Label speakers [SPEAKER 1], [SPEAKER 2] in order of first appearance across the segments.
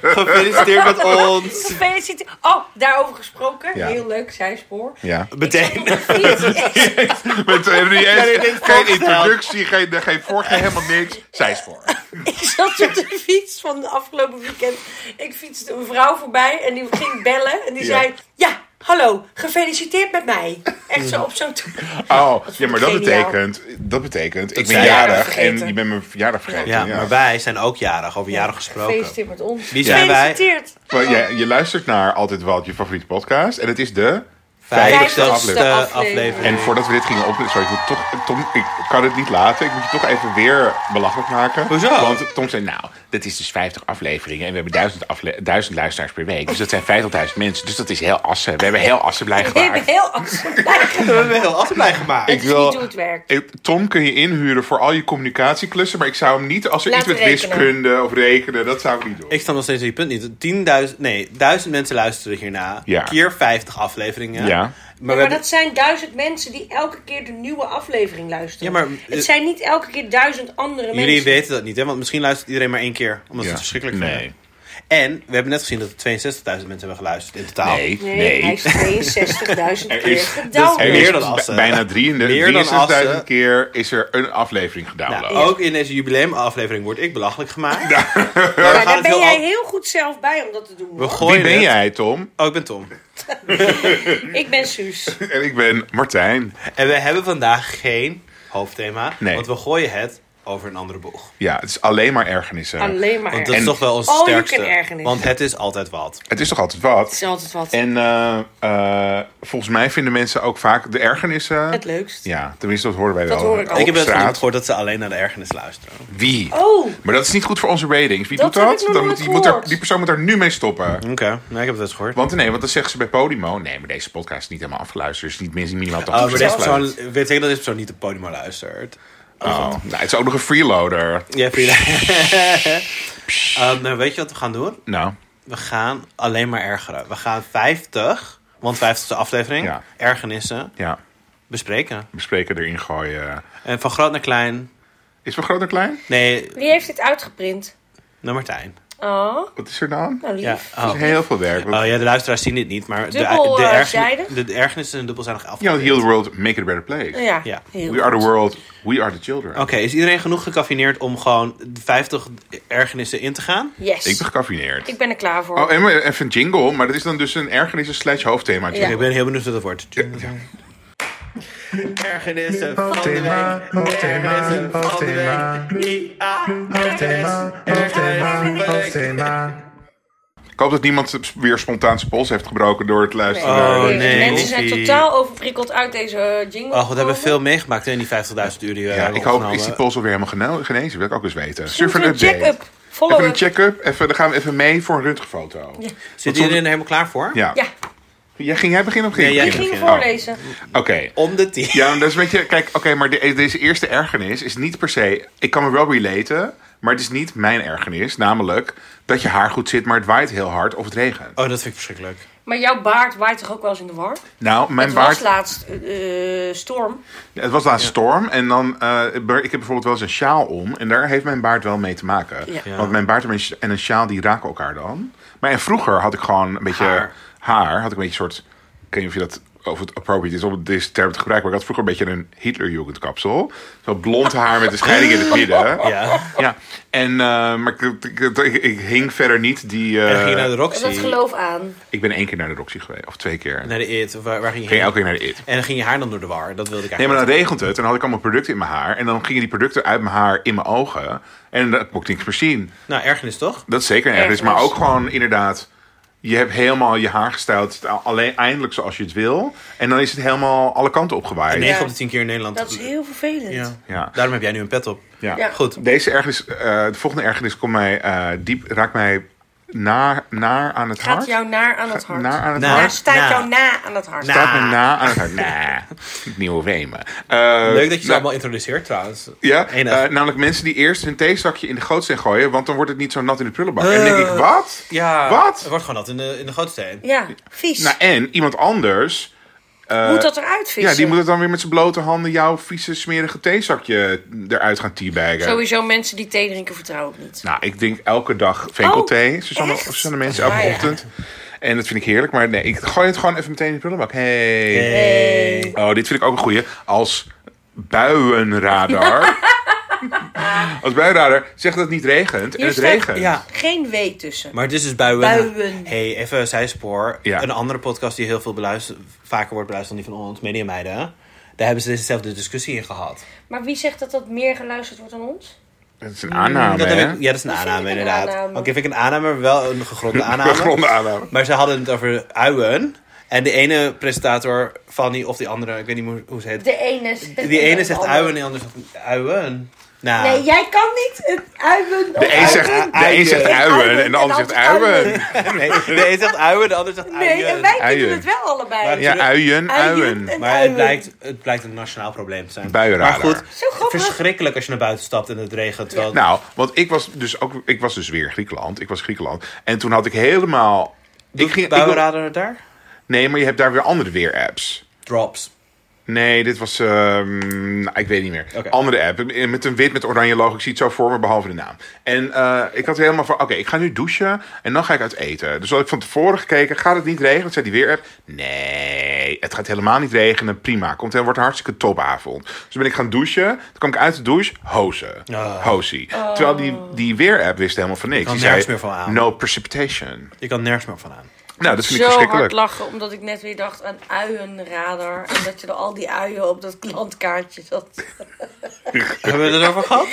[SPEAKER 1] Gefeliciteerd met ons.
[SPEAKER 2] Gefeliciteerd. Oh, daarover gesproken.
[SPEAKER 3] Ja.
[SPEAKER 2] Heel leuk, zijspoor.
[SPEAKER 3] Ja.
[SPEAKER 2] Ik
[SPEAKER 1] Meteen.
[SPEAKER 2] zat op mijn fiets.
[SPEAKER 3] Met, we hebben niet
[SPEAKER 1] Ja, nee, nee,
[SPEAKER 3] eens, geen
[SPEAKER 1] voorgesteld.
[SPEAKER 3] introductie, geen, geen voorgeheel, helemaal niks. Zij is voor.
[SPEAKER 2] Ik zat op de fiets van de afgelopen weekend. Ik fietste een vrouw voorbij en die ging bellen. En die
[SPEAKER 3] Ja.
[SPEAKER 2] zei, ja, hallo, gefeliciteerd met mij. Echt zo op zo'n toer.
[SPEAKER 3] Oh,
[SPEAKER 2] vond
[SPEAKER 3] ja, maar
[SPEAKER 2] ik
[SPEAKER 3] dat
[SPEAKER 2] geniaal.
[SPEAKER 3] betekent, dat betekent, ik ben
[SPEAKER 1] zij
[SPEAKER 2] jarig
[SPEAKER 3] jarig en
[SPEAKER 2] vergeten.
[SPEAKER 3] je bent mijn verjaardag vergeten.
[SPEAKER 1] Ja,
[SPEAKER 3] Ja,
[SPEAKER 1] maar wij zijn ook jarig, over jarig gesproken.
[SPEAKER 2] Gefeliciteerd met ons.
[SPEAKER 1] Wie zijn wij?
[SPEAKER 2] gefeliciteerd.
[SPEAKER 3] Maar jij- je luistert naar Altijd Wat, je favoriete podcast. En het is de
[SPEAKER 1] Vijftigste
[SPEAKER 2] Vijftigste
[SPEAKER 1] aflevering.
[SPEAKER 2] aflevering.
[SPEAKER 3] En voordat we dit gingen opnemen, sorry, ik, moet toch, Tom, ik kan het niet laten. Ik moet je toch even weer belachelijk maken.
[SPEAKER 1] Hoezo?
[SPEAKER 3] Want Tom zei, nou, dit is dus 50 afleveringen en we hebben 1000, afle- 1000 luisteraars per week. Dus dat zijn 50.000 mensen. Dus dat is heel assen. We hebben heel assen blij
[SPEAKER 2] Ik ben
[SPEAKER 3] gemaakt.
[SPEAKER 2] heel afgeleid.
[SPEAKER 1] We hebben heel altijd blij gemaakt.
[SPEAKER 3] Ik
[SPEAKER 2] is niet hoe het werkt.
[SPEAKER 3] Ik- Eh, Tom kun je inhuren voor al je communicatieklussen, maar ik zou hem niet als er
[SPEAKER 2] Laten
[SPEAKER 3] iets met
[SPEAKER 2] rekenen.
[SPEAKER 3] wiskunde of rekenen, dat zou ik niet doen.
[SPEAKER 1] Ik sta nog steeds op je punt niet. 10.000, nee, 1000 mensen luisteren hierna.
[SPEAKER 3] Ja.
[SPEAKER 1] Keer 50 afleveringen.
[SPEAKER 3] Ja.
[SPEAKER 1] Maar, we
[SPEAKER 2] Maar,
[SPEAKER 1] hebben-
[SPEAKER 2] dat zijn duizend mensen die elke keer de nieuwe aflevering luisteren.
[SPEAKER 1] Ja, maar, eh,
[SPEAKER 2] het zijn niet elke keer duizend andere
[SPEAKER 1] jullie
[SPEAKER 2] mensen.
[SPEAKER 1] weten dat niet, hè? Want misschien luistert iedereen maar één keer. Omdat ze
[SPEAKER 3] Ja.
[SPEAKER 1] het verschrikkelijk
[SPEAKER 3] Nee.
[SPEAKER 1] vinden. En we hebben net gezien dat er 62.000 mensen hebben geluisterd in totaal.
[SPEAKER 3] Nee,
[SPEAKER 2] Nee, hij
[SPEAKER 3] nee.
[SPEAKER 2] heeft 62.000
[SPEAKER 3] Er
[SPEAKER 2] keer
[SPEAKER 3] is-
[SPEAKER 2] gedownload.
[SPEAKER 1] dat
[SPEAKER 3] Er
[SPEAKER 1] is
[SPEAKER 3] is
[SPEAKER 1] Meer dan assen.
[SPEAKER 3] b- bijna
[SPEAKER 1] Meer dan
[SPEAKER 3] 63.000
[SPEAKER 1] assen.
[SPEAKER 3] keer is er een aflevering
[SPEAKER 1] Nou,
[SPEAKER 3] gedownload.
[SPEAKER 1] ook in deze jubileumaflevering word ik belachelijk gemaakt. Maar we
[SPEAKER 2] Ja,
[SPEAKER 1] gaan
[SPEAKER 2] daar
[SPEAKER 1] het
[SPEAKER 2] ben
[SPEAKER 1] heel
[SPEAKER 2] jij
[SPEAKER 1] al-
[SPEAKER 2] heel goed zelf bij om dat te doen.
[SPEAKER 1] We
[SPEAKER 2] hoor.
[SPEAKER 1] gooien
[SPEAKER 3] Wie ben
[SPEAKER 1] het.
[SPEAKER 3] jij, Tom?
[SPEAKER 1] Oh, ik ben Tom.
[SPEAKER 2] Ik ben Suus.
[SPEAKER 3] En ik ben Martijn.
[SPEAKER 1] En we hebben vandaag geen hoofdthema.
[SPEAKER 3] Nee.
[SPEAKER 1] Want we gooien het over een andere boeg.
[SPEAKER 3] Ja, het is alleen maar ergernissen.
[SPEAKER 2] Alleen maar
[SPEAKER 1] Want dat
[SPEAKER 2] erg.
[SPEAKER 1] is toch wel ons
[SPEAKER 2] All you can
[SPEAKER 1] sterkste.
[SPEAKER 2] ergernis.
[SPEAKER 1] Want het is altijd wat.
[SPEAKER 3] Het is toch altijd wat?
[SPEAKER 2] Het is altijd wat.
[SPEAKER 3] En eh, eh, volgens mij vinden mensen ook vaak de ergernissen...
[SPEAKER 2] Het leukst.
[SPEAKER 3] Ja, tenminste, dat horen wij
[SPEAKER 2] Dat
[SPEAKER 3] wel.
[SPEAKER 2] hoor ik ook.
[SPEAKER 3] Op
[SPEAKER 1] ik heb het
[SPEAKER 3] straat.
[SPEAKER 1] gehoord dat ze alleen naar de ergernis luisteren.
[SPEAKER 3] Wie?
[SPEAKER 2] Oh,
[SPEAKER 3] Maar dat is niet goed voor onze ratings. Wie
[SPEAKER 2] Dat
[SPEAKER 3] doet
[SPEAKER 2] heb
[SPEAKER 3] dat?
[SPEAKER 2] ik nog
[SPEAKER 3] Dan
[SPEAKER 2] nooit
[SPEAKER 3] moet, die, moet er,
[SPEAKER 2] gehoord.
[SPEAKER 3] die persoon moet daar nu mee stoppen.
[SPEAKER 1] Oké, nou, ik heb het eens gehoord.
[SPEAKER 3] Want nee, want dan zeggen ze bij Podimo... Nee, maar deze podcast is niet helemaal afgeluisterd. Dus niet minstens minimaal 80%
[SPEAKER 1] Oh, maar deze
[SPEAKER 3] afgeluisterd.
[SPEAKER 1] persoon, weet ik dat deze persoon niet op Podimo luistert.
[SPEAKER 3] Oh, nou, het is ook nog een freeloader.
[SPEAKER 1] Ja, prima. Ehm, nou, weet je wat we gaan doen?
[SPEAKER 3] Nou,
[SPEAKER 1] We gaan alleen maar ergeren. We gaan 50, want 50 is de aflevering,
[SPEAKER 3] Ja.
[SPEAKER 1] ergernissen
[SPEAKER 3] ja.
[SPEAKER 1] bespreken.
[SPEAKER 3] Bespreken erin gooien.
[SPEAKER 1] En van groot naar klein,
[SPEAKER 3] Is het groot en klein?
[SPEAKER 1] nee,
[SPEAKER 2] wie heeft dit uitgeprint?
[SPEAKER 1] naar Martijn.
[SPEAKER 2] Oh,
[SPEAKER 3] Wat is er dan?
[SPEAKER 2] nou lief.
[SPEAKER 1] Ja, oh.
[SPEAKER 3] Dat is heel veel werk.
[SPEAKER 1] Oh ja, de luisteraars zien dit niet, maar de,
[SPEAKER 2] Dubbel,
[SPEAKER 1] de,
[SPEAKER 2] eh,
[SPEAKER 1] ergernis-
[SPEAKER 2] zijdig?
[SPEAKER 1] de, de ergernissen zijn dubbelzijdig af.
[SPEAKER 3] Ja, heel the world, make it a better place.
[SPEAKER 2] Nou Ja,
[SPEAKER 1] Ja.
[SPEAKER 2] heel Oh,
[SPEAKER 3] We are the world, we are the children.
[SPEAKER 1] Oké, is iedereen genoeg gecaffineerd om gewoon de 50 ergernissen in te gaan?
[SPEAKER 2] Yes.
[SPEAKER 3] Ik ben gecaffineerd.
[SPEAKER 2] Ik ben er klaar voor.
[SPEAKER 3] Oh, en we- even een jingle, maar dat is dan dus een ergernissen slash hoofdthema
[SPEAKER 2] Ja.
[SPEAKER 1] Ik
[SPEAKER 3] jingle.
[SPEAKER 1] ben heel benieuwd wat het wordt. Ergernissen van de week. Ergernissen van de week. I.A. Ergernissen van de week.
[SPEAKER 3] Ik hoop dat niemand sp- weer spontaan zijn pols heeft gebroken door het luisteren.
[SPEAKER 1] Oh,
[SPEAKER 3] naar-
[SPEAKER 2] De
[SPEAKER 1] nee.
[SPEAKER 2] Mensen zijn
[SPEAKER 1] Linkie.
[SPEAKER 2] totaal overprikkeld uit deze eh, jingle.
[SPEAKER 1] Oh god, we hebben
[SPEAKER 2] gekomen.
[SPEAKER 1] we veel meegemaakt hè, in die 50.000 uur die we
[SPEAKER 3] Ja,
[SPEAKER 1] hebben
[SPEAKER 3] ik hoop,
[SPEAKER 1] opgenomen.
[SPEAKER 3] is die pols alweer helemaal gene- genezen? Wil ik ook eens weten.
[SPEAKER 2] Doe
[SPEAKER 3] Surf een
[SPEAKER 2] een
[SPEAKER 3] update.
[SPEAKER 2] check-up.
[SPEAKER 3] Even een
[SPEAKER 2] Follow-up.
[SPEAKER 3] check-up. Even, dan gaan we even mee voor een röntgenfoto.
[SPEAKER 1] Zit iedereen er helemaal klaar voor?
[SPEAKER 3] Ja.
[SPEAKER 2] Ja,
[SPEAKER 3] Ja, ging jij beginnen of ging
[SPEAKER 1] Nee,
[SPEAKER 3] ik
[SPEAKER 1] jij
[SPEAKER 2] ik
[SPEAKER 3] beginnen?
[SPEAKER 2] ging
[SPEAKER 1] begin.
[SPEAKER 2] voorlezen.
[SPEAKER 3] Oké.
[SPEAKER 1] Om de 10.
[SPEAKER 3] Ja, maar dat is een beetje... Kijk, oké, maar de- deze eerste ergernis is niet per se... Ik kan me wel relaten, maar het is niet mijn ergernis. Namelijk dat je haar goed zit, maar het waait heel hard of het regent.
[SPEAKER 1] Oh, dat vind ik verschrikkelijk.
[SPEAKER 2] Maar jouw baard waait toch ook wel eens in de war?
[SPEAKER 3] Nou, mijn
[SPEAKER 2] Het
[SPEAKER 3] baard...
[SPEAKER 2] was laatst eh, eh, storm.
[SPEAKER 3] Het was laatst storm en dan... eh, ik heb bijvoorbeeld wel eens een sjaal om en daar heeft mijn baard wel mee te maken.
[SPEAKER 2] Ja.
[SPEAKER 1] Ja.
[SPEAKER 3] Want mijn baard en mijn sj- en een sjaal, die raken elkaar dan. Maar en vroeger had ik gewoon een beetje haar.
[SPEAKER 1] Haar.
[SPEAKER 3] had ik een beetje een soort... Ik weet niet of je dat... Of het appropriate is om deze term te gebruiken. Maar ik had vroeger een beetje een Hitlerjugendkapsel. Zo blond haar met een scheiding in het midden.
[SPEAKER 1] Ja.
[SPEAKER 3] Ja, en, eh, maar ik, ik, ik- ik hing verder niet die... eh,
[SPEAKER 1] En ging je naar de
[SPEAKER 2] Dat
[SPEAKER 1] Roxy?
[SPEAKER 2] geloof aan.
[SPEAKER 3] Ik ben één keer naar de Roxy geweest, of twee keer.
[SPEAKER 1] Naar de It? Of Waar, waar ging je
[SPEAKER 3] Ik ging
[SPEAKER 1] heen?
[SPEAKER 3] elke keer naar de IT.
[SPEAKER 1] En dan ging je haar dan door de war? Dat wilde ik
[SPEAKER 3] Nee,
[SPEAKER 1] eigenlijk
[SPEAKER 3] maar dan regent het en dan had ik allemaal producten in mijn haar. En dan gingen die producten uit mijn haar in mijn ogen. En dan kon ik niks meer zien.
[SPEAKER 1] niet. Nou, ergernis toch?
[SPEAKER 3] Dat is zeker ergens.
[SPEAKER 2] Ergernis.
[SPEAKER 3] Maar ook gewoon inderdaad... Je hebt helemaal je haar gestyled, alleen eindelijk zoals je het wil. En dan is het helemaal alle kanten opgewaaid.
[SPEAKER 1] 9
[SPEAKER 2] Ja.
[SPEAKER 1] op de 10 keer in Nederland.
[SPEAKER 2] Dat is heel vervelend.
[SPEAKER 1] Ja.
[SPEAKER 3] Ja.
[SPEAKER 1] Daarom heb jij nu een pet op.
[SPEAKER 3] Ja.
[SPEAKER 2] Ja.
[SPEAKER 1] Goed.
[SPEAKER 3] Deze ergernis, eh, de volgende ergernis komt mij, eh, diep, raakt mij naar, naar aan het
[SPEAKER 2] Gaat
[SPEAKER 3] hart.
[SPEAKER 2] jou naar aan het hart.
[SPEAKER 3] Naar aan het
[SPEAKER 1] Naar.
[SPEAKER 3] hart.
[SPEAKER 2] Ja, staat
[SPEAKER 1] Na.
[SPEAKER 2] jou na aan het hart.
[SPEAKER 1] Na.
[SPEAKER 3] Staat me na aan het hart. Nah, niet nieuwe wemen. Eh,
[SPEAKER 1] Leuk dat je ze
[SPEAKER 3] nou,
[SPEAKER 1] allemaal introduceert trouwens.
[SPEAKER 3] Ja,
[SPEAKER 1] Enig.
[SPEAKER 3] eh, namelijk mensen die eerst hun theezakje in de gootsteen gooien, want dan wordt het niet zo nat in de prullenbak. en dan denk ik, wat?
[SPEAKER 1] Eh, Ja.
[SPEAKER 3] Wat?
[SPEAKER 1] Het wordt gewoon dat in de, in de gootsteen.
[SPEAKER 2] Ja, vies.
[SPEAKER 3] Nou, en iemand anders eh,
[SPEAKER 2] moet dat eruit vissen?
[SPEAKER 3] Ja, die moet het dan weer met zijn blote handen jouw vieze, smerige theezakje eruit gaan teabaggen.
[SPEAKER 2] Sowieso mensen die thee drinken vertrouwen ik niet.
[SPEAKER 3] Nou, ik drink elke dag venkelthee.
[SPEAKER 2] Oh,
[SPEAKER 3] Ze Suzanne,
[SPEAKER 2] echt?
[SPEAKER 3] Suzanne mensen, elke
[SPEAKER 2] Ah, ja.
[SPEAKER 3] ochtend. En dat vind ik heerlijk. Maar nee, ik gooi het gewoon even meteen in de prullenbak. Hey. Oh, dit vind ik ook een goeie. Als buienradar. Als buienradar zegt dat het niet regent.
[SPEAKER 2] Hier
[SPEAKER 3] en het
[SPEAKER 2] staat-
[SPEAKER 3] regent.
[SPEAKER 1] Ja.
[SPEAKER 2] Geen W tussen.
[SPEAKER 1] Maar het is dus buien.
[SPEAKER 2] Buien.
[SPEAKER 1] hey, even zijspoor.
[SPEAKER 3] Ja.
[SPEAKER 1] Een andere podcast die heel veel beluisterd, vaker wordt beluisterd dan die van ons, Media Meiden. Daar hebben ze dezelfde discussie in gehad.
[SPEAKER 2] Maar wie zegt dat dat meer geluisterd wordt dan ons?
[SPEAKER 3] Dat is een aanname,
[SPEAKER 1] dat heb
[SPEAKER 3] hè?
[SPEAKER 1] ik- ja, dat is een
[SPEAKER 2] Dat vind ik
[SPEAKER 1] aanname
[SPEAKER 2] een
[SPEAKER 1] inderdaad.
[SPEAKER 2] aanname.
[SPEAKER 1] Oké, vind ik een aanname, maar wel een gegronde aanname.
[SPEAKER 3] Gegronde aanname.
[SPEAKER 1] Maar ze hadden het over uien. En de ene presentator, Fanny of die andere, ik weet niet hoe- hoe ze heet.
[SPEAKER 2] De ene zegt
[SPEAKER 1] die ene zegt uien en de andere zegt uien. Nou,
[SPEAKER 2] Nee, jij kan niet het uien.
[SPEAKER 3] De een zegt, de een zegt uien en de ander zegt uien.
[SPEAKER 1] nee, de een zegt uien, de ander zegt uien.
[SPEAKER 2] Nee, en wij
[SPEAKER 3] Uien.
[SPEAKER 2] kunnen het wel allebei.
[SPEAKER 1] Maar-
[SPEAKER 3] Ja, uien, uien.
[SPEAKER 2] en
[SPEAKER 1] Maar
[SPEAKER 2] uien.
[SPEAKER 1] het blijkt, het blijkt een nationaal probleem te zijn.
[SPEAKER 3] Buienradar.
[SPEAKER 1] Maar goed,
[SPEAKER 2] Zo grappig.
[SPEAKER 1] verschrikkelijk als je naar buiten stapt en het regent. Terwijl
[SPEAKER 3] Nou, want ik was dus ook, ik was dus weer Griekenland. Ik was Griekenland. En toen had ik helemaal. Ik
[SPEAKER 1] Doet
[SPEAKER 3] ging, ik-
[SPEAKER 1] buienradar daar?
[SPEAKER 3] nee, maar je hebt daar weer andere weer-apps.
[SPEAKER 1] Drops.
[SPEAKER 3] Nee, dit was. ehm, nou, ik weet niet meer.
[SPEAKER 1] Oké.
[SPEAKER 3] Andere app. Met een wit met oranje logo. Ik zie het zo voor me, behalve de naam. En eh, ik had helemaal van. Oké, ik ga nu douchen. En dan ga ik uit eten. Dus had ik van tevoren gekeken. Gaat het niet regenen? Zei die weer-app. Nee, het gaat helemaal niet regenen. Prima. Komt en wordt een hartstikke topavond. Dus ben ik gaan douchen. Toen kwam ik uit de douche. Hozen.
[SPEAKER 1] Ah.
[SPEAKER 3] Hozie. Terwijl die, die weer-app wist helemaal van niks.
[SPEAKER 1] kan
[SPEAKER 3] Die
[SPEAKER 1] nergens
[SPEAKER 3] zei.
[SPEAKER 1] meer van aan.
[SPEAKER 3] No precipitation.
[SPEAKER 1] Je kan nergens meer van aan.
[SPEAKER 3] Nou, dat vind ik
[SPEAKER 2] zo hard
[SPEAKER 3] verschrikkelijk.
[SPEAKER 2] lachen, omdat ik net weer dacht aan uienradar. En dat je er al die uien op dat klantkaartje zat.
[SPEAKER 1] Hebben we het erover gehad?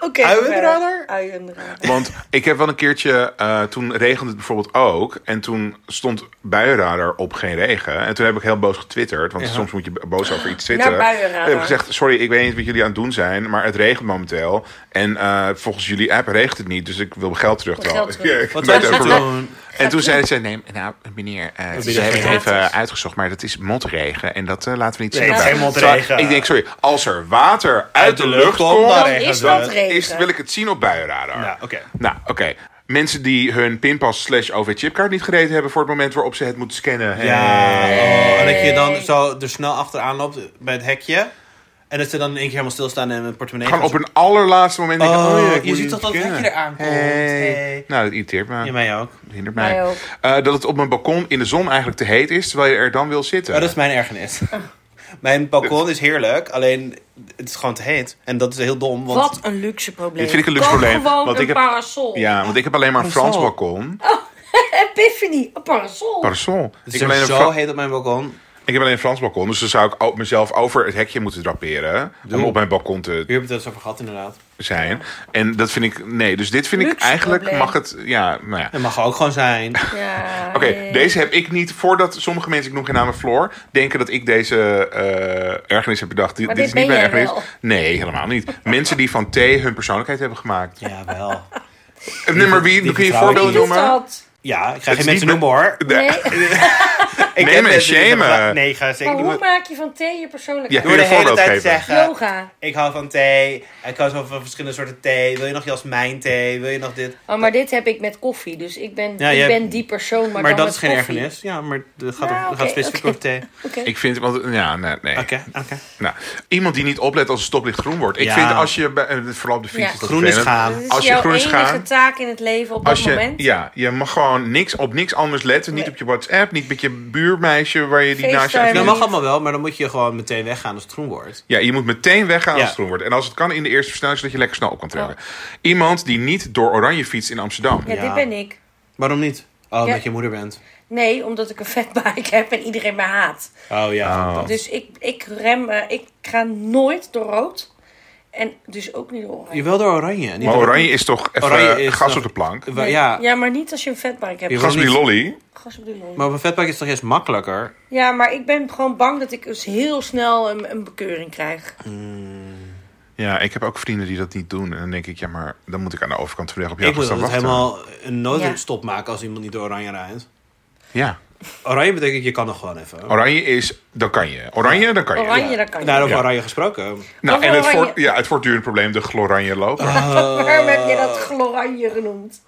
[SPEAKER 2] Oké,
[SPEAKER 1] Uienradar?
[SPEAKER 2] verder. Uienradar.
[SPEAKER 3] Want ik heb wel een keertje, eh, toen regende het bijvoorbeeld ook. En toen stond buienradar op geen regen. En toen heb ik heel boos getwitterd. Want soms moet je boos over iets twitteren.
[SPEAKER 2] Naar buienradar.
[SPEAKER 3] Ik heb gezegd, sorry, ik weet niet wat jullie aan het doen zijn. Maar het regent momenteel. En eh, volgens jullie app regent het niet. Dus ik wil mijn geld terug.
[SPEAKER 2] Mijn geld terug.
[SPEAKER 3] Ja, ik
[SPEAKER 1] Wat
[SPEAKER 3] weet
[SPEAKER 1] zijn ze
[SPEAKER 3] even wel.
[SPEAKER 1] doen?
[SPEAKER 3] En toen zeiden ze, nee, nou meneer, eh, ze hebben het
[SPEAKER 2] gratis.
[SPEAKER 3] even uitgezocht. Maar dat is mondregen. En dat eh, laten we niet zien.
[SPEAKER 1] het is
[SPEAKER 3] erbij.
[SPEAKER 1] geen
[SPEAKER 3] Terwijl
[SPEAKER 1] mondregen.
[SPEAKER 3] Ik denk, sorry, als er water uit, de, lucht komt...
[SPEAKER 1] dan
[SPEAKER 2] Dan
[SPEAKER 1] regent
[SPEAKER 2] is dat
[SPEAKER 1] het.
[SPEAKER 2] regen.
[SPEAKER 3] Is, wil ik het zien op buienradar.
[SPEAKER 1] Ja, oké.
[SPEAKER 3] Nou, oké. Mensen die hun pinpas slash OV-chipkaart niet gereden hebben voor het moment waarop ze het moeten scannen. Hey.
[SPEAKER 1] Ja, oh, en dat je dan zo er snel achteraan loopt bij het hekje. En dat ze dan in één keer helemaal stilstaan en een portemonnee
[SPEAKER 3] Gewoon
[SPEAKER 1] gaan
[SPEAKER 3] op een allerlaatste moment. denken,
[SPEAKER 1] Oh,
[SPEAKER 3] ja, ik
[SPEAKER 1] je
[SPEAKER 3] moet
[SPEAKER 1] ziet toch dat het
[SPEAKER 3] scannen.
[SPEAKER 1] hekje eraan komt.
[SPEAKER 3] Hey.
[SPEAKER 1] Hey.
[SPEAKER 3] Nou, dat irriteert me.
[SPEAKER 1] Ja, mij ook.
[SPEAKER 3] Dat hindert mij.
[SPEAKER 2] Mij ook.
[SPEAKER 3] Eh, dat het op mijn balkon in de zon eigenlijk te heet is, terwijl je er dan wil zitten.
[SPEAKER 1] Oh, dat is mijn ergernis. Mijn balkon is heerlijk, alleen het is gewoon te heet. En dat is heel dom, want...
[SPEAKER 2] Wat een luxe probleem.
[SPEAKER 3] Dit vind ik een luxe
[SPEAKER 2] Koop
[SPEAKER 3] probleem,
[SPEAKER 2] gewoon
[SPEAKER 3] want
[SPEAKER 2] een
[SPEAKER 3] ik heb-
[SPEAKER 2] parasol.
[SPEAKER 3] Ja, want ik heb alleen maar een Frans
[SPEAKER 1] Parasol.
[SPEAKER 3] balkon.
[SPEAKER 2] Oh. Epiphany, een parasol.
[SPEAKER 3] Parasol.
[SPEAKER 1] Het
[SPEAKER 3] Ik
[SPEAKER 1] is
[SPEAKER 3] heb, alleen een
[SPEAKER 1] zo
[SPEAKER 3] Fra-
[SPEAKER 1] heet op mijn balkon.
[SPEAKER 3] ik heb alleen een Frans balkon, dus dan zou ik ook mezelf over het hekje moeten draperen. Om op mijn balkon te
[SPEAKER 1] Hier hebben we het eens over gehad, inderdaad.
[SPEAKER 3] zijn. En dat vind ik, nee, dus dit vind ik
[SPEAKER 2] Luxe
[SPEAKER 3] eigenlijk,
[SPEAKER 2] probleem.
[SPEAKER 3] mag het, ja, nou ja.
[SPEAKER 1] Dat mag ook gewoon zijn.
[SPEAKER 2] Ja,
[SPEAKER 3] Oké,
[SPEAKER 2] nee.
[SPEAKER 3] deze heb ik niet. Voordat sommige mensen, ik noem geen namen, Floor, denken dat ik deze eh, ergernis heb bedacht. Di-
[SPEAKER 2] Maar
[SPEAKER 3] dit is
[SPEAKER 2] dit
[SPEAKER 3] niet
[SPEAKER 2] ben
[SPEAKER 3] mijn
[SPEAKER 2] jij
[SPEAKER 3] ergernis.
[SPEAKER 2] wel.
[SPEAKER 3] Nee, helemaal niet. mensen die van thee hun persoonlijkheid hebben gemaakt.
[SPEAKER 1] Ja, wel.
[SPEAKER 3] Eh, Nee, maar wie?
[SPEAKER 1] die
[SPEAKER 3] Kun je
[SPEAKER 1] vertrouwen
[SPEAKER 3] voorbeelden
[SPEAKER 2] Wie doet
[SPEAKER 3] noemen?
[SPEAKER 2] dat?
[SPEAKER 1] Ja, ik ga geen
[SPEAKER 3] is
[SPEAKER 1] mensen
[SPEAKER 3] niet
[SPEAKER 1] noemen hoor.
[SPEAKER 3] Nee.
[SPEAKER 2] Nee.
[SPEAKER 1] Ik
[SPEAKER 3] Neem
[SPEAKER 1] heb
[SPEAKER 3] me en
[SPEAKER 1] mensen die
[SPEAKER 3] shame.
[SPEAKER 1] zeggen, Nee, ik ga zeker
[SPEAKER 2] Maar hoe
[SPEAKER 1] noemen.
[SPEAKER 2] maak je van thee je persoonlijkheid?
[SPEAKER 3] Ja.
[SPEAKER 1] Door de
[SPEAKER 3] Kun je een
[SPEAKER 1] hele
[SPEAKER 3] voorbeeld
[SPEAKER 1] tijd te
[SPEAKER 3] geven?
[SPEAKER 1] zeggen...
[SPEAKER 2] Yoga.
[SPEAKER 1] Ik hou van thee. Ik hou zo van verschillende soorten thee. Wil je nog jasmijn thee? Wil je nog dit?
[SPEAKER 2] Oh, maar dit heb ik met koffie, dus ik ben,
[SPEAKER 1] Ja,
[SPEAKER 2] ik
[SPEAKER 1] jij-
[SPEAKER 2] ben die persoon, maar,
[SPEAKER 1] Maar,
[SPEAKER 2] dan
[SPEAKER 1] dat
[SPEAKER 2] met
[SPEAKER 1] is geen
[SPEAKER 2] koffie.
[SPEAKER 1] ergernis. Ja, maar het gaat,
[SPEAKER 2] Ja,
[SPEAKER 1] het gaat
[SPEAKER 2] oké,
[SPEAKER 1] specifiek
[SPEAKER 2] oké.
[SPEAKER 1] over thee. Oké,
[SPEAKER 2] Oké.
[SPEAKER 3] Ik vind, want, ja, nee, nee.
[SPEAKER 1] oké.
[SPEAKER 3] Nou, iemand die niet oplet als het stoplicht groen wordt. Ik
[SPEAKER 1] Ja.
[SPEAKER 3] vind als je, bij- eh, vooral op de fiets
[SPEAKER 2] Ja.
[SPEAKER 3] is dat
[SPEAKER 1] Groen is
[SPEAKER 3] vervelend.
[SPEAKER 1] gaan.
[SPEAKER 2] Dat Dus is
[SPEAKER 3] Als je
[SPEAKER 2] jouw
[SPEAKER 3] groen is
[SPEAKER 2] enige
[SPEAKER 3] gaan-
[SPEAKER 2] taak in het leven op
[SPEAKER 3] Als
[SPEAKER 2] dat
[SPEAKER 3] je,
[SPEAKER 2] moment.
[SPEAKER 3] ja, je mag gewoon niks, op niks anders letten. Niet
[SPEAKER 2] Nee.
[SPEAKER 3] op je WhatsApp, niet met je buurmeisje waar je die naast je...
[SPEAKER 2] FaceTime.
[SPEAKER 1] Dat mag allemaal wel, maar dan moet je gewoon meteen weggaan als het groen wordt.
[SPEAKER 3] Ja, je moet meteen weggaan als
[SPEAKER 1] Ja.
[SPEAKER 3] het groen wordt. En als het kan in de eerste versnelling, zodat je lekker snel op kan trekken. Iemand die niet door oranje fietst in Amsterdam.
[SPEAKER 2] Ja,
[SPEAKER 1] Ja.
[SPEAKER 2] dit ben ik.
[SPEAKER 1] Waarom niet? Oh, omdat
[SPEAKER 2] Ja.
[SPEAKER 1] je moeder bent.
[SPEAKER 2] Nee, omdat ik een fatbike heb en iedereen me haat.
[SPEAKER 1] Oh ja.
[SPEAKER 3] Oh.
[SPEAKER 1] dat.
[SPEAKER 2] Dus ik, ik rem, eh, ik ga nooit door rood. En dus ook niet door oranje.
[SPEAKER 1] Jawel door oranje. Niet
[SPEAKER 3] Maar
[SPEAKER 1] door-
[SPEAKER 3] oranje is toch even
[SPEAKER 1] Oranje is
[SPEAKER 3] gas
[SPEAKER 1] toch-
[SPEAKER 3] op de plank.
[SPEAKER 1] Wa-
[SPEAKER 2] Nee,
[SPEAKER 1] Ja,
[SPEAKER 2] maar niet als je een fatbike hebt.
[SPEAKER 1] Ja,
[SPEAKER 3] Gas op die
[SPEAKER 1] niet.
[SPEAKER 3] lolly.
[SPEAKER 2] Gas op de lol.
[SPEAKER 1] maar op een vetpak is het toch juist makkelijker?
[SPEAKER 2] Ja, maar ik ben gewoon bang dat ik dus heel snel een, een bekeuring krijg.
[SPEAKER 3] Ja, ik heb ook vrienden die dat niet doen. En dan denk ik, ja, maar dan moet ik aan de overkant van de weg op jou
[SPEAKER 1] Ik
[SPEAKER 3] gaan
[SPEAKER 1] moet altijd
[SPEAKER 3] staan wachten.
[SPEAKER 1] helemaal een noodstop maken als iemand niet door oranje rijdt.
[SPEAKER 3] Ja,
[SPEAKER 1] Oranje betekent je kan nog gewoon even.
[SPEAKER 3] oranje is, dan kan je. Oranje, dan kan je.
[SPEAKER 2] Oranje, daar kan je.
[SPEAKER 1] Daarover
[SPEAKER 3] Oh, Ja.
[SPEAKER 1] oranje gesproken.
[SPEAKER 3] Nou,
[SPEAKER 2] Over
[SPEAKER 3] en het,
[SPEAKER 2] oranje.
[SPEAKER 3] voort, ja, het voortdurend probleem, de gloranje loper.
[SPEAKER 2] Waarom heb je dat gloranje genoemd?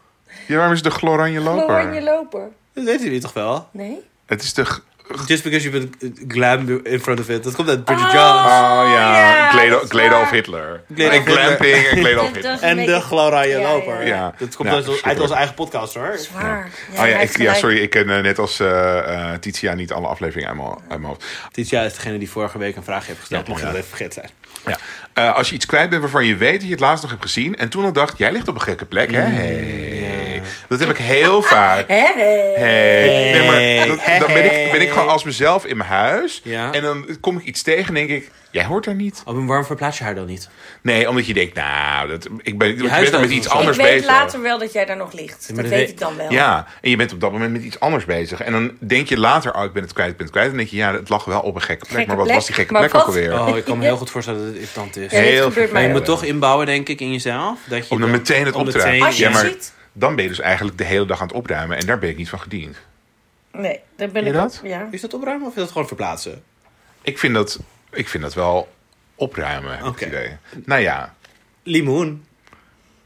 [SPEAKER 3] Ja, waarom is het de gloranje loper?
[SPEAKER 2] Gloranje loper.
[SPEAKER 1] Dat weten jullie toch wel?
[SPEAKER 2] Nee?
[SPEAKER 3] Het is de... g-
[SPEAKER 1] Just because you put glam in front of it. Dat komt uit Bridget
[SPEAKER 2] Oh.
[SPEAKER 1] Jones.
[SPEAKER 3] Oh ja,
[SPEAKER 2] ja, dat
[SPEAKER 3] Glade
[SPEAKER 2] is
[SPEAKER 3] Glade
[SPEAKER 2] waar.
[SPEAKER 3] of Hitler.
[SPEAKER 1] Glade
[SPEAKER 3] En
[SPEAKER 1] of Hitler.
[SPEAKER 3] glamping en Glade of
[SPEAKER 4] Dat-
[SPEAKER 3] Hitler.
[SPEAKER 4] dat-
[SPEAKER 1] En de glorije
[SPEAKER 4] Ja, ja,
[SPEAKER 1] loper.
[SPEAKER 4] ja.
[SPEAKER 3] Ja.
[SPEAKER 1] Dat komt
[SPEAKER 3] Ja,
[SPEAKER 1] uit, uit
[SPEAKER 3] verschrikkelijk.
[SPEAKER 1] onze eigen podcast hoor.
[SPEAKER 2] Zwaar.
[SPEAKER 3] Oh ja,
[SPEAKER 2] hij
[SPEAKER 3] ik,
[SPEAKER 2] heeft
[SPEAKER 3] ja,
[SPEAKER 2] gelijk.
[SPEAKER 3] sorry, ik ken eh, net als eh, eh, Titia niet alle afleveringen uit mijn- uit mijn hoofd.
[SPEAKER 1] Titia is degene die vorige week een vraag heeft gesteld.
[SPEAKER 3] Ja,
[SPEAKER 1] mocht je dat
[SPEAKER 3] ja.
[SPEAKER 1] even vergeten zijn.
[SPEAKER 3] Ja. Eh, als je iets kwijt bent waarvan je weet dat je het laatst nog hebt gezien. En toen al dacht, jij ligt op een gekke plek. Hè? Hey. Dat heb ik heel vaak.
[SPEAKER 2] Hé, hé.
[SPEAKER 3] Hey. Nee, maar dat- dan ben ik, ben ik
[SPEAKER 1] Hey.
[SPEAKER 3] gewoon als mezelf in mijn huis.
[SPEAKER 1] Ja.
[SPEAKER 3] En dan kom ik iets tegen en denk ik, jij hoort daar niet.
[SPEAKER 1] Op een warm verplaats je haar dan niet.
[SPEAKER 3] Nee, omdat je denkt, nou, dat, ik ben, je
[SPEAKER 1] huis
[SPEAKER 3] bent dan met
[SPEAKER 1] is
[SPEAKER 3] iets
[SPEAKER 1] wel-
[SPEAKER 3] anders
[SPEAKER 2] ik weet
[SPEAKER 3] bezig.
[SPEAKER 2] later wel dat jij daar nog ligt.
[SPEAKER 1] maar
[SPEAKER 2] dat
[SPEAKER 1] dat
[SPEAKER 2] weet
[SPEAKER 1] weet-
[SPEAKER 2] ik dan wel.
[SPEAKER 3] Ja, en je bent op dat moment met iets anders bezig. En dan denk je later, oh, ik ben het kwijt, ik ben het kwijt. Dan denk je, ja, het lag wel op een gekke plek.
[SPEAKER 2] Gekke
[SPEAKER 3] maar wat
[SPEAKER 2] plek,
[SPEAKER 3] was die gekke
[SPEAKER 2] maar
[SPEAKER 3] plek ook
[SPEAKER 2] wat?
[SPEAKER 3] alweer?
[SPEAKER 1] Oh, ik kan me heel goed voorstellen dat het irritant
[SPEAKER 2] Ja,
[SPEAKER 1] is.
[SPEAKER 2] dit
[SPEAKER 3] Heel
[SPEAKER 2] gebeurt
[SPEAKER 1] Maar
[SPEAKER 3] vervelend.
[SPEAKER 2] mij
[SPEAKER 1] je
[SPEAKER 2] ook.
[SPEAKER 1] moet toch inbouwen, denk ik, in jezelf. Dat je
[SPEAKER 3] Om dan meteen het
[SPEAKER 1] om
[SPEAKER 3] op te ruimen.
[SPEAKER 1] meteen-
[SPEAKER 2] Als je
[SPEAKER 3] ja,
[SPEAKER 2] het
[SPEAKER 3] maar
[SPEAKER 2] ziet.
[SPEAKER 3] dan ben je dus eigenlijk de hele dag aan het opruimen. En daar ben ik niet van gediend.
[SPEAKER 2] Nee, daar ben
[SPEAKER 3] je
[SPEAKER 2] ik
[SPEAKER 3] dat?
[SPEAKER 2] ook- Ja.
[SPEAKER 1] Is dat opruimen of is dat gewoon verplaatsen?
[SPEAKER 3] Ik vind dat, ik vind dat wel opruimen, heb ik
[SPEAKER 1] Oké.
[SPEAKER 3] het idee. Nou ja.
[SPEAKER 1] Limoen.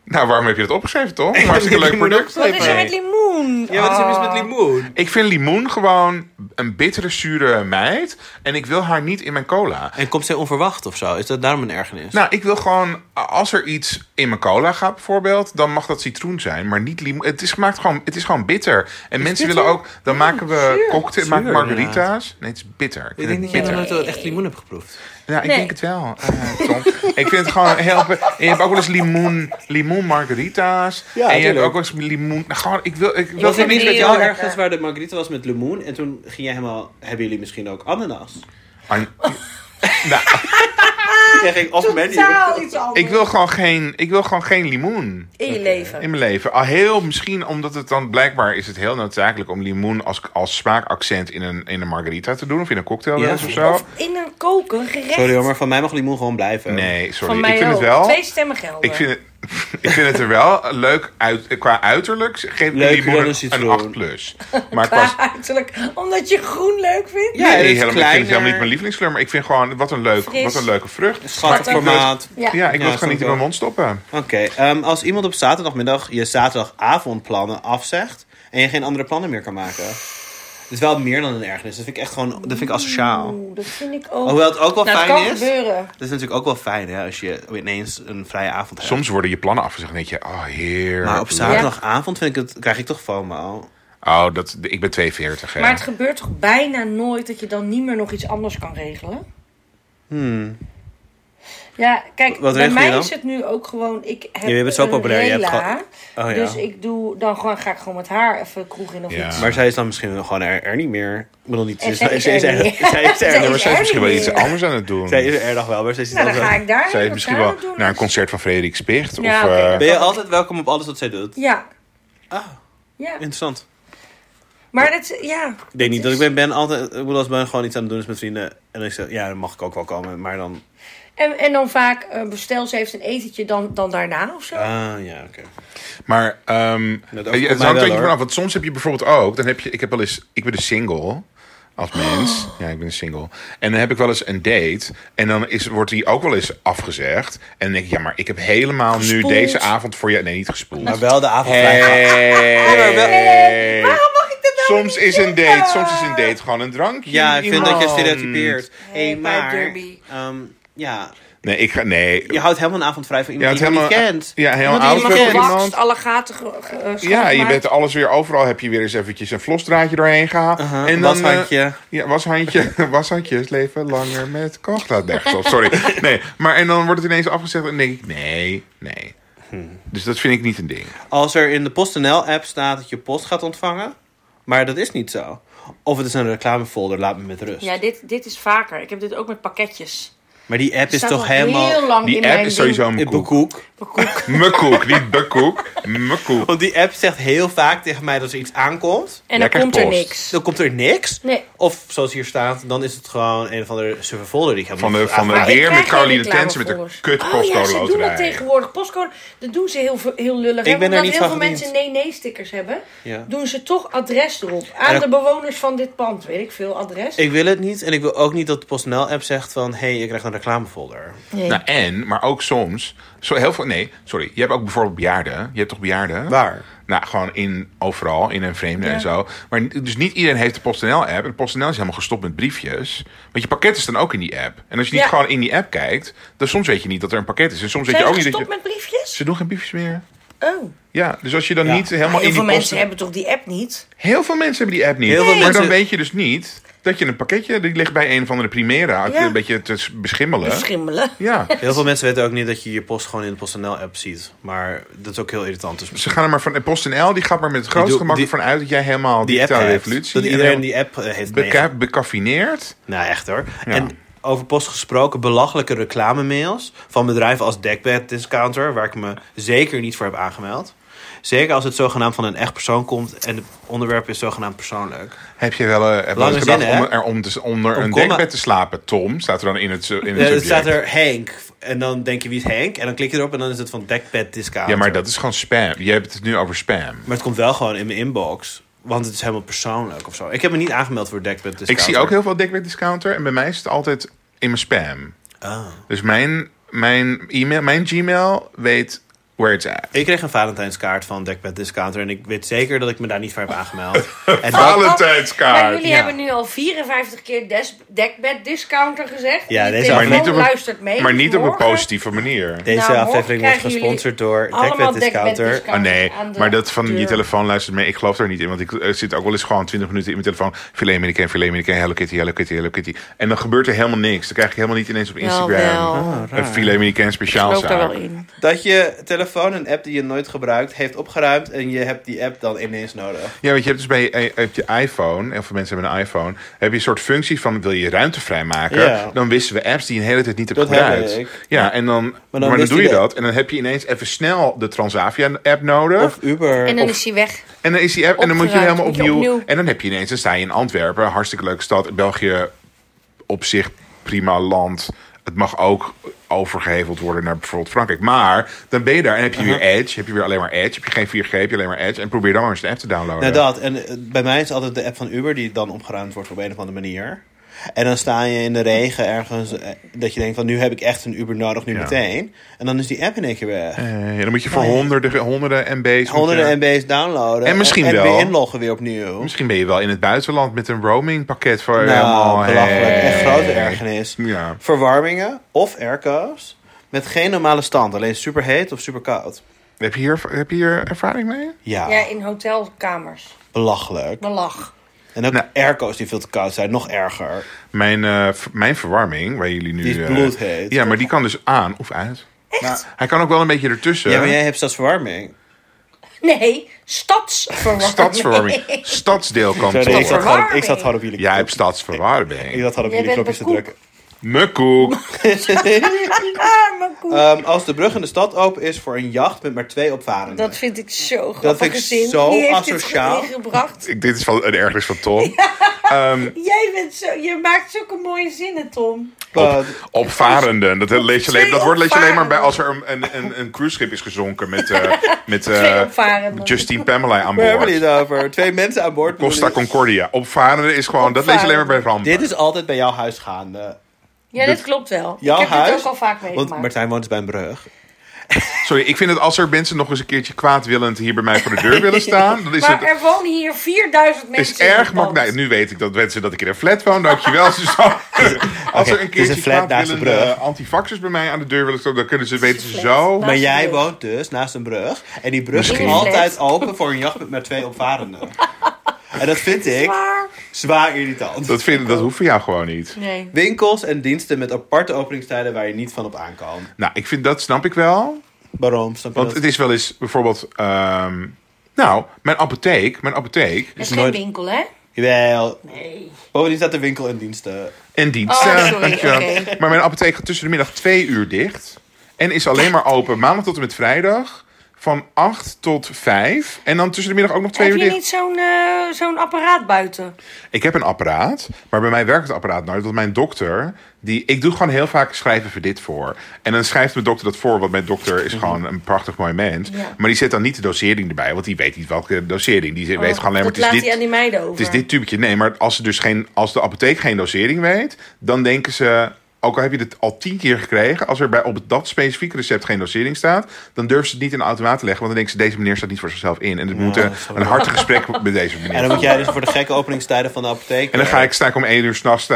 [SPEAKER 3] Nou, waarom heb je dat opgeschreven, toch? Een Hartstikke leuk
[SPEAKER 1] Limoen
[SPEAKER 3] product.
[SPEAKER 2] Wat is er
[SPEAKER 1] Nee.
[SPEAKER 2] met limoen? Oh.
[SPEAKER 1] Ja, wat is er mis met limoen?
[SPEAKER 3] Ik vind limoen gewoon een bittere, zure meid. En ik wil haar niet in mijn cola.
[SPEAKER 1] En komt zij onverwacht of zo? Is dat daarom een ergernis?
[SPEAKER 3] Nou, ik wil gewoon, als er iets in mijn cola gaat bijvoorbeeld, dan mag dat citroen zijn, maar niet limoen. Het is gemaakt gewoon, het is gewoon bitter. En mensen
[SPEAKER 1] bitter?
[SPEAKER 3] willen ook, dan maken we cocktail,
[SPEAKER 1] Zuur,
[SPEAKER 3] maken margarita's.
[SPEAKER 1] inderdaad.
[SPEAKER 3] Nee, het is bitter.
[SPEAKER 1] ik denk dat jij
[SPEAKER 3] bitter.
[SPEAKER 1] nog nooit wel echt limoen hebt geproefd.
[SPEAKER 3] Ja, ik
[SPEAKER 2] Nee.
[SPEAKER 3] denk het wel, eh, Tom. ik vind het gewoon heel... En je hebt ook wel eens limoen, limoen margarita's.
[SPEAKER 1] Ja,
[SPEAKER 3] en je hebt
[SPEAKER 1] tuurlijk.
[SPEAKER 3] ook wel eens limoen... Nou, gewoon, ik wil, ik wil
[SPEAKER 1] Was
[SPEAKER 3] gewoon
[SPEAKER 1] er
[SPEAKER 3] niet
[SPEAKER 1] niet met
[SPEAKER 3] met jou...
[SPEAKER 1] jou
[SPEAKER 2] lekker.
[SPEAKER 1] ergens waar de margarita was met limoen? En toen ging jij helemaal... Hebben jullie misschien ook ananas?
[SPEAKER 3] An- nou,
[SPEAKER 1] Jij ging off menu.
[SPEAKER 2] Totaal iets anders.
[SPEAKER 3] ik wil gewoon geen, ik wil gewoon geen limoen.
[SPEAKER 2] In je leven.
[SPEAKER 3] In mijn leven. Al heel misschien omdat het dan blijkbaar is het heel noodzakelijk om limoen als, als smaakaccent in een, in een margarita te doen of in een cocktail
[SPEAKER 1] Ja.
[SPEAKER 3] dus of zo.
[SPEAKER 2] Of in een koken, gerecht.
[SPEAKER 1] Sorry hoor, maar van mij mag limoen gewoon blijven.
[SPEAKER 3] Nee, sorry.
[SPEAKER 2] Van
[SPEAKER 3] Ik
[SPEAKER 2] mij
[SPEAKER 3] vind het
[SPEAKER 2] ook.
[SPEAKER 3] wel.
[SPEAKER 2] Twee stemmen gelden.
[SPEAKER 3] Ik vind het, ik vind het er wel leuk uit. Qua uiterlijk geef ik
[SPEAKER 1] Leuker
[SPEAKER 3] limoen
[SPEAKER 1] dan
[SPEAKER 3] een,
[SPEAKER 1] een
[SPEAKER 3] een
[SPEAKER 1] citroen.
[SPEAKER 3] 8 plus. Maar
[SPEAKER 2] Qua
[SPEAKER 3] qua.
[SPEAKER 2] uiterlijk, omdat je groen leuk vindt.
[SPEAKER 1] Ja, het
[SPEAKER 3] nee,
[SPEAKER 1] is
[SPEAKER 3] helemaal, ik vind het helemaal
[SPEAKER 1] kleiner.
[SPEAKER 3] niet mijn lievelingskleur, maar ik vind gewoon wat een, leuk,
[SPEAKER 2] Fris.
[SPEAKER 3] wat een leuke vrucht. Maar ik
[SPEAKER 1] Schattig
[SPEAKER 3] wil het-
[SPEAKER 1] formaat.
[SPEAKER 2] Ja.
[SPEAKER 3] Ja, ik wil
[SPEAKER 1] Ja,
[SPEAKER 3] het gewoon niet in
[SPEAKER 1] snap
[SPEAKER 3] mijn
[SPEAKER 1] ik.
[SPEAKER 3] mond stoppen.
[SPEAKER 1] Oké, ehm, als iemand op zaterdagmiddag je zaterdagavondplannen afzegt en je geen andere plannen meer kan maken. Dat is wel meer dan een ergernis. Dat vind ik echt gewoon, dat vind ik asociaal.
[SPEAKER 2] Oeh, dat vind ik ook.
[SPEAKER 1] Hoewel het ook wel
[SPEAKER 2] nou, het
[SPEAKER 1] fijn
[SPEAKER 2] kan
[SPEAKER 1] is.
[SPEAKER 2] gebeuren.
[SPEAKER 1] Dat is natuurlijk ook wel fijn hè, als je ineens een vrije avond hebt.
[SPEAKER 3] Soms worden je plannen afgezegd en denk je, oh heer.
[SPEAKER 1] Maar op zaterdagavond vind ik het, krijg ik toch FOMO.
[SPEAKER 3] Oh, dat, ik ben 42. hè.
[SPEAKER 2] Maar het gebeurt toch bijna nooit dat je dan niet meer nog iets anders kan regelen?
[SPEAKER 3] Hmm.
[SPEAKER 2] Ja, kijk,
[SPEAKER 1] Wat
[SPEAKER 2] bij
[SPEAKER 1] regel je
[SPEAKER 2] mij
[SPEAKER 1] dan?
[SPEAKER 2] is het nu ook gewoon... Ik heb
[SPEAKER 1] Je bent zo
[SPEAKER 2] een
[SPEAKER 1] populair, je hebt
[SPEAKER 2] rela,
[SPEAKER 1] gewoon- Oh ja.
[SPEAKER 2] Dus ik doe, dan gewoon, ga ik gewoon met haar even kroeg in of
[SPEAKER 3] Ja.
[SPEAKER 2] iets.
[SPEAKER 1] Maar zij is dan misschien gewoon er, er niet meer. Ik bedoel niet,
[SPEAKER 2] En
[SPEAKER 1] ze
[SPEAKER 2] zij is
[SPEAKER 1] zij is
[SPEAKER 2] er
[SPEAKER 1] er-
[SPEAKER 2] niet.
[SPEAKER 1] zij is er
[SPEAKER 2] Zij
[SPEAKER 3] Ja,
[SPEAKER 1] nog.
[SPEAKER 3] maar zij is misschien wel
[SPEAKER 2] Nee.
[SPEAKER 3] iets anders aan het doen.
[SPEAKER 1] Zij is er er nog wel, maar zij is
[SPEAKER 2] Nou,
[SPEAKER 1] dan
[SPEAKER 2] dan
[SPEAKER 1] zo-
[SPEAKER 2] ga ik daar
[SPEAKER 3] Zij is
[SPEAKER 2] wat
[SPEAKER 3] misschien
[SPEAKER 2] daar
[SPEAKER 3] wel
[SPEAKER 2] doen.
[SPEAKER 3] naar een concert van Frederik Spicht. Of,
[SPEAKER 2] Ja, oké.
[SPEAKER 3] eh,
[SPEAKER 1] Ben je altijd welkom op alles wat zij doet?
[SPEAKER 2] Ja,
[SPEAKER 1] Ah,
[SPEAKER 2] ja.
[SPEAKER 1] interessant.
[SPEAKER 2] Maar dat, ja.
[SPEAKER 1] Ik denk niet dat ik ben, ben altijd. Ik bedoel, als ben gewoon iets aan het doen is met vrienden. En ik zeg, ja, dan mag ik ook wel komen. Maar dan.
[SPEAKER 2] En, en dan vaak eh, bestel ze heeft een etentje dan, dan daarna of zo.
[SPEAKER 1] Ah, ja, oké.
[SPEAKER 3] Maar ehm,
[SPEAKER 1] Dat
[SPEAKER 3] eh,
[SPEAKER 1] overkomt mij
[SPEAKER 3] het hangt
[SPEAKER 1] wel,
[SPEAKER 3] er niet
[SPEAKER 1] hoor.
[SPEAKER 3] vanaf. Want soms heb je bijvoorbeeld ook... Dan heb je, ik, heb wel eens, ik ben dus single
[SPEAKER 2] Oh.
[SPEAKER 3] als mens. Ja, ik ben single. En dan heb ik wel eens een date. En dan is, wordt die ook wel eens afgezegd. En dan denk ik, ja, maar ik heb helemaal
[SPEAKER 2] Gespoeld.
[SPEAKER 3] nu deze avond voor je... Nee, niet gespoeld.
[SPEAKER 1] Maar wel de avond. maar wel-
[SPEAKER 3] Hey.
[SPEAKER 2] Eh, Waarom mag ik dat nou
[SPEAKER 3] Soms
[SPEAKER 2] niet
[SPEAKER 3] is een
[SPEAKER 2] zeggen?
[SPEAKER 3] date, soms is een date gewoon een drankje.
[SPEAKER 1] Ja, ik vind dat je
[SPEAKER 3] Iemand.
[SPEAKER 1] stereotypeert. Hé,
[SPEAKER 2] Hey,
[SPEAKER 1] maar.
[SPEAKER 2] derby.
[SPEAKER 1] ehm, ja,
[SPEAKER 3] Nee, ik ga... Nee.
[SPEAKER 1] je houdt helemaal een avond vrij van iemand
[SPEAKER 3] Ja,
[SPEAKER 1] die je
[SPEAKER 3] het
[SPEAKER 1] niet
[SPEAKER 3] helemaal-
[SPEAKER 1] kent.
[SPEAKER 3] ja, heel
[SPEAKER 1] Iemand die je
[SPEAKER 3] oud
[SPEAKER 1] niet
[SPEAKER 3] wordt
[SPEAKER 1] kent.
[SPEAKER 3] iemand.
[SPEAKER 2] Gewast, alle gaten ge- ge- eh,
[SPEAKER 3] Ja, je
[SPEAKER 2] schoongemaakt.
[SPEAKER 3] bent alles weer overal. Heb je weer eens eventjes een vlosdraadje doorheen gehaald.
[SPEAKER 1] Aha,
[SPEAKER 3] en dan,
[SPEAKER 1] washandje.
[SPEAKER 3] eh, ja, washandje. washandjes leven langer met kochtlaatberg. Sorry. Nee, maar en dan wordt het ineens afgezegd. En dan denk ik, nee, nee. Dus dat vind ik niet een ding.
[SPEAKER 1] Als er in de PostNL-app staat dat je post gaat ontvangen. Maar dat is niet zo. Of het is een reclamefolder, laat me met rust.
[SPEAKER 2] Ja, dit, dit is vaker. Ik heb dit ook met pakketjes.
[SPEAKER 1] Maar die app is
[SPEAKER 2] Staat
[SPEAKER 1] toch
[SPEAKER 2] al
[SPEAKER 1] helemaal.
[SPEAKER 2] heel lang Oh, in
[SPEAKER 3] Die app
[SPEAKER 2] mijn
[SPEAKER 3] is sowieso
[SPEAKER 1] in
[SPEAKER 3] mijn koek.
[SPEAKER 1] bekoek.
[SPEAKER 3] Mijn koek, niet bekoek. Mijn koek.
[SPEAKER 1] Want die app zegt heel vaak tegen mij dat als er iets aankomt.
[SPEAKER 2] En
[SPEAKER 3] Jij
[SPEAKER 2] dan
[SPEAKER 3] krijgt
[SPEAKER 2] komt er
[SPEAKER 3] post.
[SPEAKER 2] niks.
[SPEAKER 1] Dan komt er niks.
[SPEAKER 2] Nee.
[SPEAKER 1] Of zoals hier staat, dan is het gewoon een of andere server folder die ik heb
[SPEAKER 3] Van de, van de
[SPEAKER 2] Maar ik
[SPEAKER 3] weer
[SPEAKER 2] krijg
[SPEAKER 3] met
[SPEAKER 2] geen
[SPEAKER 3] Caroline
[SPEAKER 2] reclame
[SPEAKER 3] Tensen met de
[SPEAKER 2] volgers.
[SPEAKER 3] kut
[SPEAKER 2] Oh ja,
[SPEAKER 3] postcode
[SPEAKER 2] ze doen dat
[SPEAKER 3] loterij.
[SPEAKER 2] tegenwoordig. Postcode, dat doen ze heel, veel- heel lullig. hè?
[SPEAKER 1] Ik ben er
[SPEAKER 2] Omdat
[SPEAKER 1] niet
[SPEAKER 2] heel
[SPEAKER 1] van
[SPEAKER 2] veel
[SPEAKER 1] gediend.
[SPEAKER 2] mensen nee-nee-stickers hebben,
[SPEAKER 1] Ja.
[SPEAKER 2] doen ze toch adres erop. Aan
[SPEAKER 1] En dan-
[SPEAKER 2] de bewoners van dit pand, weet ik veel, adres.
[SPEAKER 1] Ik wil het niet en ik wil ook niet dat de PostNL-app zegt van... hé, hey, je krijgt een reclamefolder.
[SPEAKER 2] Nee.
[SPEAKER 3] Nou, en, maar ook soms, zo heel veel, nee, sorry. Je hebt ook bijvoorbeeld bejaarden. Je hebt toch bejaarden?
[SPEAKER 1] Waar?
[SPEAKER 3] Nou, gewoon in, overal, in een vreemde en zo. Maar n- dus niet iedereen heeft de PostNL-app. En de PostNL is helemaal gestopt met briefjes. Want je pakket is dan ook in die app. En als je niet
[SPEAKER 2] Ja.
[SPEAKER 3] gewoon in die app kijkt, dan soms weet je niet dat er een pakket is. En soms
[SPEAKER 2] Zijn
[SPEAKER 3] weet
[SPEAKER 2] ze
[SPEAKER 3] je ook niet dat
[SPEAKER 2] gestopt
[SPEAKER 3] je...
[SPEAKER 2] met briefjes?
[SPEAKER 3] Ze doen geen briefjes meer.
[SPEAKER 2] Oh.
[SPEAKER 3] Ja, dus als je dan
[SPEAKER 1] Ja.
[SPEAKER 3] niet helemaal in
[SPEAKER 2] Heel
[SPEAKER 3] die
[SPEAKER 2] veel
[SPEAKER 3] post...
[SPEAKER 2] mensen hebben toch die app niet?
[SPEAKER 3] Heel veel mensen hebben die app niet.
[SPEAKER 1] Heel veel
[SPEAKER 3] maar dan
[SPEAKER 1] mensen-
[SPEAKER 3] weet je dus niet dat je een pakketje... Die ligt bij een of andere Primera.
[SPEAKER 2] Ja.
[SPEAKER 3] Een beetje te beschimmelen.
[SPEAKER 2] Schimmelen.
[SPEAKER 3] ja.
[SPEAKER 1] Heel veel mensen weten ook niet dat je je post gewoon in de PostNL-app ziet. Maar dat is ook heel irritant. Dus
[SPEAKER 3] Ze gaan er maar van. En PostNL die gaat maar met het grootste
[SPEAKER 1] doe-
[SPEAKER 3] gemak
[SPEAKER 1] die-
[SPEAKER 3] ervan uit dat jij helemaal die
[SPEAKER 1] die app
[SPEAKER 3] digitale
[SPEAKER 1] heeft.
[SPEAKER 3] revolutie.
[SPEAKER 1] Dat
[SPEAKER 3] en
[SPEAKER 1] iedereen
[SPEAKER 3] helemaal
[SPEAKER 1] die app eh, heeft
[SPEAKER 3] beka-
[SPEAKER 1] meege-
[SPEAKER 3] bekaffineerd.
[SPEAKER 1] Nou, echt hoor. En over post gesproken, belachelijke reclamemails van bedrijven als Deckbed Discounter, waar ik me zeker niet voor heb aangemeld. Zeker als het zogenaamd van een echt persoon komt en het onderwerp is zogenaamd persoonlijk.
[SPEAKER 3] Heb je wel eh, heb je wel eens
[SPEAKER 1] zin,
[SPEAKER 3] gedacht
[SPEAKER 1] hè?
[SPEAKER 3] om er om te- onder een
[SPEAKER 1] komma.
[SPEAKER 3] dekbed te slapen? Tom staat er dan in het, eh, in het
[SPEAKER 1] Ja, dan
[SPEAKER 3] subject.
[SPEAKER 1] staat er Henk en dan denk je wie is Henk en dan klik je erop en dan is het van Deckbed Discounter.
[SPEAKER 3] Ja, maar dat is gewoon spam. Je hebt het nu over spam.
[SPEAKER 1] Maar het komt wel gewoon in mijn inbox, want het is helemaal persoonlijk of zo. Ik heb me niet aangemeld voor Deckbed Discounter.
[SPEAKER 3] Ik zie ook heel veel dekbed discounter en bij mij is het altijd in mijn spam.
[SPEAKER 1] Ah.
[SPEAKER 3] Dus mijn, mijn e-mail, mijn Gmail weet where it's at.
[SPEAKER 1] Ik kreeg een Valentijnskaart van Deckbed Discounter en ik weet zeker dat ik me daar niet voor heb aangemeld. en dat-
[SPEAKER 2] Nou,
[SPEAKER 3] Valentijnskaart.
[SPEAKER 2] Maar jullie
[SPEAKER 1] ja.
[SPEAKER 2] hebben nu al 54 keer des, dekbed discounter gezegd.
[SPEAKER 1] Ja,
[SPEAKER 2] Die
[SPEAKER 1] deze
[SPEAKER 2] telefoon
[SPEAKER 3] Maar niet op een-
[SPEAKER 2] luistert mee.
[SPEAKER 3] Maar niet op een
[SPEAKER 2] Morgen-
[SPEAKER 3] positieve manier.
[SPEAKER 1] Deze
[SPEAKER 2] Nou, morgen
[SPEAKER 1] aflevering wordt
[SPEAKER 2] krijgen
[SPEAKER 1] gesponsord
[SPEAKER 2] jullie
[SPEAKER 1] door
[SPEAKER 2] allemaal
[SPEAKER 1] Dekbed Discounter.
[SPEAKER 2] dekbeddiscounters
[SPEAKER 3] Oh nee,
[SPEAKER 2] aan de
[SPEAKER 3] maar dat van je
[SPEAKER 2] deur.
[SPEAKER 3] telefoon luistert mee. Ik geloof daar niet in, want ik eh, zit ook wel eens gewoon 20 minuten in mijn telefoon. Filet Amerikaan, filet Amerikaan, Hello Kitty, Hello Kitty, Hello Kitty. En dan gebeurt er helemaal niks. Dan krijg ik helemaal niet ineens op Instagram
[SPEAKER 2] Oh,
[SPEAKER 3] een filet Amerikaan speciaal
[SPEAKER 2] Loopt daar wel
[SPEAKER 3] zaak.
[SPEAKER 2] in.
[SPEAKER 1] Dat je telefoon een app die je nooit gebruikt heeft opgeruimd en je hebt die app dan ineens nodig.
[SPEAKER 3] Ja, want je hebt dus bij je, eh, op je iPhone, heel veel mensen hebben een iPhone, heb je een soort functie van wil je ruimte vrijmaken,
[SPEAKER 1] Ja.
[SPEAKER 3] dan wissen we apps die je een hele tijd niet hebt
[SPEAKER 1] Dat
[SPEAKER 3] gebruikt.
[SPEAKER 1] heb ik.
[SPEAKER 3] Ja, en dan, maar dan,
[SPEAKER 1] wist
[SPEAKER 3] doe
[SPEAKER 1] hij
[SPEAKER 3] je
[SPEAKER 1] dat.
[SPEAKER 3] dat en dan heb je ineens even snel de Transavia app nodig.
[SPEAKER 1] Of Uber.
[SPEAKER 2] En dan
[SPEAKER 1] Of-
[SPEAKER 2] is hij weg.
[SPEAKER 3] En dan is die app en dan moet je
[SPEAKER 2] Opgeruimd,
[SPEAKER 3] helemaal
[SPEAKER 2] moet je
[SPEAKER 3] opnieuw,
[SPEAKER 2] opnieuw.
[SPEAKER 3] En dan heb je ineens, dan sta je in Antwerpen, een hartstikke leuke stad. België op zich prima land. Het mag ook overgeheveld worden naar bijvoorbeeld Frankrijk. Maar dan ben je daar en heb je
[SPEAKER 1] Uh-huh.
[SPEAKER 3] weer Edge. Heb je weer alleen maar Edge. Heb je geen 4G, heb je alleen maar Edge. En probeer dan maar eens de app te
[SPEAKER 1] nou
[SPEAKER 3] downloaden.
[SPEAKER 1] dat. En eh, bij mij is altijd de app van Uber die dan opgeruimd wordt op een of andere manier. En dan sta je in de regen ergens eh, dat je denkt van nu heb ik echt een Uber nodig, nu
[SPEAKER 3] Ja.
[SPEAKER 1] meteen. En dan is die app in één keer weg.
[SPEAKER 3] Eh, ja, dan moet je voor
[SPEAKER 1] Oh ja.
[SPEAKER 3] honderden, honderden MB's... moet je-
[SPEAKER 1] Honderden MB's downloaden.
[SPEAKER 3] En misschien
[SPEAKER 1] en,
[SPEAKER 3] wel.
[SPEAKER 1] weer inloggen weer opnieuw.
[SPEAKER 3] Misschien ben je wel in het buitenland met een roaming pakket voor helemaal...
[SPEAKER 1] Nou, belachelijk.
[SPEAKER 3] hey.
[SPEAKER 1] Echt grote ergernis.
[SPEAKER 3] Ja.
[SPEAKER 1] Verwarmingen of airco's met geen normale stand. Alleen superheet of superkoud.
[SPEAKER 3] Heb je, hier, heb je hier ervaring mee?
[SPEAKER 1] Ja,
[SPEAKER 2] Ja, in hotelkamers.
[SPEAKER 1] belachelijk.
[SPEAKER 2] Belach.
[SPEAKER 1] En ook
[SPEAKER 3] Nou.
[SPEAKER 1] airco's die veel te koud zijn. Nog erger.
[SPEAKER 3] Mijn, eh, v- mijn verwarming, waar jullie nu...
[SPEAKER 1] Die is
[SPEAKER 3] eh,
[SPEAKER 1] bloedheet.
[SPEAKER 3] ja, maar die kan dus aan of uit. Nou, hij kan ook wel een beetje ertussen.
[SPEAKER 1] Ja, maar jij hebt stadsverwarming.
[SPEAKER 2] Nee, stadsverwarming.
[SPEAKER 3] Stadsverwarming.
[SPEAKER 1] Sorry, ik, zat
[SPEAKER 3] Stadsdeelkantoor.
[SPEAKER 1] gewoon, ik zat gewoon op jullie
[SPEAKER 3] Jij hebt
[SPEAKER 1] Ik
[SPEAKER 3] stadsverwarming.
[SPEAKER 1] zat gewoon op
[SPEAKER 2] Jij
[SPEAKER 1] jullie
[SPEAKER 2] bent
[SPEAKER 1] knopjes te
[SPEAKER 2] een
[SPEAKER 1] drukken.
[SPEAKER 3] Mukkoek.
[SPEAKER 2] Ah, mijn
[SPEAKER 3] Eh,
[SPEAKER 2] koe.
[SPEAKER 1] Ehm, als de brug in de stad open is voor een jacht met maar twee opvarenden.
[SPEAKER 2] Dat vind ik zo grappig.
[SPEAKER 1] vind ik
[SPEAKER 2] gezin.
[SPEAKER 1] zo
[SPEAKER 2] Wie heeft
[SPEAKER 1] asociaal.
[SPEAKER 2] Dit gebracht?
[SPEAKER 3] Ik- Dit is van een ergernis van Tom.
[SPEAKER 2] Jij bent zo, je maakt zulke mooie zinnen, Tom.
[SPEAKER 1] Wat?
[SPEAKER 3] Opvarenden. Dat, lees je alleen, dat wordt lees je alleen maar bij
[SPEAKER 2] opvarenden.
[SPEAKER 3] als er een, een, een, een cruiseschip is gezonken met, eh, met eh,
[SPEAKER 2] Twee opvarenden.
[SPEAKER 3] Justine Pamela aan
[SPEAKER 1] Waar hebben jullie
[SPEAKER 3] boord.
[SPEAKER 1] het over? Twee mensen aan boord.
[SPEAKER 3] Costa Concordia. Opvarenden is gewoon, dat lees je alleen maar bij rampen.
[SPEAKER 1] Dit is altijd bij jouw huis gaande.
[SPEAKER 2] Ja, dat klopt wel.
[SPEAKER 1] Jouw
[SPEAKER 2] ik heb
[SPEAKER 1] huis.
[SPEAKER 2] dit ook al vaak meegemaakt.
[SPEAKER 1] Want Martijn woont dus bij een brug.
[SPEAKER 3] Sorry, ik vind het als er mensen nog eens een keertje kwaadwillend hier bij mij voor de deur willen staan, dan is
[SPEAKER 2] maar
[SPEAKER 3] het...
[SPEAKER 2] er wonen hier 4000 mensen.
[SPEAKER 3] Is
[SPEAKER 2] in
[SPEAKER 3] erg
[SPEAKER 2] dit pand.
[SPEAKER 3] makkelijk. Nu weet ik dat mensen dat ik in een flat woon. Dankjewel, Suzanne. Als
[SPEAKER 1] Oké,
[SPEAKER 3] er een
[SPEAKER 1] het is
[SPEAKER 3] keertje
[SPEAKER 1] een flat naast de
[SPEAKER 3] kwaadwillende
[SPEAKER 1] brug.
[SPEAKER 3] antifaxers bij mij aan de deur willen staan, dan kunnen ze weten ze
[SPEAKER 2] flat
[SPEAKER 3] zo.
[SPEAKER 2] naast-
[SPEAKER 1] Maar
[SPEAKER 2] de
[SPEAKER 1] jij
[SPEAKER 2] brug.
[SPEAKER 1] woont dus naast een brug. En die brug
[SPEAKER 2] Misschien.
[SPEAKER 1] is altijd open voor een jacht met maar twee opvarenden. En dat vind ik
[SPEAKER 2] Maar-
[SPEAKER 1] zwaar irritant.
[SPEAKER 3] Dat, vind, dat hoeft voor jou gewoon niet.
[SPEAKER 2] Nee.
[SPEAKER 1] Winkels en diensten met aparte openingstijden waar je niet van op aankan.
[SPEAKER 3] Nou, ik vind dat snap ik wel.
[SPEAKER 1] Waarom? Snap je
[SPEAKER 3] Want
[SPEAKER 1] dat?
[SPEAKER 3] het is wel eens bijvoorbeeld. ehm, nou, mijn apotheek. Mijn apotheek.
[SPEAKER 2] Het is
[SPEAKER 1] is
[SPEAKER 2] geen
[SPEAKER 1] nooit-
[SPEAKER 2] winkel, hè?
[SPEAKER 1] Jawel.
[SPEAKER 2] Nee.
[SPEAKER 1] Bovendien staat de winkel en diensten.
[SPEAKER 3] En dienst.
[SPEAKER 2] Oh,
[SPEAKER 3] eh,
[SPEAKER 2] sorry,
[SPEAKER 3] dankjewel.
[SPEAKER 2] oké.
[SPEAKER 3] Maar mijn apotheek gaat tussen de middag twee uur dicht. En is alleen maar open maandag tot en met vrijdag. Van 8 tot 5. En dan tussen de middag ook nog twee
[SPEAKER 2] Heb
[SPEAKER 3] uur
[SPEAKER 2] je
[SPEAKER 3] dicht.
[SPEAKER 2] niet zo'n eh, zo'n apparaat buiten?
[SPEAKER 3] Ik heb een apparaat, maar bij mij werkt het apparaat nooit. Want mijn dokter, die, ik doe gewoon heel vaak schrijven voor dit voor. En dan schrijft mijn dokter dat voor, want mijn dokter is gewoon een prachtig mooi mens.
[SPEAKER 2] Mhm. Ja.
[SPEAKER 3] Maar die zet dan niet de dosering erbij, want die weet niet welke dosering. Die weet gewoon alleen maar,
[SPEAKER 2] Oh, dat
[SPEAKER 3] het is
[SPEAKER 2] laat hij
[SPEAKER 3] dit,
[SPEAKER 2] aan die meiden over.
[SPEAKER 3] het is dit tubetje. Nee, maar als, ze dus geen, als de apotheek geen dosering weet, dan denken ze... Ook al heb je dit al tien keer gekregen, als er bij op dat specifieke recept geen dosering staat, dan durven ze het niet in de automaat te leggen. Want dan denken ze, deze meneer staat niet voor zichzelf in. En dus we moeten een hard gesprek met deze meneer.
[SPEAKER 1] En dan moet jij dus voor de gekke openingstijden van de apotheek. eh,
[SPEAKER 3] En dan ga ik, sta ik om één uur s'nachts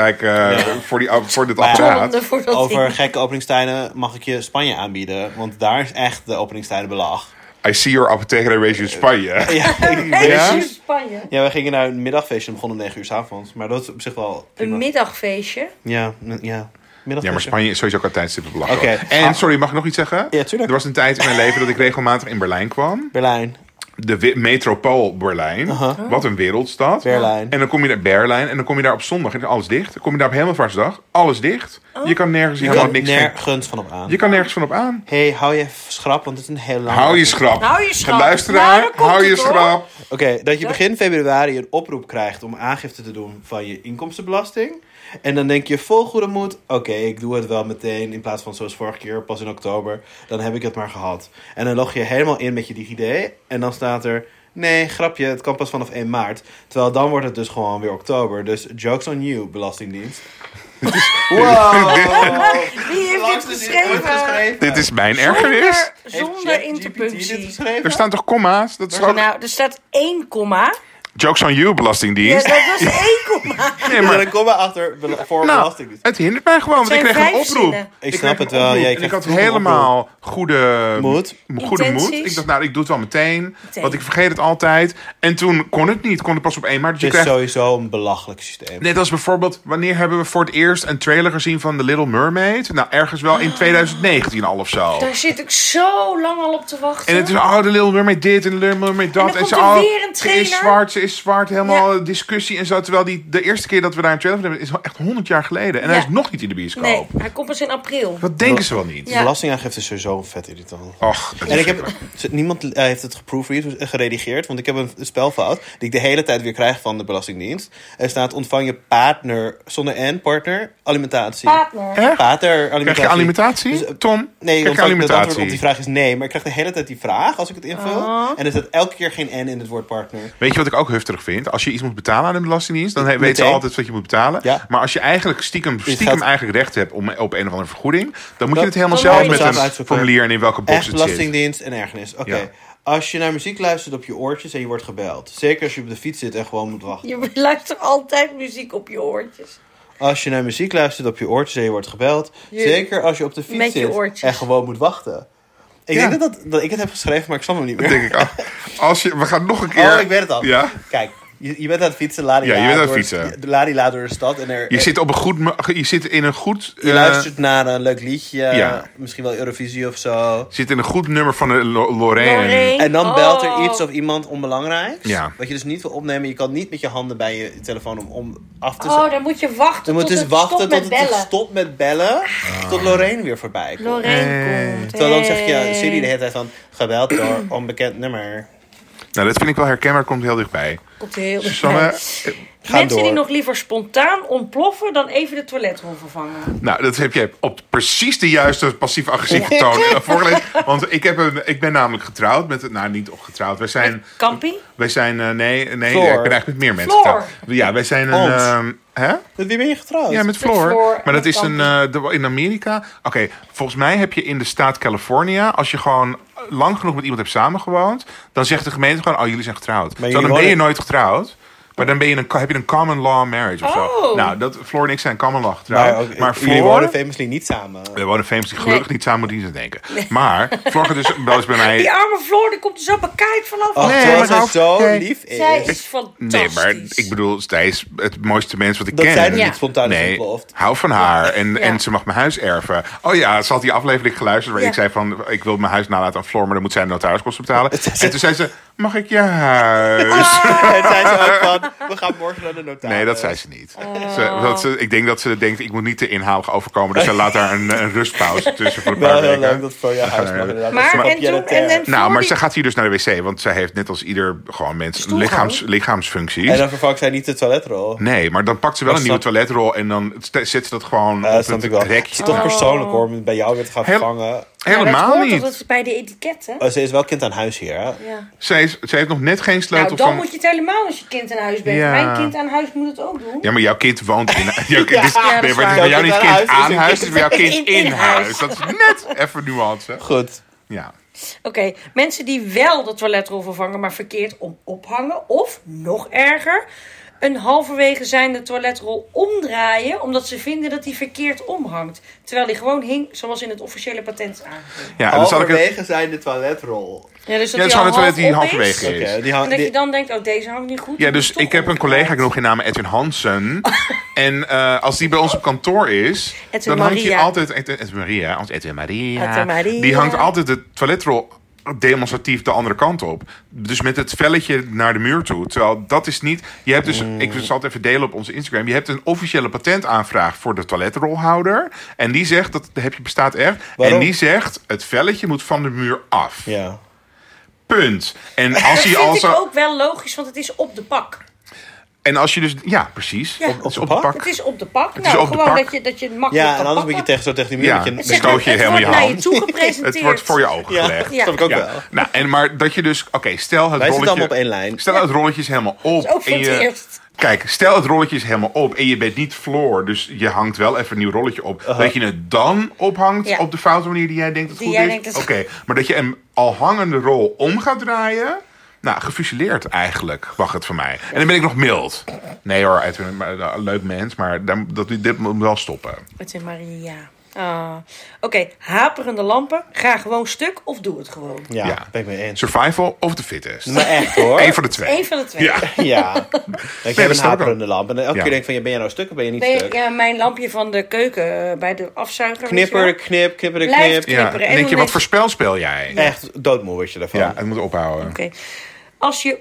[SPEAKER 3] voor, die- voor dit apparaat.
[SPEAKER 2] Tonnen voor dat
[SPEAKER 1] Over
[SPEAKER 2] ding.
[SPEAKER 1] gekke openingstijden mag ik je Spanje aanbieden. Want daar is echt de openingstijden belag.
[SPEAKER 3] I see your apotheker in Regio Spanje.
[SPEAKER 1] Ja, ik-
[SPEAKER 2] En
[SPEAKER 3] Ja?
[SPEAKER 2] in Spanje.
[SPEAKER 1] ja, wij gingen naar een middagfeestje en begonnen om 9 uur 's avonds. Maar dat is op zich wel prima.
[SPEAKER 2] Een middagfeestje.
[SPEAKER 1] ja, n- ja. Middagfeestje.
[SPEAKER 3] Ja, maar Spanje is sowieso qua tijdstippen belachelijk.
[SPEAKER 1] Oké. Ah.
[SPEAKER 3] En, sorry, mag ik nog iets zeggen?
[SPEAKER 1] Ja, tuurlijk.
[SPEAKER 3] Er was een tijd in mijn leven dat ik regelmatig in Berlijn kwam.
[SPEAKER 1] Berlijn.
[SPEAKER 3] de wi- metropool Berlijn. Wat een wereldstad.
[SPEAKER 1] Berlijn.
[SPEAKER 3] En dan kom je naar Berlijn en dan kom je daar op zondag en dan is alles dicht. Dan kom je daar op Hemelvaartsdag, alles dicht.
[SPEAKER 2] Oh.
[SPEAKER 3] Je kan nergens
[SPEAKER 1] Je
[SPEAKER 3] helemaal
[SPEAKER 1] kan
[SPEAKER 3] niks
[SPEAKER 1] nergens van op aan.
[SPEAKER 3] Je kan nergens van op aan.
[SPEAKER 1] Hé, hey, hou je even schrap, want het is een hele lange...
[SPEAKER 3] Hou je schrap.
[SPEAKER 2] Hou je schrap.
[SPEAKER 3] Luisteraar,
[SPEAKER 2] Nou, daar komt
[SPEAKER 3] hou je
[SPEAKER 2] het, hoor.
[SPEAKER 3] schrap.
[SPEAKER 1] Oké, dat je begin februari een oproep krijgt om aangifte te doen van je inkomstenbelasting. En dan denk je vol goede moed, oké, ik doe het wel meteen in plaats van zoals vorige keer, pas in oktober. Dan heb ik het maar gehad. En dan log je helemaal in met je DigiD en dan staat er, nee, grapje, het kan pas vanaf 1 maart. Terwijl dan wordt het dus gewoon weer oktober. Dus jokes on you, Belastingdienst. Dus- wow!
[SPEAKER 3] Oh.
[SPEAKER 2] Wie heeft dit geschreven?
[SPEAKER 3] Dit is mijn ergernis.
[SPEAKER 2] Zonder, zonder interpunctie.
[SPEAKER 3] Er staan toch komma's? Dat is ook...
[SPEAKER 2] Nou, er staat één komma.
[SPEAKER 3] Jokes on you,
[SPEAKER 2] Ja,
[SPEAKER 3] Belastingdienst.
[SPEAKER 2] dat was één komma.
[SPEAKER 3] Nee,
[SPEAKER 1] Er
[SPEAKER 3] maar-
[SPEAKER 1] een komma achter bela- voor
[SPEAKER 3] Nou,
[SPEAKER 1] Belastingdienst.
[SPEAKER 3] het hindert mij gewoon, want ik
[SPEAKER 2] zijn
[SPEAKER 3] kreeg een
[SPEAKER 2] vijf
[SPEAKER 3] oproep.
[SPEAKER 2] zinnen.
[SPEAKER 1] Ik
[SPEAKER 3] kreeg
[SPEAKER 1] snap
[SPEAKER 3] een
[SPEAKER 1] het wel,
[SPEAKER 3] oproep
[SPEAKER 1] jij
[SPEAKER 3] en ik
[SPEAKER 1] krijgt
[SPEAKER 3] had
[SPEAKER 1] vroeg een
[SPEAKER 3] helemaal goede
[SPEAKER 1] Moed.
[SPEAKER 3] Goede moed.
[SPEAKER 2] Intenties.
[SPEAKER 3] Ik dacht, nou, ik doe het wel meteen,
[SPEAKER 2] Meteen.
[SPEAKER 3] want ik vergeet het altijd. En toen kon het niet, kon het pas op één maart. Dus je
[SPEAKER 1] Het is
[SPEAKER 3] krijgt
[SPEAKER 1] sowieso een belachelijk systeem.
[SPEAKER 3] Net als bijvoorbeeld, wanneer hebben we voor het eerst een trailer gezien van The Little Mermaid? Nou, ergens wel
[SPEAKER 2] Ah.
[SPEAKER 3] in 2019 al of zo.
[SPEAKER 2] Daar zit ik zo lang al op te wachten.
[SPEAKER 3] En het is, oh, The Little Mermaid dit en The Little Mermaid dat.
[SPEAKER 2] En dan komt
[SPEAKER 3] ze,
[SPEAKER 2] er
[SPEAKER 3] oh,
[SPEAKER 2] weer een
[SPEAKER 3] Ze is
[SPEAKER 2] trailer.
[SPEAKER 3] zwart, ze is zwart, helemaal discussie en zo. Terwijl die, de eerste keer dat we daar een trailer van hebben, is al echt 100 jaar geleden. En hij
[SPEAKER 2] Ja.
[SPEAKER 3] is nog niet in de bioscoop.
[SPEAKER 2] Nee, hij komt pas in april.
[SPEAKER 3] Wat denken ze wel niet?
[SPEAKER 2] Ja.
[SPEAKER 1] Belastingaangifte is sowieso een vet irritant.
[SPEAKER 3] Och, Oh, dat is
[SPEAKER 1] En ik heb,
[SPEAKER 3] verschrikkelijk.
[SPEAKER 1] niemand eh, heeft het geproofread, dus, eh, geredigeerd, want ik heb een spelfout die ik de hele tijd weer krijg van de Belastingdienst. Er staat ontvang je partner, zonder en, partner, alimentatie.
[SPEAKER 2] Partner.
[SPEAKER 3] Hè?
[SPEAKER 1] Pater, alimentatie.
[SPEAKER 3] Krijg je alimentatie?
[SPEAKER 1] Dus, eh,
[SPEAKER 3] Tom,
[SPEAKER 1] Nee,
[SPEAKER 3] krijg
[SPEAKER 1] want
[SPEAKER 3] je
[SPEAKER 1] het antwoord op
[SPEAKER 3] alimentatie?
[SPEAKER 1] die vraag is nee, maar ik krijg de hele tijd die vraag als ik het invul.
[SPEAKER 2] Oh.
[SPEAKER 1] En er staat elke keer geen N in het woord partner.
[SPEAKER 3] Weet je wat ik ook heftig vind? Als je iets moet betalen aan de Belastingdienst, dan he- weten ze
[SPEAKER 1] Meteen.
[SPEAKER 3] altijd wat je moet betalen.
[SPEAKER 1] Ja.
[SPEAKER 3] Maar als je eigenlijk stiekem, stiekem
[SPEAKER 1] gaat-
[SPEAKER 3] eigenlijk recht hebt om, op een of andere vergoeding, dan moet je
[SPEAKER 1] Dat-
[SPEAKER 3] het helemaal
[SPEAKER 2] dan moet je
[SPEAKER 3] zelf met
[SPEAKER 2] het
[SPEAKER 3] een
[SPEAKER 1] zelf uitzoeken.
[SPEAKER 3] formulier en in welke box
[SPEAKER 1] Echt
[SPEAKER 3] het zit.
[SPEAKER 1] belastingdienst en ergernis. Oké.
[SPEAKER 3] Ja.
[SPEAKER 1] Als je naar muziek luistert op je oortjes en je wordt gebeld. Zeker als je op de fiets zit en gewoon moet wachten.
[SPEAKER 2] Je luistert altijd muziek op je oortjes.
[SPEAKER 1] Als je naar muziek luistert op je oortjes en je wordt gebeld.
[SPEAKER 2] Je-
[SPEAKER 1] zeker als je op de fiets
[SPEAKER 2] met je
[SPEAKER 1] zit
[SPEAKER 2] oortjes.
[SPEAKER 1] en gewoon moet wachten. Ik
[SPEAKER 3] Ja.
[SPEAKER 1] denk dat, dat, dat ik het heb geschreven, maar ik snap hem niet meer.
[SPEAKER 3] Dat denk ik ook. Als je, we gaan nog een keer.
[SPEAKER 1] Oh, ik weet het al.
[SPEAKER 3] Ja?
[SPEAKER 1] Kijk, je, je bent aan het fietsen, ladi
[SPEAKER 3] Ja, je
[SPEAKER 1] la
[SPEAKER 3] bent aan het
[SPEAKER 1] door-
[SPEAKER 3] fietsen.
[SPEAKER 1] de ladi la door de stad. En er,
[SPEAKER 3] Je zit, op een goed, ma- je zit in een goed.
[SPEAKER 1] Eh, je
[SPEAKER 3] eh,
[SPEAKER 1] luistert naar een leuk liedje.
[SPEAKER 3] Ja.
[SPEAKER 1] Misschien wel Eurovisie of zo.
[SPEAKER 3] zit in een goed nummer van de Lo- Lorraine.
[SPEAKER 2] Lorraine.
[SPEAKER 1] En dan
[SPEAKER 2] Oh.
[SPEAKER 1] belt er iets of iemand onbelangrijks.
[SPEAKER 3] Ja.
[SPEAKER 1] Wat je dus niet wil opnemen. Je kan niet met je handen bij je telefoon om, om af te
[SPEAKER 2] Oh, dan moet je wachten
[SPEAKER 1] Je moet
[SPEAKER 2] tot
[SPEAKER 1] dus
[SPEAKER 2] het
[SPEAKER 1] wachten
[SPEAKER 2] stopt
[SPEAKER 1] tot
[SPEAKER 2] met
[SPEAKER 1] het
[SPEAKER 2] bellen.
[SPEAKER 1] stopt met bellen.
[SPEAKER 3] Ah.
[SPEAKER 1] Tot Lorraine weer voorbij komt.
[SPEAKER 2] Lorraine
[SPEAKER 3] Eh.
[SPEAKER 2] komt.
[SPEAKER 1] Terwijl dan zeg je
[SPEAKER 2] Hey.
[SPEAKER 1] Siri de hele tijd van gebeld door onbekend nummer.
[SPEAKER 3] Nou, dat vind ik wel herkenbaar, komt heel dichtbij.
[SPEAKER 2] Komt heel
[SPEAKER 3] Sanne,
[SPEAKER 1] Ga
[SPEAKER 2] Mensen
[SPEAKER 1] door.
[SPEAKER 2] die nog liever spontaan ontploffen dan even de toiletrol vervangen.
[SPEAKER 3] Nou, dat heb jij op precies de juiste passief-agressieve toon eh, voorgelezen. Want ik, heb een, ik ben namelijk getrouwd met... Nou, niet opgetrouwd. Wij zijn...
[SPEAKER 2] Kampie?
[SPEAKER 3] Wij zijn... eh, nee, nee
[SPEAKER 1] Floor.
[SPEAKER 3] ik ben eigenlijk met meer mensen
[SPEAKER 2] Floor.
[SPEAKER 3] getrouwd. Ja, wij zijn een...
[SPEAKER 1] Ons.
[SPEAKER 3] ehm, hè?
[SPEAKER 1] Met Dus wie ben je getrouwd?
[SPEAKER 3] Ja, met Floor.
[SPEAKER 2] Floor
[SPEAKER 3] maar dat
[SPEAKER 2] en
[SPEAKER 3] is een,
[SPEAKER 2] Kampi.
[SPEAKER 3] eh, de- in Amerika... Oké, volgens mij heb je in de staat California... als je gewoon lang genoeg met iemand hebt samengewoond... dan zegt de gemeente gewoon... oh, jullie zijn getrouwd. Zo,
[SPEAKER 1] jullie
[SPEAKER 3] dan ben
[SPEAKER 1] wonen-
[SPEAKER 3] je nooit getrouwd. Maar dan ben je een, heb je een common law marriage of zo.
[SPEAKER 2] Oh.
[SPEAKER 3] Nou, dat, Floor en ik zijn common law
[SPEAKER 1] Maar,
[SPEAKER 3] getrouwd.
[SPEAKER 1] ook- eh,
[SPEAKER 3] Floor...
[SPEAKER 1] jullie wonen famously niet samen.
[SPEAKER 3] We wonen famous die gelukkig niet samen moeten diensten denken. Maar, Floor gaat dus wel eens bij mij...
[SPEAKER 2] Die arme Floor, die komt er zo bekijkt vanaf.
[SPEAKER 1] Oh,
[SPEAKER 3] Nee,
[SPEAKER 1] terwijl
[SPEAKER 3] maar
[SPEAKER 1] zij
[SPEAKER 3] nou-
[SPEAKER 1] zo
[SPEAKER 3] nee.
[SPEAKER 1] lief is.
[SPEAKER 2] Zij is
[SPEAKER 3] Nee,
[SPEAKER 2] fantastisch.
[SPEAKER 3] maar ik bedoel, zij is het mooiste mens wat ik
[SPEAKER 1] Dat
[SPEAKER 3] ken.
[SPEAKER 1] zij er
[SPEAKER 2] Ja.
[SPEAKER 1] niet spontaan is
[SPEAKER 3] Nee,
[SPEAKER 1] ontploft.
[SPEAKER 3] hou van haar. En, en
[SPEAKER 2] Ja.
[SPEAKER 3] ze mag mijn huis erven. Oh ja, ze had die aflevering geluisterd waar
[SPEAKER 2] Ja.
[SPEAKER 3] ik zei van... ik wil mijn huis nalaten aan Floor, maar dan moet zij de notariskosten betalen. en toen zei ze, mag ik je huis?
[SPEAKER 1] En zij zo ook van, we gaan morgen naar de notaris.
[SPEAKER 3] Nee, dat zei ze niet.
[SPEAKER 2] Oh.
[SPEAKER 3] Ze, dat ze, ik denk dat ze denkt, ik moet niet te inhalig overkomen. Dus ze laat daar een, een rustpauze tussen voor een paar
[SPEAKER 1] Wel heel
[SPEAKER 3] weken.
[SPEAKER 1] leuk dat voor jouw huis mag
[SPEAKER 3] eh,
[SPEAKER 1] inderdaad.
[SPEAKER 2] Maar,
[SPEAKER 1] Dat is
[SPEAKER 2] en
[SPEAKER 1] een
[SPEAKER 2] toen, en, en
[SPEAKER 3] Nou,
[SPEAKER 2] Floor
[SPEAKER 3] maar
[SPEAKER 2] die-
[SPEAKER 3] ze gaat hier dus naar de wc, want zij heeft net als ieder gewoon mens
[SPEAKER 2] Stoelgang.
[SPEAKER 3] lichaams, lichaamsfuncties.
[SPEAKER 1] En dan vervangt zij niet de toiletrol.
[SPEAKER 3] Nee, maar dan pakt ze wel
[SPEAKER 1] Maar
[SPEAKER 3] een nieuwe
[SPEAKER 1] snap-
[SPEAKER 3] toiletrol en dan st- zet ze dat gewoon
[SPEAKER 1] Ja, dat
[SPEAKER 3] op
[SPEAKER 1] snap
[SPEAKER 3] het
[SPEAKER 1] ik wel. Het
[SPEAKER 3] rekje.
[SPEAKER 2] Oh.
[SPEAKER 1] is toch persoonlijk hoor, om het bij jou weer te gaan
[SPEAKER 3] Heel-
[SPEAKER 1] vervangen.
[SPEAKER 2] dat
[SPEAKER 3] Helemaal
[SPEAKER 2] hoort
[SPEAKER 3] niet.
[SPEAKER 2] toch, Dat is bij de etiketten.
[SPEAKER 1] Oh, ze is wel kind aan huis hier, hè?
[SPEAKER 2] Ja.
[SPEAKER 3] Ze, is, ze heeft nog net geen sleutel
[SPEAKER 2] Nou, dan
[SPEAKER 3] van...
[SPEAKER 2] moet je het helemaal als je kind aan huis bent.
[SPEAKER 3] Ja.
[SPEAKER 2] Mijn kind aan huis moet het ook doen.
[SPEAKER 3] Ja, maar jouw kind woont in huis. Jouw kind
[SPEAKER 1] Ja,
[SPEAKER 3] is,
[SPEAKER 1] dat is
[SPEAKER 3] nee, maar het
[SPEAKER 2] waar.
[SPEAKER 3] is bij jou
[SPEAKER 1] Jouw
[SPEAKER 3] niet
[SPEAKER 1] kind aan
[SPEAKER 3] kind
[SPEAKER 1] huis is
[SPEAKER 3] aan
[SPEAKER 1] een kind
[SPEAKER 3] huis, het is bij jouw kind in,
[SPEAKER 2] in- in
[SPEAKER 3] huis.
[SPEAKER 2] huis.
[SPEAKER 3] Dat is net even nuance.
[SPEAKER 1] Goed.
[SPEAKER 3] Ja.
[SPEAKER 2] Oké, mensen die wel de toiletrol vervangen, maar verkeerd om ophangen. Of, nog erger, een halverwege zijn de toiletrol omdraaien... omdat ze vinden dat die verkeerd omhangt. Terwijl die gewoon hing zoals in het officiële patent is aangegeven.
[SPEAKER 3] Ja,
[SPEAKER 1] Oh,
[SPEAKER 3] dan zal ik het...
[SPEAKER 1] Halverwege zijn de toiletrol.
[SPEAKER 2] Ja, dus dat
[SPEAKER 3] Ja, dat
[SPEAKER 2] die
[SPEAKER 3] is
[SPEAKER 2] al
[SPEAKER 3] gewoon het
[SPEAKER 2] half
[SPEAKER 3] toilet die
[SPEAKER 2] op
[SPEAKER 3] halverwege
[SPEAKER 2] is.
[SPEAKER 3] is.
[SPEAKER 1] Oké, die
[SPEAKER 2] En dat je
[SPEAKER 1] hangt.
[SPEAKER 2] dan denkt, oh, deze hangt niet goed.
[SPEAKER 3] Ja,
[SPEAKER 2] die
[SPEAKER 3] dus
[SPEAKER 2] moet toch
[SPEAKER 3] ik heb een
[SPEAKER 2] omdraaien.
[SPEAKER 3] collega, ik noem geen naam, Edwin Hansen. En eh, als die bij ons op kantoor is,
[SPEAKER 2] Edwin
[SPEAKER 3] dan hangt hij
[SPEAKER 2] Maria.
[SPEAKER 3] altijd... Edwin, Edwin Maria, ons Edwin Maria,
[SPEAKER 2] Edwin Maria.
[SPEAKER 3] Die hangt altijd de toiletrol demonstratief de andere kant op. Dus met het velletje naar de muur toe. Terwijl dat is niet... Je hebt dus,
[SPEAKER 2] Mm.
[SPEAKER 3] ik zal het even delen op onze Instagram. Je hebt een officiële patentaanvraag voor de toiletrolhouder. En die zegt, dat heb je bestaat echt.
[SPEAKER 1] Waarom?
[SPEAKER 3] En die zegt, het velletje moet van de muur af.
[SPEAKER 1] Ja.
[SPEAKER 3] Punt. En als hij
[SPEAKER 2] Dat vind
[SPEAKER 3] al
[SPEAKER 2] ik
[SPEAKER 3] zo...
[SPEAKER 2] ook wel logisch, want het is op de pak.
[SPEAKER 3] En als je dus... Ja, precies.
[SPEAKER 2] Ja.
[SPEAKER 3] Op, het is
[SPEAKER 1] Op
[SPEAKER 3] op
[SPEAKER 1] de
[SPEAKER 3] de
[SPEAKER 1] pak?
[SPEAKER 2] Het
[SPEAKER 3] pak.
[SPEAKER 2] is op de pak.
[SPEAKER 3] is
[SPEAKER 2] nou,
[SPEAKER 3] op de
[SPEAKER 2] gewoon
[SPEAKER 3] pak.
[SPEAKER 2] dat je, dat je het makkelijk
[SPEAKER 1] Ja, en
[SPEAKER 2] kan
[SPEAKER 1] anders een beetje
[SPEAKER 2] pakken.
[SPEAKER 1] tegen, zo tegen die muur.
[SPEAKER 3] Ja,
[SPEAKER 1] met je-
[SPEAKER 3] dan
[SPEAKER 1] met
[SPEAKER 2] Zeg
[SPEAKER 1] je-
[SPEAKER 2] maar,
[SPEAKER 3] stoot je
[SPEAKER 2] het
[SPEAKER 3] helemaal je
[SPEAKER 2] wordt naar
[SPEAKER 3] hand.
[SPEAKER 2] je toe
[SPEAKER 3] Het
[SPEAKER 2] gepresenteerd.
[SPEAKER 3] wordt voor je ogen
[SPEAKER 1] Ja,
[SPEAKER 3] gelegd.
[SPEAKER 1] dat snap ik ook wel.
[SPEAKER 3] Nou, en maar dat je dus, oké, stel het
[SPEAKER 1] Wij zitten
[SPEAKER 3] rolletje.
[SPEAKER 1] allemaal op één lijn.
[SPEAKER 3] Stel het rolletje is helemaal op.
[SPEAKER 2] Zo voor
[SPEAKER 3] en
[SPEAKER 2] het
[SPEAKER 3] je,
[SPEAKER 2] eerst.
[SPEAKER 3] Kijk, stel het rolletje is helemaal op en je bent niet floor, dus je hangt wel even een nieuw rolletje op. Dat je het dan ophangt
[SPEAKER 2] Ja.
[SPEAKER 3] op de foute manier die jij denkt dat
[SPEAKER 2] Die
[SPEAKER 3] goed
[SPEAKER 2] jij
[SPEAKER 3] is.
[SPEAKER 2] denkt dat-
[SPEAKER 3] Oké, maar dat je hem al hangende rol om gaat draaien. Nou, gefusileerd eigenlijk, mag het van mij. En dan ben ik nog mild. Nee hoor, Edwin, maar, eh, leuk mens, maar daar- dat, dit moet wel stoppen.
[SPEAKER 2] Het is Maria. Ah. Oké, haperende lampen. Ga gewoon stuk of doe het gewoon.
[SPEAKER 1] Ja, ben ik mee eens.
[SPEAKER 3] Survival of the fittest.
[SPEAKER 1] Maar echt hoor.
[SPEAKER 3] Eén van de twee.
[SPEAKER 2] Eén van de twee.
[SPEAKER 3] Ja.
[SPEAKER 1] Ja. Ik
[SPEAKER 3] dat
[SPEAKER 1] heb een
[SPEAKER 3] snap ik
[SPEAKER 1] haperende lamp. En elke
[SPEAKER 3] Ja.
[SPEAKER 1] keer denk ik van, ja, ben jij nou stuk of ben je niet
[SPEAKER 2] Nee,
[SPEAKER 1] stuk?
[SPEAKER 2] ja, mijn lampje van de keuken eh, bij de afzuiger. weet je wel.
[SPEAKER 1] Knipper, knip, knipper, de
[SPEAKER 2] Blijft
[SPEAKER 1] knip.
[SPEAKER 2] knippen.
[SPEAKER 3] Ja,
[SPEAKER 2] knipperen.
[SPEAKER 3] dan
[SPEAKER 2] En
[SPEAKER 3] denk je,
[SPEAKER 2] dan denk-
[SPEAKER 3] wat voor spel speel jij? Ja,
[SPEAKER 1] Echt doodmoe word je daarvan.
[SPEAKER 3] het moet ophouden.
[SPEAKER 2] Oké. Als je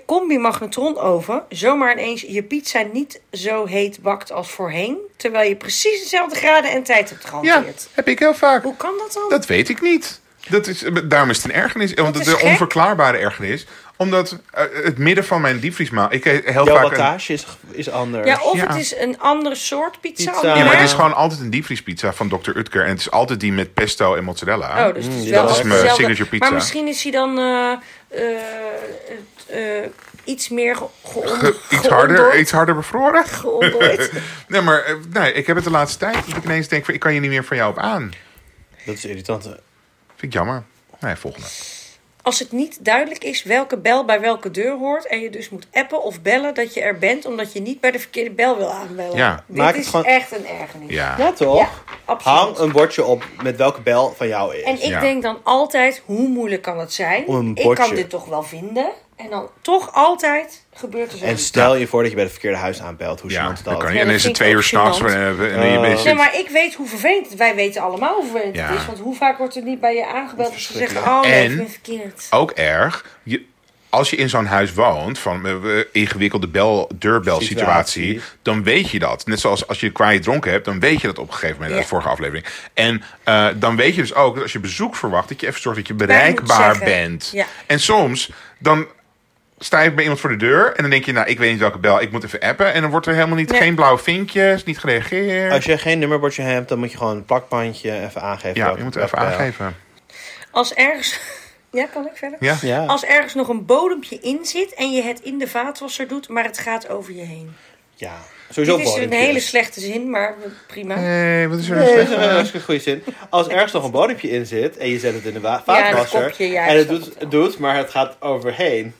[SPEAKER 2] combi-magnetron-oven zomaar ineens je pizza niet zo heet bakt als voorheen... terwijl je precies dezelfde graden en tijd hebt
[SPEAKER 3] Ja,
[SPEAKER 2] gehanteerd.
[SPEAKER 3] heb ik heel vaak.
[SPEAKER 2] Hoe kan dat dan?
[SPEAKER 3] Dat weet ik niet. Dat is, daarom is het een ergernis.
[SPEAKER 2] is
[SPEAKER 3] Want het is een
[SPEAKER 2] gek.
[SPEAKER 3] onverklaarbare ergernis. Omdat eh, het midden van mijn diepvriesmaal... Ik eet heel
[SPEAKER 1] Jouw
[SPEAKER 3] vaak een,
[SPEAKER 1] wattage is, is anders.
[SPEAKER 2] Ja, of
[SPEAKER 3] Ja.
[SPEAKER 2] het is een andere soort pizza.
[SPEAKER 1] Pizza.
[SPEAKER 3] ja, maar het is
[SPEAKER 1] Ja.
[SPEAKER 3] gewoon altijd een diepvriespizza van Dr. Utker. En het is altijd die met pesto en mozzarella.
[SPEAKER 2] Oh, dus het is
[SPEAKER 1] Mm,
[SPEAKER 2] wel
[SPEAKER 1] dat is mijn
[SPEAKER 2] hetzelfde.
[SPEAKER 3] signature pizza.
[SPEAKER 2] Maar misschien is hij dan eh, eh, eh, eh, iets meer ge- geon-
[SPEAKER 3] Ge- iets,
[SPEAKER 2] geondord-
[SPEAKER 3] harder, iets harder bevroren.
[SPEAKER 2] geondord.
[SPEAKER 3] Nee, maar eh, nee, ik heb het de laatste tijd. Dat ik ineens denk, van, ik kan je niet meer van jou op aan.
[SPEAKER 1] Dat is irritant. hè.
[SPEAKER 3] Vind ik jammer. Nee, volgende.
[SPEAKER 2] Als het niet duidelijk is welke bel bij welke deur hoort... en je dus moet appen of bellen dat je er bent... omdat je niet bij de verkeerde bel wil aanbellen.
[SPEAKER 3] Ja.
[SPEAKER 2] Dit
[SPEAKER 1] Maak
[SPEAKER 2] is
[SPEAKER 1] het gewoon-
[SPEAKER 2] echt een ergernis.
[SPEAKER 3] Ja.
[SPEAKER 1] Ja, toch?
[SPEAKER 2] Ja, absoluut.
[SPEAKER 1] Hang een bordje op met welke bel van jou is.
[SPEAKER 2] En ik
[SPEAKER 3] Ja.
[SPEAKER 2] denk dan altijd, hoe moeilijk kan het zijn?
[SPEAKER 1] Een
[SPEAKER 2] ik kan
[SPEAKER 1] bordje.
[SPEAKER 2] dit toch wel vinden? En dan toch altijd gebeurt er
[SPEAKER 1] En
[SPEAKER 2] zoiets.
[SPEAKER 1] stel je voor dat je bij het verkeerde huis aanbelt. Hoe
[SPEAKER 3] Ja,
[SPEAKER 1] gênant
[SPEAKER 3] dan
[SPEAKER 1] dat.
[SPEAKER 3] kan je.
[SPEAKER 2] Ja,
[SPEAKER 3] En dan
[SPEAKER 2] dat
[SPEAKER 3] is het
[SPEAKER 2] vind ik
[SPEAKER 3] twee
[SPEAKER 2] ook
[SPEAKER 3] uur s'nachts.
[SPEAKER 2] gênant.
[SPEAKER 3] En eh, en dan je
[SPEAKER 1] Oh.
[SPEAKER 3] bent-
[SPEAKER 2] Nee, maar ik weet hoe vervelend het Wij weten allemaal hoe vervelend
[SPEAKER 3] Ja.
[SPEAKER 2] het is. Want hoe vaak wordt er niet bij je aangebeld als ze zeggen...
[SPEAKER 1] Verschrikkelijk.
[SPEAKER 2] Oh, nee,
[SPEAKER 3] En-
[SPEAKER 2] ik ben verkeerd.
[SPEAKER 3] ook erg. Je, als je in zo'n huis woont, van eh, eh, ingewikkelde bel, deurbelsituatie,
[SPEAKER 1] Situatie.
[SPEAKER 3] dan weet je dat. Net zoals als je kwaai dronken hebt, dan weet je dat op een gegeven moment uit
[SPEAKER 2] Ja.
[SPEAKER 3] de vorige aflevering. En eh, dan weet je dus ook dat als je bezoek verwacht, dat je even zorgt dat je
[SPEAKER 2] Bij
[SPEAKER 3] bereikbaar
[SPEAKER 2] moet zeggen.
[SPEAKER 3] bent.
[SPEAKER 2] Ja.
[SPEAKER 3] En soms dan sta je bij iemand voor de deur en dan denk je, nou, ik weet niet welke bel, ik moet even appen. En dan wordt er helemaal niet,
[SPEAKER 2] Nee.
[SPEAKER 3] geen blauwe vinkjes, niet gereageerd.
[SPEAKER 1] Als je geen nummerbordje hebt, dan moet je gewoon een plakbandje even aangeven.
[SPEAKER 3] ja,
[SPEAKER 1] welke-
[SPEAKER 3] je moet
[SPEAKER 1] welke
[SPEAKER 3] even
[SPEAKER 1] bel.
[SPEAKER 3] aangeven.
[SPEAKER 2] Als ergens... Ja, kan ik verder?
[SPEAKER 3] Ja.
[SPEAKER 1] Ja.
[SPEAKER 2] Als ergens nog een bodempje in zit en je het in de vaatwasser doet, maar het gaat over je heen.
[SPEAKER 1] ja. Sowieso
[SPEAKER 2] Dit is een
[SPEAKER 1] bodempjes.
[SPEAKER 2] hele slechte zin, maar prima.
[SPEAKER 3] Hey, wat is er nou
[SPEAKER 1] Nee,
[SPEAKER 3] slecht?
[SPEAKER 1] dat is een hartstikke goede zin. Als ergens nog een bodempje in zit en je zet het in de wa-
[SPEAKER 2] Ja, een
[SPEAKER 1] vaatwasser.
[SPEAKER 2] kopje, ja,
[SPEAKER 1] en
[SPEAKER 2] ik
[SPEAKER 1] het
[SPEAKER 2] snap
[SPEAKER 1] doet,
[SPEAKER 2] het wel.
[SPEAKER 1] doet, maar het gaat overheen.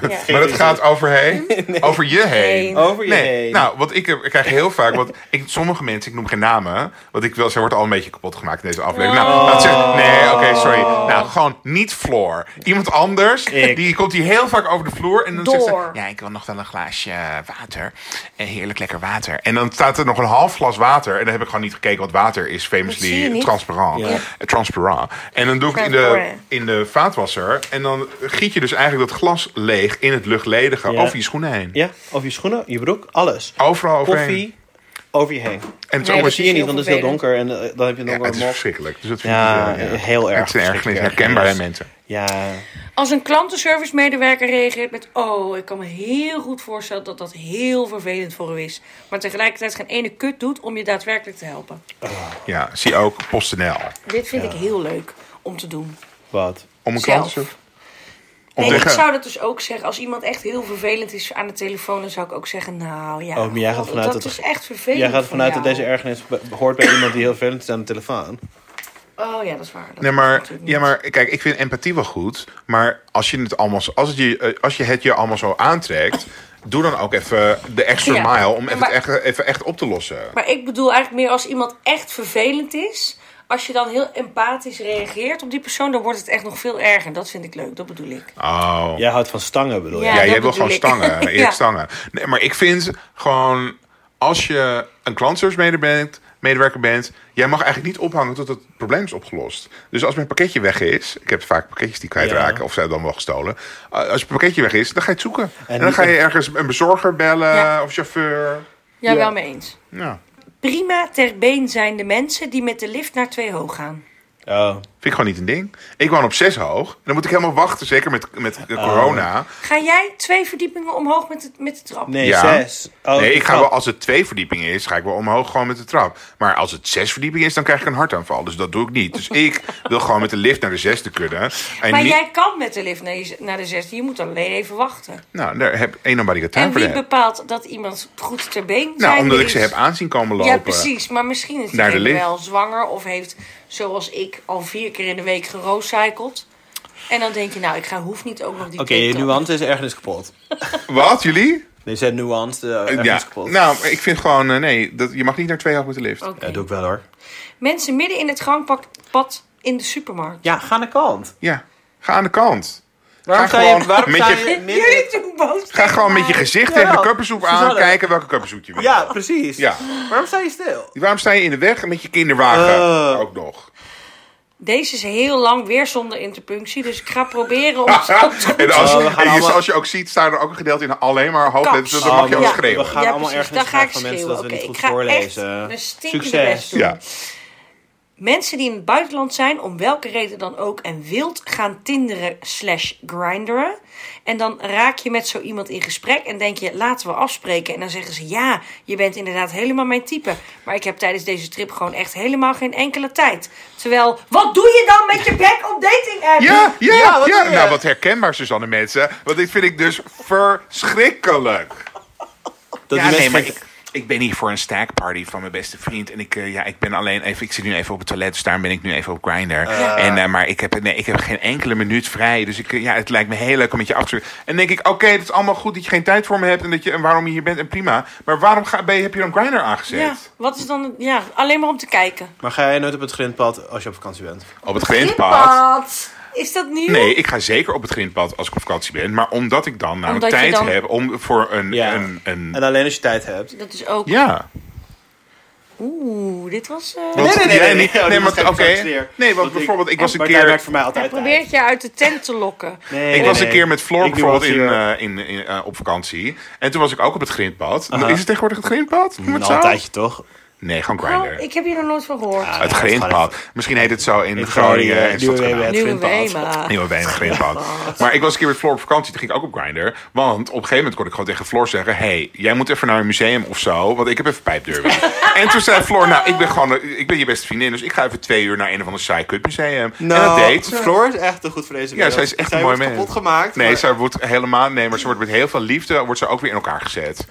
[SPEAKER 2] Ja.
[SPEAKER 3] Maar dat gaat overheen, over je heen.
[SPEAKER 2] Heen.
[SPEAKER 1] Over je
[SPEAKER 3] Nee,
[SPEAKER 1] heen.
[SPEAKER 3] nou, wat ik, heb- ik krijg heel vaak, want ik, sommige mensen, ik noem geen namen, want ik wil, zij wordt al een beetje kapot gemaakt in deze aflevering. Nou, laat zeggen, nee, oké, sorry. Nou, gewoon niet Floor. Iemand anders,
[SPEAKER 1] Ik.
[SPEAKER 3] die komt hier heel vaak over de vloer en dan
[SPEAKER 2] Door.
[SPEAKER 3] zegt ze, ja, ik wil nog wel een glaasje eh, water. En heerlijk lekker water. En dan staat er nog een half glas water en dan heb ik gewoon niet gekeken, want water is
[SPEAKER 2] Dat zie je
[SPEAKER 3] famously
[SPEAKER 2] niet.
[SPEAKER 3] transparant.
[SPEAKER 1] Ja.
[SPEAKER 3] Eh, Transparant. En dan doe ik het in de,
[SPEAKER 2] Transparant.
[SPEAKER 3] in de vaatwasser en dan giet je dus eigenlijk dat glas leeg in het luchtledige
[SPEAKER 1] Ja.
[SPEAKER 3] over je schoenen heen.
[SPEAKER 1] Ja, over je schoenen, je broek, alles.
[SPEAKER 3] Overal overheen.
[SPEAKER 1] Koffie, over je heen.
[SPEAKER 3] En het is
[SPEAKER 2] Nee,
[SPEAKER 3] ook
[SPEAKER 1] Dat
[SPEAKER 2] dat
[SPEAKER 3] eens-
[SPEAKER 1] zie je
[SPEAKER 2] is
[SPEAKER 1] niet,
[SPEAKER 2] heel
[SPEAKER 1] want het is heel
[SPEAKER 2] vervelend.
[SPEAKER 1] donker en eh, dan heb je nog
[SPEAKER 3] ja,
[SPEAKER 1] wel
[SPEAKER 3] het
[SPEAKER 1] een
[SPEAKER 3] is
[SPEAKER 1] mok.
[SPEAKER 3] verschrikkelijk. Dus dat vind ik
[SPEAKER 1] Ja,
[SPEAKER 3] heel,
[SPEAKER 1] heel erg.
[SPEAKER 3] Het is een ergernis,
[SPEAKER 1] verschrikkelijk.
[SPEAKER 3] herkenbaar hè, mensen.
[SPEAKER 1] Ja,
[SPEAKER 2] Als een klantenservice-medewerker reageert met: Oh, ik kan me heel goed voorstellen dat dat heel vervelend voor u is. Maar tegelijkertijd geen ene kut doet om je daadwerkelijk te helpen.
[SPEAKER 3] Ja, zie ook PostNL.
[SPEAKER 2] Dit vind ik heel leuk. om te doen.
[SPEAKER 1] Wat?
[SPEAKER 3] Om een
[SPEAKER 2] Zelf.
[SPEAKER 3] klant te om
[SPEAKER 2] Nee, ik
[SPEAKER 3] tegen-
[SPEAKER 2] zou dat dus ook zeggen. Als iemand echt heel vervelend is aan de telefoon, dan zou ik ook zeggen: Nou ja,
[SPEAKER 1] Oh, maar jij gaat vanuit
[SPEAKER 2] dat,
[SPEAKER 1] dat-
[SPEAKER 2] is echt vervelend.
[SPEAKER 1] Jij gaat
[SPEAKER 2] van
[SPEAKER 1] vanuit dat
[SPEAKER 2] jou.
[SPEAKER 1] deze ergernis be- hoort bij iemand die heel vervelend is aan de telefoon.
[SPEAKER 2] Oh ja, dat is waar. Dat
[SPEAKER 3] Nee,
[SPEAKER 2] is
[SPEAKER 3] maar,
[SPEAKER 2] natuurlijk niet.
[SPEAKER 3] ja, maar kijk, ik vind empathie wel goed. Maar als je het, allemaal, zo- als het, je, eh, als je, het je allemaal zo aantrekt... doe dan ook even de extra
[SPEAKER 2] Ja.
[SPEAKER 3] mile om
[SPEAKER 2] Ja,
[SPEAKER 3] even,
[SPEAKER 2] maar-
[SPEAKER 3] het echt, even echt op te lossen.
[SPEAKER 2] Maar ik bedoel eigenlijk meer als iemand echt vervelend is. Als je dan heel empathisch reageert op die persoon, dan wordt het echt nog veel erger. Dat vind ik leuk, dat bedoel ik.
[SPEAKER 3] Oh. Ja,
[SPEAKER 1] Jij houdt van stangen, bedoel je?
[SPEAKER 2] Ja. dat
[SPEAKER 3] jij wil
[SPEAKER 2] bedoel
[SPEAKER 3] gewoon
[SPEAKER 2] ik.
[SPEAKER 3] stangen. Je
[SPEAKER 2] Ja.
[SPEAKER 3] hebt stangen. Nee, maar ik vind gewoon... als je een klantservice bent, medewerker bent... jij mag eigenlijk niet ophangen tot het probleem is opgelost. Dus als mijn pakketje weg is... ik heb vaak pakketjes die kwijtraken
[SPEAKER 1] Ja.
[SPEAKER 3] of zijn dan wel gestolen. Eh, als je pakketje weg is, dan ga je het zoeken. En, dan
[SPEAKER 1] niet
[SPEAKER 3] ga je
[SPEAKER 1] echt-
[SPEAKER 3] ergens een bezorger bellen
[SPEAKER 2] Ja.
[SPEAKER 3] of chauffeur...
[SPEAKER 2] Ja,
[SPEAKER 1] Ja.
[SPEAKER 2] wel mee eens.
[SPEAKER 3] Ja.
[SPEAKER 2] Prima ter been zijn de mensen die met de lift naar twee hoog gaan.
[SPEAKER 1] Oh.
[SPEAKER 3] Vind ik gewoon niet een ding. Ik woon op zes hoog. Dan moet ik helemaal wachten, zeker met, met
[SPEAKER 2] Oh.
[SPEAKER 3] eh, corona.
[SPEAKER 2] Ga jij twee verdiepingen omhoog met de, met de trap?
[SPEAKER 1] Nee,
[SPEAKER 3] Ja.
[SPEAKER 1] zes. Oh,
[SPEAKER 3] nee, ik ga
[SPEAKER 1] oh.
[SPEAKER 3] wel, als het twee verdiepingen is, ga ik wel omhoog gewoon met de trap. Maar als het zes verdiepingen is, dan krijg ik een hartaanval. Dus dat doe ik niet. Dus ik wil gewoon met de lift naar de zesde kunnen. En
[SPEAKER 2] maar
[SPEAKER 3] niet-
[SPEAKER 2] jij kan met de lift naar, je- naar de zesde. Je moet alleen even wachten.
[SPEAKER 3] Nou, daar heb één nobody got time
[SPEAKER 2] en
[SPEAKER 3] voor
[SPEAKER 2] wie
[SPEAKER 3] that.
[SPEAKER 2] bepaalt dat iemand goed ter been zijn
[SPEAKER 3] Nou, omdat ik
[SPEAKER 2] is?
[SPEAKER 3] ze heb aanzien komen lopen.
[SPEAKER 2] Ja, precies. Maar misschien is
[SPEAKER 3] Naar de
[SPEAKER 2] diegene
[SPEAKER 3] lift.
[SPEAKER 2] wel zwanger of heeft, zoals ik, al vier keer in de week gerocycled. En dan denk je, nou, ik ga, hoef niet ook nog die
[SPEAKER 1] Oké,
[SPEAKER 2] twee
[SPEAKER 1] je
[SPEAKER 2] trappen.
[SPEAKER 1] nuance is ergernis kapot.
[SPEAKER 3] Wat, jullie?
[SPEAKER 1] Nee, zijn nuance eh, ergernis
[SPEAKER 3] Ja.
[SPEAKER 1] kapot.
[SPEAKER 3] Nou, maar ik vind gewoon, eh, nee, dat, je mag niet naar twee hoog met de lift.
[SPEAKER 2] Oké.
[SPEAKER 1] Ja, doe ik wel hoor.
[SPEAKER 2] Mensen midden in het gangpad in de supermarkt.
[SPEAKER 1] Ja, ga naar kant.
[SPEAKER 3] Ja, ga aan de kant.
[SPEAKER 1] Waarom
[SPEAKER 3] ga
[SPEAKER 1] sta je,
[SPEAKER 3] gewoon
[SPEAKER 1] waarom
[SPEAKER 3] met
[SPEAKER 1] sta
[SPEAKER 3] je-
[SPEAKER 1] je midden-
[SPEAKER 2] Jullie doen boos
[SPEAKER 3] Ga
[SPEAKER 2] tegen
[SPEAKER 3] gewoon met
[SPEAKER 2] mij.
[SPEAKER 3] je gezicht
[SPEAKER 1] Jawel.
[SPEAKER 3] tegen de kuppensoep aan.
[SPEAKER 1] Suzanne.
[SPEAKER 3] Kijken welke kuppensoep je wil.
[SPEAKER 1] Ja, precies.
[SPEAKER 3] Ja.
[SPEAKER 1] Waarom sta je stil?
[SPEAKER 3] Waarom sta je in de weg met je kinderwagen
[SPEAKER 1] Eh.
[SPEAKER 3] ook nog?
[SPEAKER 2] Deze is heel lang weer zonder interpunctie, dus ik ga proberen om snel te
[SPEAKER 3] En als,
[SPEAKER 1] Oh, we gaan
[SPEAKER 3] en je-
[SPEAKER 1] allemaal-
[SPEAKER 3] als je ook ziet, staan er ook een gedeelte in alleen maar hoofdletters. Dus dan
[SPEAKER 2] Kaps.
[SPEAKER 3] mag je ook
[SPEAKER 2] Oh, ja.
[SPEAKER 3] schreeuwen.
[SPEAKER 1] Ah, We gaan allemaal
[SPEAKER 2] precies.
[SPEAKER 1] ergens
[SPEAKER 2] Dan ga
[SPEAKER 1] vaak
[SPEAKER 2] ik
[SPEAKER 1] van mensen
[SPEAKER 2] schreeuwen.
[SPEAKER 1] dat we niet
[SPEAKER 2] Oké,
[SPEAKER 1] goed
[SPEAKER 2] ik ga
[SPEAKER 1] voorlezen.
[SPEAKER 2] echt een stinkende
[SPEAKER 1] Succes.
[SPEAKER 2] best doen.
[SPEAKER 3] Ja.
[SPEAKER 2] Mensen die in het buitenland zijn, om welke reden dan ook, en wild gaan tinderen slash grinderen. En dan raak je met zo iemand in gesprek en denk je, laten we afspreken. En dan zeggen ze, ja, je bent inderdaad helemaal mijn type. Maar ik heb tijdens deze trip gewoon echt helemaal geen enkele tijd. Terwijl, wat doe je dan met je bek op dating app?
[SPEAKER 3] Ja, ja,
[SPEAKER 1] Ja,
[SPEAKER 3] ja.
[SPEAKER 1] wat doe je?
[SPEAKER 3] Nou, wat herkenbaar, Suzanne, mensen. Want dit vind ik dus verschrikkelijk.
[SPEAKER 1] Dat
[SPEAKER 3] ja,
[SPEAKER 1] die
[SPEAKER 3] nee,
[SPEAKER 1] mensen
[SPEAKER 3] maar ik, ik ben hier voor een stackparty van mijn beste vriend. En ik, eh, ja, ik ben alleen even. Ik zit nu even op het toilet, dus daarom ben ik nu even op Grindr. En, eh, maar ik heb, nee, ik heb geen enkele minuut vrij. Dus ik, eh, ja, het lijkt me heel leuk om met je af te spreken. En dan denk ik, oké, dat is allemaal goed dat je geen tijd voor me hebt. En, dat je, en waarom je hier bent en prima. Maar waarom ga, ben je, heb je dan Grindr aangezet?
[SPEAKER 2] Ja, wat is dan, ja, alleen maar om te kijken.
[SPEAKER 1] Maar ga jij nooit op het grindpad als je op vakantie bent?
[SPEAKER 3] Op het grindpad.
[SPEAKER 2] Is dat nieuw?
[SPEAKER 3] Nee, ik ga zeker op het grindpad als ik op vakantie ben. Maar omdat ik dan namelijk
[SPEAKER 2] Omdat je
[SPEAKER 3] tijd
[SPEAKER 2] dan-
[SPEAKER 3] heb om voor een...
[SPEAKER 1] Ja.
[SPEAKER 3] een, een
[SPEAKER 1] En alleen als je tijd hebt.
[SPEAKER 2] Dat is ook.
[SPEAKER 3] ja.
[SPEAKER 2] Oeh, dit was. eh,
[SPEAKER 3] Want
[SPEAKER 1] nee, nee,
[SPEAKER 3] jij
[SPEAKER 1] nee, Oh,
[SPEAKER 3] niet-
[SPEAKER 1] nee,
[SPEAKER 3] Nee,
[SPEAKER 1] nee,
[SPEAKER 3] want-
[SPEAKER 1] dat is geen
[SPEAKER 3] oké.
[SPEAKER 1] sfeer.
[SPEAKER 3] Nee, want
[SPEAKER 1] Want ik-
[SPEAKER 3] bijvoorbeeld, ik was een
[SPEAKER 1] Martijn
[SPEAKER 3] keer...
[SPEAKER 1] werkt voor mij altijd
[SPEAKER 2] Hij
[SPEAKER 1] uit.
[SPEAKER 2] probeert je uit de tent te lokken.
[SPEAKER 1] Nee,
[SPEAKER 3] Ik
[SPEAKER 1] nee,
[SPEAKER 3] was een
[SPEAKER 1] nee.
[SPEAKER 3] keer met Floor
[SPEAKER 1] Ik doe
[SPEAKER 3] bijvoorbeeld in,
[SPEAKER 1] wel hier-
[SPEAKER 3] eh, in, in, eh, op vakantie. En toen was ik ook op het grindpad. Is het tegenwoordig het grindpad? Noem het
[SPEAKER 1] Nou, een
[SPEAKER 3] zo?
[SPEAKER 1] tijdje toch?
[SPEAKER 3] Nee, gewoon
[SPEAKER 2] Oh,
[SPEAKER 3] Grindr.
[SPEAKER 2] ik heb hier nog nooit van gehoord.
[SPEAKER 3] Het
[SPEAKER 1] Ja,
[SPEAKER 3] grindpad.
[SPEAKER 1] het
[SPEAKER 3] Misschien heet het zo in
[SPEAKER 1] Ik ga die,
[SPEAKER 3] Groningen.
[SPEAKER 1] eh,
[SPEAKER 3] en
[SPEAKER 1] nieuwe
[SPEAKER 3] Stadskanaal.
[SPEAKER 1] WWF.
[SPEAKER 2] Nieuwe
[SPEAKER 1] grindpad.
[SPEAKER 2] Wema.
[SPEAKER 3] Nieuwe weinig grindpad. Maar ik was een keer met Floor op vakantie. Toen ging ik ook op Grindr. Want op een gegeven moment kon ik gewoon tegen Floor zeggen... hey, jij moet even naar een museum of zo. Want ik heb even pijpdurven. en toen zei Floor... Nou, ik ben gewoon... eh, Ik ben je beste vriendin. Dus ik ga even twee uur naar een of ander saai kutmuseum. en dat deed ze.
[SPEAKER 1] Nou, eh, Floor is echt te goed voor deze
[SPEAKER 3] Ja,
[SPEAKER 1] wereld.
[SPEAKER 3] zij is echt een mooi mens.
[SPEAKER 1] wordt kapot gemaakt.
[SPEAKER 3] Nee,
[SPEAKER 1] maar-
[SPEAKER 3] zij wordt helemaal... Nee, maar ze wordt met heel veel liefde... wordt ze ook weer in elkaar gezet.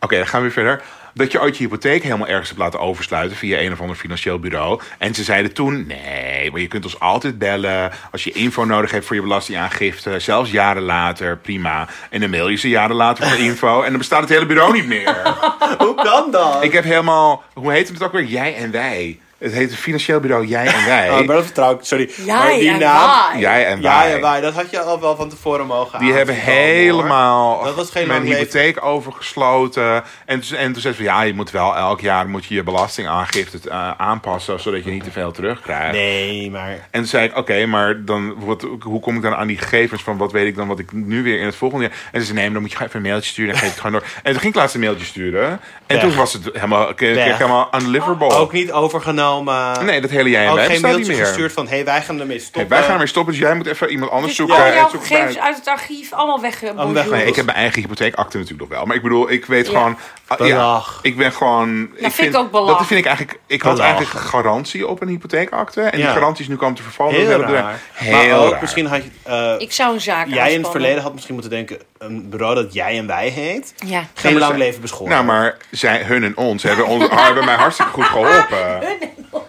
[SPEAKER 3] Oké, dan gaan we weer verder. Dat je ooit je hypotheek helemaal ergens hebt laten oversluiten... via een of ander financieel bureau. En ze zeiden toen... Nee, maar je kunt ons altijd bellen... als je info nodig hebt voor je belastingaangifte. Zelfs jaren later, prima. En dan mail je ze jaren later voor info... en dan bestaat het hele bureau niet meer.
[SPEAKER 1] Hoe kan dat?
[SPEAKER 3] Ik heb helemaal... Hoe heet het ook weer? Jij en wij. Het heet het financieel bureau Jij en Wij.
[SPEAKER 1] Oh, maar dat vertrouw ik, sorry.
[SPEAKER 2] Ja,
[SPEAKER 1] maar die
[SPEAKER 2] ja,
[SPEAKER 1] naam.
[SPEAKER 2] waar.
[SPEAKER 3] Jij en
[SPEAKER 1] Ja,
[SPEAKER 3] Wij.
[SPEAKER 1] ja, wij. Dat had je al wel van tevoren mogen
[SPEAKER 3] Die hebben
[SPEAKER 1] aangekomen, hoor.
[SPEAKER 3] helemaal
[SPEAKER 1] Dat was geen
[SPEAKER 3] mijn
[SPEAKER 1] lang leven.
[SPEAKER 3] hypotheek overgesloten. En, toen- en toen zei ze van, ja, je moet wel elk jaar moet je je belastingaangifte eh, aanpassen, zodat je niet te veel terugkrijgt.
[SPEAKER 1] Nee, maar...
[SPEAKER 3] En toen zei ik, oké, maar dan, wat, hoe kom ik dan aan die gegevens van wat weet ik dan wat ik nu weer in het volgende jaar... En ze zei, nee, maar dan moet je gewoon even een mailtje sturen en geef het gewoon door. En toen ging ik laatst een mailtje sturen. En
[SPEAKER 1] Weg.
[SPEAKER 3] toen was het helemaal, kreeg ik
[SPEAKER 1] Weg.
[SPEAKER 3] helemaal unliverable.
[SPEAKER 1] Ook niet overgenomen. Helma
[SPEAKER 3] Nee, dat hele jij en
[SPEAKER 1] ook
[SPEAKER 3] wij
[SPEAKER 1] geen
[SPEAKER 3] bestaat niet
[SPEAKER 1] mailtje
[SPEAKER 3] meer.
[SPEAKER 1] gestuurd van... hey, wij gaan ermee
[SPEAKER 3] Hey,
[SPEAKER 1] stoppen.
[SPEAKER 3] wij gaan ermee stoppen, dus jij moet even iemand
[SPEAKER 2] Dus
[SPEAKER 3] anders zoeken.
[SPEAKER 2] al
[SPEAKER 3] eh,
[SPEAKER 2] jouw
[SPEAKER 3] zoek het
[SPEAKER 2] gegevens
[SPEAKER 3] maar uit.
[SPEAKER 2] uit het archief, allemaal eh,
[SPEAKER 1] Allemaal weg.
[SPEAKER 2] weggemoeid.
[SPEAKER 3] Nee, ik heb mijn eigen hypotheekakte natuurlijk nog wel. Maar ik bedoel, ik weet
[SPEAKER 2] Ja. Nou,
[SPEAKER 3] gewoon... ah, ja,
[SPEAKER 1] Belach.
[SPEAKER 3] ik ben gewoon...
[SPEAKER 2] vind ik ook belach.
[SPEAKER 3] Dat vind ik eigenlijk... Ik had
[SPEAKER 1] Belach.
[SPEAKER 3] eigenlijk garantie op een hypotheekakte. En
[SPEAKER 1] Ja.
[SPEAKER 3] die garantie is nu komen te vervallen.
[SPEAKER 1] Heel
[SPEAKER 3] We hebben er-
[SPEAKER 1] raar.
[SPEAKER 3] Heel
[SPEAKER 1] maar ook
[SPEAKER 3] raar.
[SPEAKER 1] misschien had je... eh,
[SPEAKER 2] Ik zou een zaak
[SPEAKER 1] jij in het
[SPEAKER 2] aanspannen.
[SPEAKER 1] verleden had misschien moeten denken... een bureau dat jij en wij heet.
[SPEAKER 2] Ja.
[SPEAKER 1] Geen lang leven beschoren.
[SPEAKER 3] Nou, maar zij, hun en ons hebben, ons, hebben mij hartstikke goed geholpen.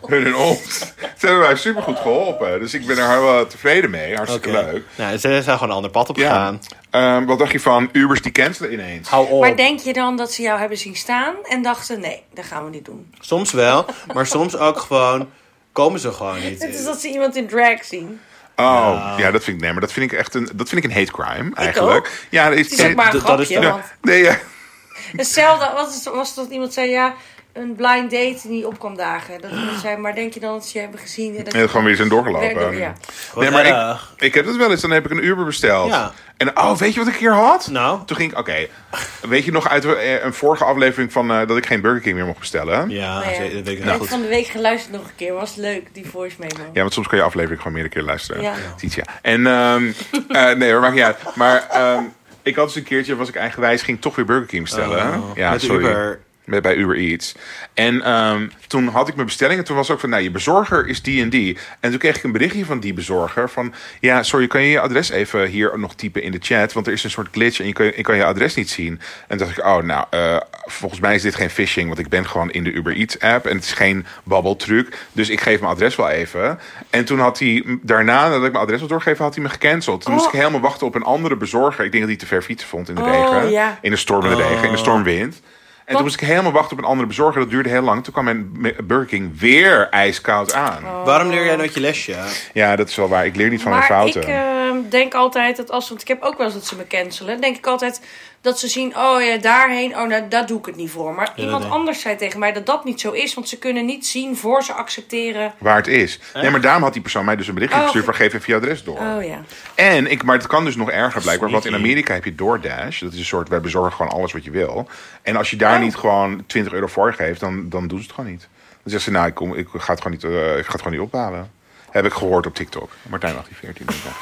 [SPEAKER 3] Hun en ons. Ze hebben mij supergoed geholpen. Dus ik ben er wel tevreden mee. Hartstikke
[SPEAKER 1] Oké.
[SPEAKER 3] leuk.
[SPEAKER 1] Nou, ze zijn gewoon een ander pad op
[SPEAKER 3] Ja.
[SPEAKER 1] gegaan.
[SPEAKER 3] Ehm, wat dacht je van Ubers die cancelen ineens?
[SPEAKER 1] Hou op.
[SPEAKER 2] Maar denk je dan dat ze jou hebben zien staan en dachten, nee, dat gaan we niet doen.
[SPEAKER 1] Soms wel, maar soms ook gewoon... komen ze gewoon niet.
[SPEAKER 2] Het is dat ze iemand in drag zien.
[SPEAKER 3] Oh, ja, dat vind ik, nee, maar dat vind ik echt een, dat vind ik een hate crime eigenlijk.
[SPEAKER 2] ook.
[SPEAKER 3] Ja, dat is,
[SPEAKER 2] Het is ook maar een
[SPEAKER 1] dat- dat is
[SPEAKER 2] grapje,
[SPEAKER 1] de-
[SPEAKER 2] want
[SPEAKER 3] Nee, eh, ja.
[SPEAKER 2] Hetzelfde was, het- was dat iemand zei, ja, een blind date die niet op kwam dagen. Dat iemand zei, maar denk je dan dat ze je hebben gezien? en Dat
[SPEAKER 3] Nee, dat gewoon weer zijn doorgelopen.
[SPEAKER 2] Werk- ja.
[SPEAKER 1] Ah,
[SPEAKER 3] Nee, maar ik,
[SPEAKER 1] erg.
[SPEAKER 3] ik heb dat wel eens. Dan heb ik een Uber besteld.
[SPEAKER 1] Ja.
[SPEAKER 3] En oh, weet je wat ik hier had?
[SPEAKER 1] Nou?
[SPEAKER 3] Toen ging ik, oké. weet je nog uit eh, een vorige aflevering van eh, dat ik geen Burger King meer mocht bestellen?
[SPEAKER 1] Ja,
[SPEAKER 2] Nou ja,
[SPEAKER 1] ze- dat weet ik
[SPEAKER 2] heb
[SPEAKER 1] heel
[SPEAKER 2] het
[SPEAKER 1] goed.
[SPEAKER 2] van de week geluisterd nog een keer. Was leuk, die voice memo.
[SPEAKER 3] Ja, want soms kan je aflevering gewoon meerdere keer luisteren.
[SPEAKER 2] Ja.
[SPEAKER 3] Ja. ja. En, ehm, eh, nee hoor, maakt niet uit. Maar ehm, ik had eens een keertje, was ik eigenwijs, ging toch weer Burger King bestellen.
[SPEAKER 1] Oh,
[SPEAKER 3] ja,
[SPEAKER 1] met de
[SPEAKER 3] sorry.
[SPEAKER 1] Uber.
[SPEAKER 3] Met, bij Uber Eats. En ehm, toen had ik mijn bestelling en toen was ook van, nou, je bezorger is die en die. En toen kreeg ik een berichtje van die bezorger van, ja, sorry, kan je je adres even hier nog typen in de chat? Want er is een soort glitch en je kan, ik kan je adres niet zien. En toen dacht ik, oh, nou, eh, volgens mij is dit geen phishing, want ik ben gewoon in de Uber Eats app en het is geen babbeltruc. Dus ik geef mijn adres wel even. En toen had hij, m- daarna, nadat ik mijn adres had doorgegeven, had hij me gecanceld. Toen moest ik helemaal wachten op een andere bezorger. Ik denk dat hij te ver fietsen vond in de
[SPEAKER 2] Oh,
[SPEAKER 3] regen.
[SPEAKER 2] ja. Oh.
[SPEAKER 3] In de stormende regen, in de stormwind. En toen
[SPEAKER 2] Want-
[SPEAKER 3] moest ik helemaal wachten op een andere bezorger. Dat duurde heel lang. Toen kwam mijn me- Burger King weer ijskoud aan.
[SPEAKER 2] Oh.
[SPEAKER 1] Waarom leer jij nooit je lesje?
[SPEAKER 3] Ja, dat is wel waar. Ik leer niet van mijn
[SPEAKER 2] Maar ik
[SPEAKER 3] fouten.
[SPEAKER 2] ehm, denk altijd dat als... Want ik heb ook wel eens dat ze me cancelen. Dan denk ik altijd dat ze zien... Oh ja, daarheen. Oh, nou, daar doe ik het niet voor. Maar iemand
[SPEAKER 1] nee.
[SPEAKER 2] anders zei tegen mij dat dat niet zo is. Want ze kunnen niet zien voor ze accepteren.
[SPEAKER 3] Waar het is. Nee, maar daarom had die persoon mij dus een berichtje
[SPEAKER 2] Oh,
[SPEAKER 3] gestuurd van
[SPEAKER 2] goed.
[SPEAKER 3] geef even je adres door.
[SPEAKER 2] Oh ja.
[SPEAKER 3] En ik, maar het kan dus nog erger blijkbaar. Want in
[SPEAKER 1] Sneaky.
[SPEAKER 3] Amerika heb je DoorDash. Dat is een soort, wij bezorgen gewoon alles wat je wil. En als je daar
[SPEAKER 2] Oh.
[SPEAKER 3] niet gewoon 20 euro voor geeft, dan, dan doen ze het gewoon niet. Dan zeggen ze, nou, ik, kom, ik, ga het gewoon niet, eh, ik ga het gewoon niet ophalen. Heb ik gehoord op TikTok. Martijn 1814. denk ik wel.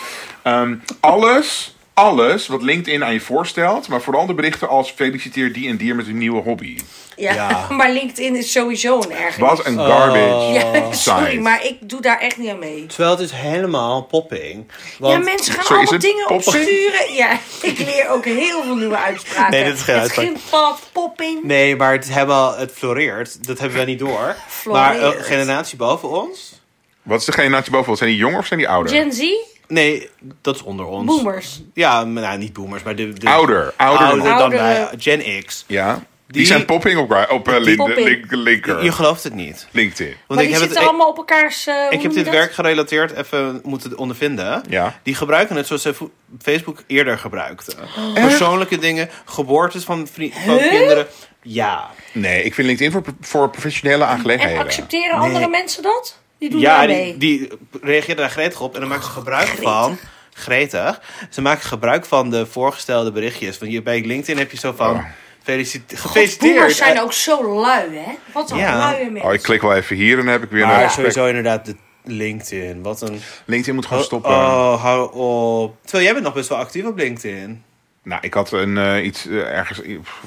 [SPEAKER 3] Ehm, alles, alles wat LinkedIn aan je voorstelt. Maar vooral de berichten als feliciteer die en die met hun nieuwe hobby.
[SPEAKER 2] Ja.
[SPEAKER 1] Ja.
[SPEAKER 2] maar LinkedIn is sowieso een erg.
[SPEAKER 3] Wat een garbage
[SPEAKER 2] Oh. Ja, sorry,
[SPEAKER 3] site.
[SPEAKER 2] maar ik doe daar echt niet aan mee.
[SPEAKER 1] Terwijl het is helemaal popping. Want...
[SPEAKER 2] ja, mensen gaan
[SPEAKER 3] Sorry, is
[SPEAKER 2] allemaal
[SPEAKER 3] het
[SPEAKER 2] dingen
[SPEAKER 3] popping?
[SPEAKER 2] opsturen. Ja, ik leer ook heel veel nieuwe uitspraken.
[SPEAKER 1] Nee, dit is geen
[SPEAKER 2] Het
[SPEAKER 1] uitspraak.
[SPEAKER 2] schildpad, popping.
[SPEAKER 1] Nee, maar het, helemaal, het floreert. Dat hebben wij niet door. maar
[SPEAKER 2] Floreert.
[SPEAKER 1] een generatie boven ons?
[SPEAKER 3] Wat is degene naast je bovenop? Zijn die jonger of zijn die ouder?
[SPEAKER 2] Gen Z,
[SPEAKER 1] Nee, dat is onder ons.
[SPEAKER 2] boomers.
[SPEAKER 1] Ja, maar, nou, niet boomers, maar de... de
[SPEAKER 3] Ouder, ouder,
[SPEAKER 1] Ouder
[SPEAKER 3] dan
[SPEAKER 1] dan,
[SPEAKER 3] ons.
[SPEAKER 2] Oudere.
[SPEAKER 1] wij. Gen X.
[SPEAKER 3] Ja. Die,
[SPEAKER 1] Die-
[SPEAKER 3] zijn popping op, op eh, link-
[SPEAKER 2] Popping.
[SPEAKER 3] link- linker.
[SPEAKER 1] Je gelooft het niet.
[SPEAKER 3] LinkedIn.
[SPEAKER 1] Want
[SPEAKER 2] Maar die
[SPEAKER 1] heb
[SPEAKER 2] zitten
[SPEAKER 1] het, ik,
[SPEAKER 2] allemaal op elkaars... eh, hoe
[SPEAKER 1] ik heb
[SPEAKER 2] noem je
[SPEAKER 1] dit
[SPEAKER 2] dat?
[SPEAKER 1] werk gerelateerd even moeten ondervinden.
[SPEAKER 3] Ja.
[SPEAKER 1] Die gebruiken het zoals ze vo- Facebook eerder gebruikten. Persoonlijke dingen, geboortes van, vri- van kinderen. Ja.
[SPEAKER 3] Nee, ik vind LinkedIn voor, voor professionele
[SPEAKER 2] En
[SPEAKER 3] aangelegenheden.
[SPEAKER 2] accepteren andere mensen dat? Die doen
[SPEAKER 1] Ja,
[SPEAKER 2] daar
[SPEAKER 1] die,
[SPEAKER 2] mee.
[SPEAKER 1] die reageert daar gretig op en dan maken ze gebruik van. Gretig. Ze maken gebruik van de voorgestelde berichtjes. Want hier bij LinkedIn heb je zo van. Felicite- gefeliciteerd.
[SPEAKER 2] Boomers zijn ook zo lui, hè? Wat een
[SPEAKER 1] Ja.
[SPEAKER 2] luie mensen.
[SPEAKER 3] Oh, ik klik wel even hier en dan heb ik weer
[SPEAKER 1] Maar
[SPEAKER 3] een gesprek.
[SPEAKER 1] sowieso inderdaad de LinkedIn. Wat een.
[SPEAKER 3] LinkedIn moet gewoon stoppen.
[SPEAKER 1] Oh, hou op. Terwijl jij bent nog best wel actief op LinkedIn.
[SPEAKER 3] Nou, ik had een eh, iets eh, ergens.